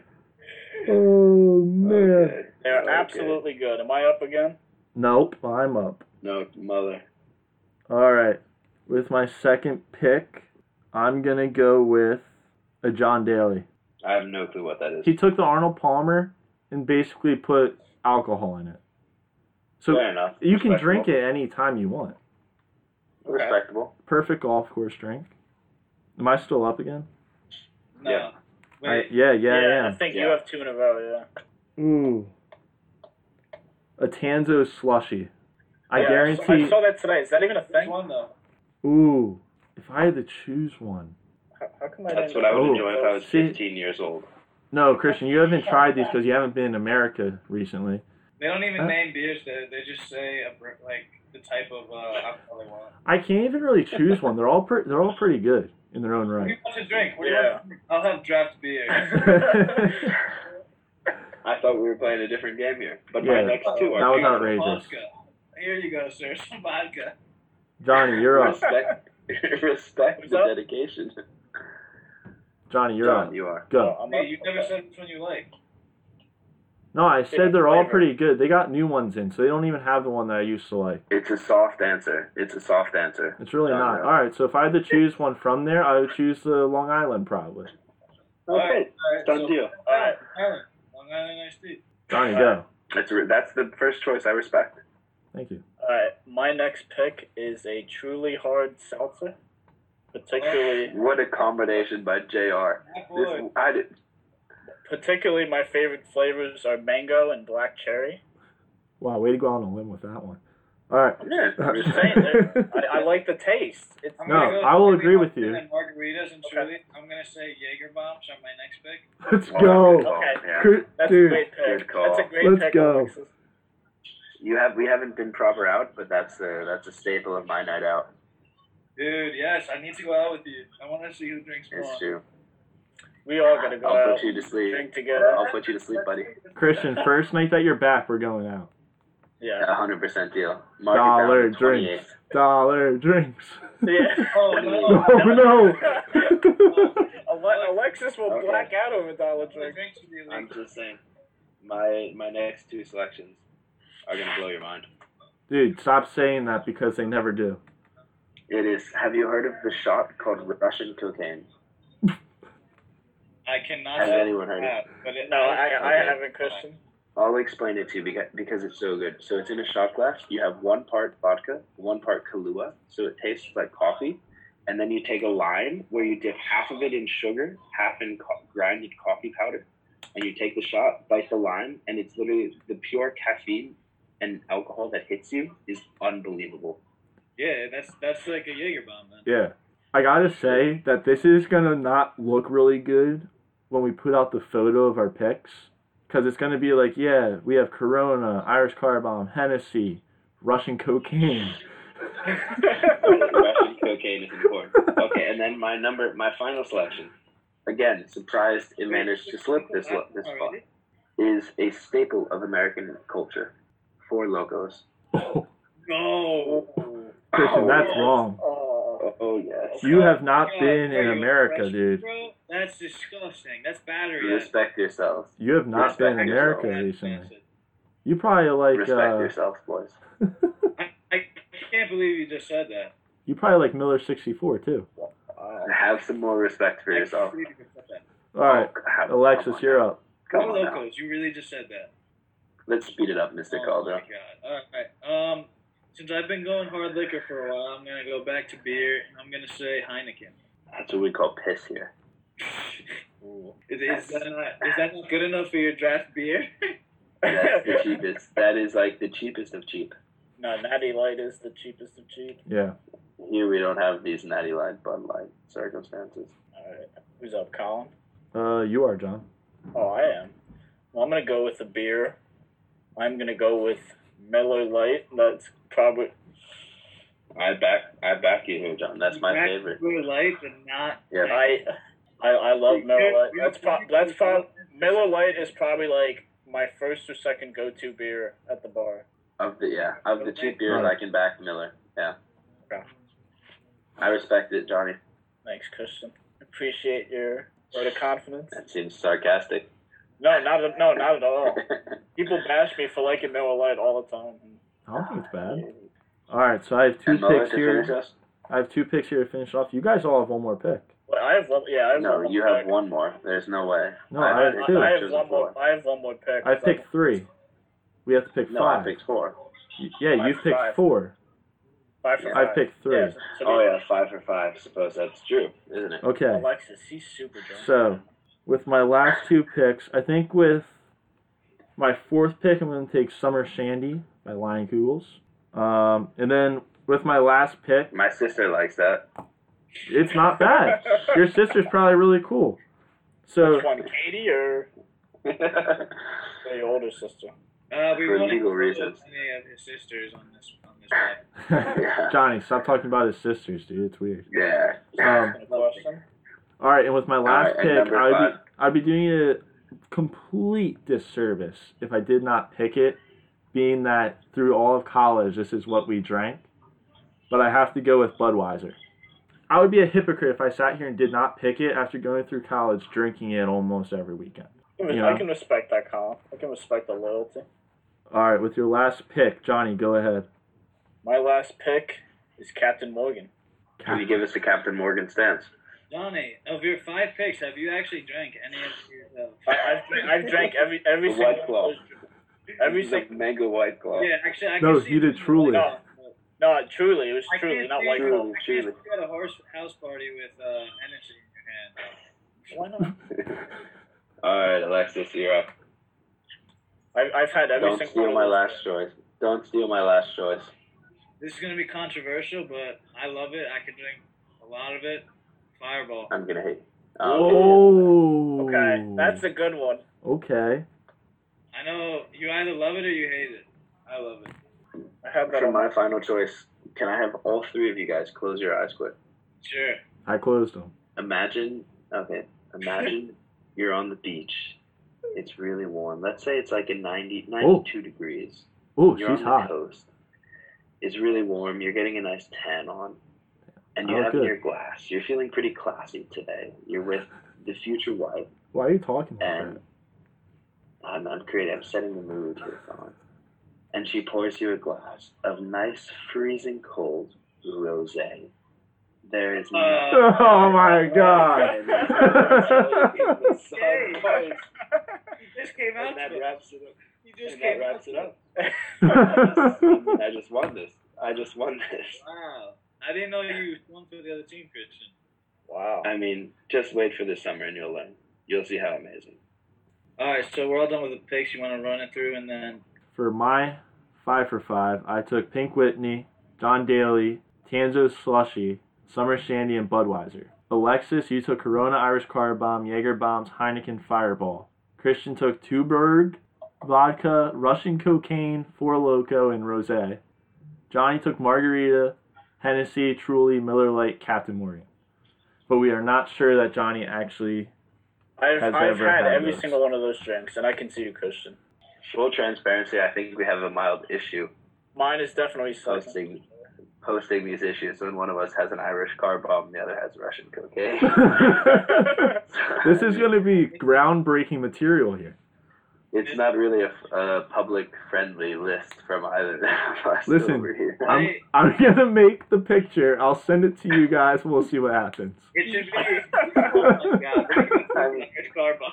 Speaker 1: Oh man.
Speaker 3: Okay.
Speaker 2: They're
Speaker 3: Okay.
Speaker 2: absolutely good. Am I up again?
Speaker 1: Nope, I'm up.
Speaker 3: No, mother.
Speaker 1: All right, with my second pick, I'm gonna go with a John Daly.
Speaker 3: I have no clue what that is.
Speaker 1: He took the Arnold Palmer and basically put alcohol in it. So
Speaker 3: Fair enough.
Speaker 1: you can drink it any time you want.
Speaker 3: Respectable.
Speaker 1: Perfect golf course drink. Am I still up again?
Speaker 4: No.
Speaker 3: Yeah.
Speaker 1: I,
Speaker 4: Wait.
Speaker 1: yeah, yeah,
Speaker 2: yeah,
Speaker 1: yeah.
Speaker 2: I think you
Speaker 3: Yeah.
Speaker 2: have two in a row, yeah.
Speaker 1: Ooh. A Tanzo slushy. I
Speaker 2: Yeah,
Speaker 1: guarantee.
Speaker 2: I saw that today. Is that even a
Speaker 4: Which
Speaker 2: thing?
Speaker 4: one though?
Speaker 1: Ooh. If I had to choose one.
Speaker 2: How, how come I
Speaker 3: That's
Speaker 2: didn't-
Speaker 3: what I would
Speaker 1: Oh.
Speaker 3: enjoy if I was
Speaker 1: See-
Speaker 3: 15 years old.
Speaker 1: No, Christian, you haven't tried these because you haven't been in America recently.
Speaker 4: They don't even
Speaker 1: Huh?
Speaker 4: name beers there. They just say a, br- like the type of uh, alcohol they want.
Speaker 1: I can't even really choose one. They're all pre- they're all pretty good in their own
Speaker 4: What do you
Speaker 1: right.
Speaker 4: want to drink? What do you
Speaker 2: Yeah.
Speaker 4: want to drink? I'll have draft beer.
Speaker 3: I thought we were playing a different game here. But my
Speaker 1: Yeah.
Speaker 3: next two
Speaker 1: That
Speaker 3: are
Speaker 1: was outrageous.
Speaker 4: Vodka. Here you go, sir. Some vodka.
Speaker 1: Johnny, you're up.
Speaker 3: respect, respect
Speaker 2: What's
Speaker 3: the
Speaker 2: up?
Speaker 3: dedication.
Speaker 1: Johnny, you're
Speaker 3: John,
Speaker 1: up.
Speaker 3: you are.
Speaker 1: Go.
Speaker 2: I'm
Speaker 4: Hey,
Speaker 2: up.
Speaker 4: you never said which one you like.
Speaker 1: No, I said they're all
Speaker 2: flavor.
Speaker 1: pretty good. They got new ones in, so they don't even have the one that I used to like.
Speaker 3: It's a soft answer. It's a soft answer.
Speaker 1: It's really
Speaker 3: Oh,
Speaker 1: not.
Speaker 3: no.
Speaker 1: All right, so if I had to choose one from there, I would choose the Long Island probably.
Speaker 4: All right,
Speaker 3: Okay.
Speaker 4: all right,
Speaker 3: Done
Speaker 4: so-
Speaker 3: deal.
Speaker 4: All
Speaker 2: uh,
Speaker 4: right. All right. Long Island iced tea.
Speaker 1: Johnny, go.
Speaker 3: That's, re- that's the first choice I respect.
Speaker 1: Thank you.
Speaker 2: All right, my next pick is a truly hard seltzer, particularly
Speaker 3: What a combination by JR.
Speaker 4: Black
Speaker 3: This,
Speaker 4: boy.
Speaker 3: I did,
Speaker 2: particularly my favorite flavors are mango and black cherry.
Speaker 1: Wow, way to go out on a limb with that one. All right.
Speaker 3: yeah,
Speaker 2: Just
Speaker 3: respect.
Speaker 2: saying, they're- I, I like the taste. It's
Speaker 4: I'm
Speaker 1: No,
Speaker 4: gonna go
Speaker 1: I will
Speaker 4: with
Speaker 1: agree with
Speaker 4: Jaeger
Speaker 1: you.
Speaker 4: And margaritas and
Speaker 2: Okay.
Speaker 4: truly, I'm gonna say Jaeger bombs are my next pick.
Speaker 1: Let's
Speaker 3: Well,
Speaker 1: go.
Speaker 2: Okay.
Speaker 3: yeah.
Speaker 1: Cr-
Speaker 2: that's a
Speaker 1: Dude,
Speaker 2: great pick.
Speaker 3: good call.
Speaker 2: That's a great
Speaker 1: Let's
Speaker 2: pick.
Speaker 1: go.
Speaker 2: Alexis.
Speaker 3: You have we haven't been proper out, but that's a that's a staple of my night out.
Speaker 4: Dude, yes, I need to go out with you. I want to see who drinks more.
Speaker 3: It's true.
Speaker 2: We all gotta go
Speaker 3: I'll
Speaker 2: out,
Speaker 3: put you to sleep.
Speaker 2: drink together.
Speaker 3: I'll put you to sleep, buddy.
Speaker 1: Christian, first night that you're back, we're going out.
Speaker 2: Yeah.
Speaker 3: A hundred percent deal. Mark
Speaker 1: Dollar
Speaker 3: it down to 28.
Speaker 1: drinks. Dollar drinks.
Speaker 2: Yeah.
Speaker 4: Oh
Speaker 3: What do you
Speaker 4: no!
Speaker 3: mean?
Speaker 1: Oh no.
Speaker 2: A Ale- Alexis will
Speaker 3: Okay.
Speaker 2: black out over Dollar
Speaker 4: The
Speaker 2: Drink.
Speaker 4: drinks would be
Speaker 3: I'm
Speaker 4: illegal.
Speaker 3: just saying, my my next two selections are gonna blow your mind.
Speaker 1: Dude, stop saying that because they never do.
Speaker 3: It is. Have you heard of the shot called Russian cocaine?
Speaker 4: I cannot
Speaker 3: Has
Speaker 4: say
Speaker 3: anyone heard it?
Speaker 4: that, but it,
Speaker 2: No, I, I
Speaker 3: Okay.
Speaker 2: haven't, Christian.
Speaker 3: I'll explain it to you because, because it's so good. So it's in a shot glass. You have one part vodka, one part Kahlua, so it tastes like coffee. And then you take a lime where you dip half of it in sugar, half in co- grinded coffee powder, and you take the shot, bite the lime, and it's literally the pure caffeine and alcohol that hits you is unbelievable.
Speaker 4: yeah, that's that's like a Jaeger bomb then.
Speaker 1: Yeah. I gotta say that this is gonna not look really good when we put out the photo of our picks. Cause it's gonna be like, yeah, we have Corona, Irish Car Bomb, Hennessy, Russian cocaine.
Speaker 3: Russian cocaine is important. Okay, and then my number, my final selection. Again, surprised it managed to slip this lo- this far.
Speaker 4: Already?
Speaker 3: Is a staple of American culture. Four locos.
Speaker 1: Oh,
Speaker 4: No.
Speaker 1: Christian, that's
Speaker 3: Oh, yes.
Speaker 1: wrong.
Speaker 2: Oh,
Speaker 3: Oh yes.
Speaker 1: You have not
Speaker 4: God,
Speaker 1: been
Speaker 4: are
Speaker 1: in
Speaker 4: you
Speaker 1: America,
Speaker 4: Russian,
Speaker 1: dude.
Speaker 4: Bro, that's disgusting. That's battery. acid.
Speaker 3: Respect yourselves.
Speaker 1: You have not been in
Speaker 3: Respect
Speaker 1: America
Speaker 4: That's
Speaker 1: recently.
Speaker 4: acid.
Speaker 1: You probably like
Speaker 3: Respect
Speaker 1: uh,
Speaker 3: yourselves, boys.
Speaker 4: I can't believe you just said that.
Speaker 1: you probably like Miller sixty four too.
Speaker 2: wow.
Speaker 3: Have some more respect for
Speaker 4: I can't
Speaker 3: yourself.
Speaker 4: believe you just said that.
Speaker 1: All right,
Speaker 3: Have- come
Speaker 1: Alexis,
Speaker 3: on
Speaker 1: you're
Speaker 3: now.
Speaker 1: up.
Speaker 3: Come
Speaker 4: Four
Speaker 3: on now.
Speaker 4: locos. You really just said that.
Speaker 3: Let's speed it up, Mr.
Speaker 4: Oh
Speaker 3: Caldwell.
Speaker 4: my god. All right. Um, since I've been going hard liquor for a while, I'm gonna go back to beer and I'm gonna say Heineken.
Speaker 3: That's what we call piss here.
Speaker 4: Is, is that not is that not good enough for your draft beer?
Speaker 3: That's the cheapest. That is like the cheapest of cheap.
Speaker 2: no, Natty Light is the cheapest of cheap.
Speaker 1: Yeah.
Speaker 3: Here we don't have these natty light Bud Light circumstances.
Speaker 2: All right, who's up, Colin?
Speaker 1: Uh, you are John.
Speaker 2: Oh, I am. Well, I'm gonna go with the beer. I'm gonna go with Miller Light. That's probably
Speaker 3: I back I back you here, John. That's my
Speaker 4: Back to
Speaker 3: favorite.
Speaker 4: Miller Lite, but not.
Speaker 3: Yeah.
Speaker 2: I. I, I love Miller Light. That's pro- that's pro- Miller Light is probably like my first or second go-to beer at the bar.
Speaker 3: Of the yeah. Of the two beers I can back Miller. Yeah.
Speaker 2: Yeah.
Speaker 3: I respect it, Johnny.
Speaker 2: Thanks, Christian. Appreciate your vote of confidence.
Speaker 3: That seems sarcastic.
Speaker 2: No, not at, no, not at all. People bash me for liking Miller Light all the time.
Speaker 1: I don't think it's bad. All right, so I have two
Speaker 3: and Miller
Speaker 1: picks
Speaker 3: to finish
Speaker 1: here.
Speaker 3: us?
Speaker 1: I have two picks here to finish off. You guys all have one more pick.
Speaker 2: But I have one. Yeah, I have
Speaker 3: No,
Speaker 2: one
Speaker 3: you
Speaker 2: more
Speaker 3: have
Speaker 2: pick.
Speaker 3: one more. There's no way.
Speaker 1: No, I have
Speaker 2: I-
Speaker 1: two.
Speaker 2: I
Speaker 3: I've
Speaker 2: have
Speaker 3: chosen
Speaker 2: one
Speaker 3: four.
Speaker 2: more. I have one more pick.
Speaker 1: I've picked three. We have to pick
Speaker 3: No, I
Speaker 1: five.
Speaker 3: picked four.
Speaker 1: Y- yeah,
Speaker 2: I've
Speaker 1: you've picked
Speaker 2: five.
Speaker 1: four.
Speaker 2: Five for
Speaker 3: Yeah.
Speaker 2: five.
Speaker 1: I've picked three.
Speaker 2: Yeah, so- so
Speaker 3: Oh
Speaker 2: we-
Speaker 3: yeah, five for five. Suppose that's true, isn't it?
Speaker 1: Okay.
Speaker 2: Alexis, he's super drunk.
Speaker 1: So, with my last two picks, I think with my fourth pick, I'm going to take Summer Shandy by Lion Kugels. Um, and then with my last pick,
Speaker 3: My sister likes that.
Speaker 1: it's not bad. Your sister's probably really cool. So,
Speaker 2: Which one, Katie or
Speaker 3: That's
Speaker 2: your older sister?
Speaker 4: Uh, we
Speaker 3: For
Speaker 4: won't
Speaker 3: legal
Speaker 4: include
Speaker 3: reasons.
Speaker 4: Any of his sisters on this on this. Podcast.
Speaker 1: Johnny, stop talking about his sisters, dude. It's weird.
Speaker 3: yeah.
Speaker 1: Um,
Speaker 2: Any question?
Speaker 1: all right, and with my last
Speaker 3: right, and
Speaker 1: pick,
Speaker 3: number
Speaker 1: I would be,
Speaker 3: five.
Speaker 1: I'd be doing it a complete disservice if I did not pick it, being that through all of college, this is what we drank. But I have to go with Budweiser. I would be a hypocrite if I sat here and did not pick it after going through college drinking it almost every weekend.
Speaker 2: I can-
Speaker 1: Yeah.
Speaker 2: I can respect that, Colin. I can respect the loyalty.
Speaker 1: All right, with your last pick, Johnny, go ahead.
Speaker 2: My last pick is Captain Morgan.
Speaker 3: Can you give us the Captain Morgan stance?
Speaker 4: Johnny, of your five picks, have you actually drank any of uh, yourself?
Speaker 2: I, I've, drank- I've drank every every
Speaker 3: The
Speaker 2: single
Speaker 3: White Claw.
Speaker 2: one of those- Every
Speaker 3: This is a
Speaker 2: single
Speaker 3: mega white claw.
Speaker 4: Yeah, actually, I
Speaker 1: No,
Speaker 4: can see
Speaker 1: you did Truly.
Speaker 2: Oh. no, no, truly, it was
Speaker 4: I
Speaker 2: truly
Speaker 4: can't
Speaker 2: not
Speaker 4: see
Speaker 2: White
Speaker 4: you.
Speaker 2: Claw.
Speaker 3: Truly,
Speaker 4: I can't
Speaker 3: truly.
Speaker 4: see you at a horse house party with uh, energy in your hand.
Speaker 2: Why not?
Speaker 3: All right, Alexis, you're up.
Speaker 2: I've, I've had every
Speaker 3: Don't
Speaker 2: single
Speaker 3: steal
Speaker 2: one
Speaker 3: my
Speaker 2: of those.
Speaker 3: last choice. Don't steal my last choice.
Speaker 4: This is gonna be controversial, but I love it. I could drink a lot of it. Fireball.
Speaker 3: I'm gonna hate. Um, you.
Speaker 1: Oh.
Speaker 2: Okay, that's a good one.
Speaker 1: okay.
Speaker 4: I know you either love it or you hate it. I love it.
Speaker 2: I have that
Speaker 3: For
Speaker 2: on my
Speaker 3: my final choice, can I have all three of you guys close your eyes quick?
Speaker 4: Sure.
Speaker 1: I closed them.
Speaker 3: Imagine, okay, imagine you're on the beach. It's really warm. Let's say it's like a 90, 92 degrees.
Speaker 1: Oh,
Speaker 3: You're
Speaker 1: she's
Speaker 3: on
Speaker 1: hot.
Speaker 3: the coast. It's really warm. You're getting a nice tan on. And you
Speaker 1: Oh,
Speaker 3: have
Speaker 1: good.
Speaker 3: in your glass. You're feeling pretty classy today. You're with the future wife,
Speaker 1: Why are you talking like
Speaker 3: and
Speaker 1: that?
Speaker 3: I'm, I'm creative. I'm setting the mood here, Colin. And she pours you a glass of nice, freezing cold rosé. There is no-
Speaker 2: Uh,
Speaker 1: Oh my god.
Speaker 4: Yay.
Speaker 3: Sorry.
Speaker 4: You just came out
Speaker 3: And that
Speaker 4: to it.
Speaker 3: wraps it up.
Speaker 4: You just
Speaker 3: and that
Speaker 4: came out
Speaker 3: wraps
Speaker 4: to
Speaker 3: it
Speaker 4: it.
Speaker 3: up. I just won this. I just won this.
Speaker 4: Wow. I didn't know you won for the other team, Christian.
Speaker 2: wow.
Speaker 3: I mean, just wait for this summer and you'll learn. You'll see how amazing.
Speaker 4: All right, so we're all done with the picks. You want to run it through, and then
Speaker 1: For my five for five, I took Pink Whitney, Don Daly, Tanzo Slushy, Summer Shandy, and Budweiser. Alexis, you took Corona Irish Car Bomb, Jaeger Bombs, Heineken Fireball. Christian took Two Bird, Vodka, Russian Cocaine, Four Loco, and Rosé. Johnny took Margarita, Hennessy, Truly, Miller Lite, Captain Morgan. But we are not sure that Johnny actually
Speaker 2: I've,
Speaker 1: Has
Speaker 2: I've
Speaker 1: ever
Speaker 2: had
Speaker 1: had
Speaker 2: every
Speaker 1: those.
Speaker 2: single one of those drinks, and I can see you, Christian.
Speaker 3: Full transparency, I think we have a mild issue
Speaker 2: Mine is definitely something.
Speaker 3: posting posting these issues when one of us has an Irish car bomb and the other has Russian cocaine.
Speaker 1: this is going to be groundbreaking material here.
Speaker 3: it's not really a, a public friendly list from either of us
Speaker 1: Listen,
Speaker 3: over here.
Speaker 1: I'm, I'm gonna make the picture. I'll send it to you guys. We'll see what happens.
Speaker 4: it should be. oh my God! Irish car bomb.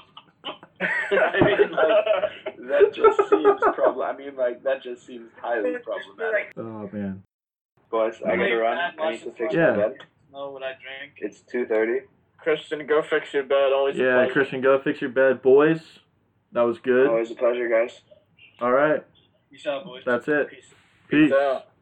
Speaker 3: I mean, like, that just seems problem. I mean, like that just seems highly problematic.
Speaker 1: Oh man.
Speaker 3: Boys, I'm
Speaker 4: Wait,
Speaker 3: gonna run.
Speaker 4: Matt
Speaker 3: I need to
Speaker 4: Lawson's
Speaker 3: fix
Speaker 1: Yeah.
Speaker 3: my bed.
Speaker 4: Know what I drink?
Speaker 3: It's two thirty.
Speaker 2: Christian, go fix your bed. Always a
Speaker 1: Yeah,
Speaker 2: pleasure.
Speaker 1: Christian, go fix your bed, boys. That was good.
Speaker 3: Always a pleasure, guys.
Speaker 1: All right,
Speaker 4: You saw boys.
Speaker 1: that's it.
Speaker 2: Peace.
Speaker 1: Peace.
Speaker 2: out.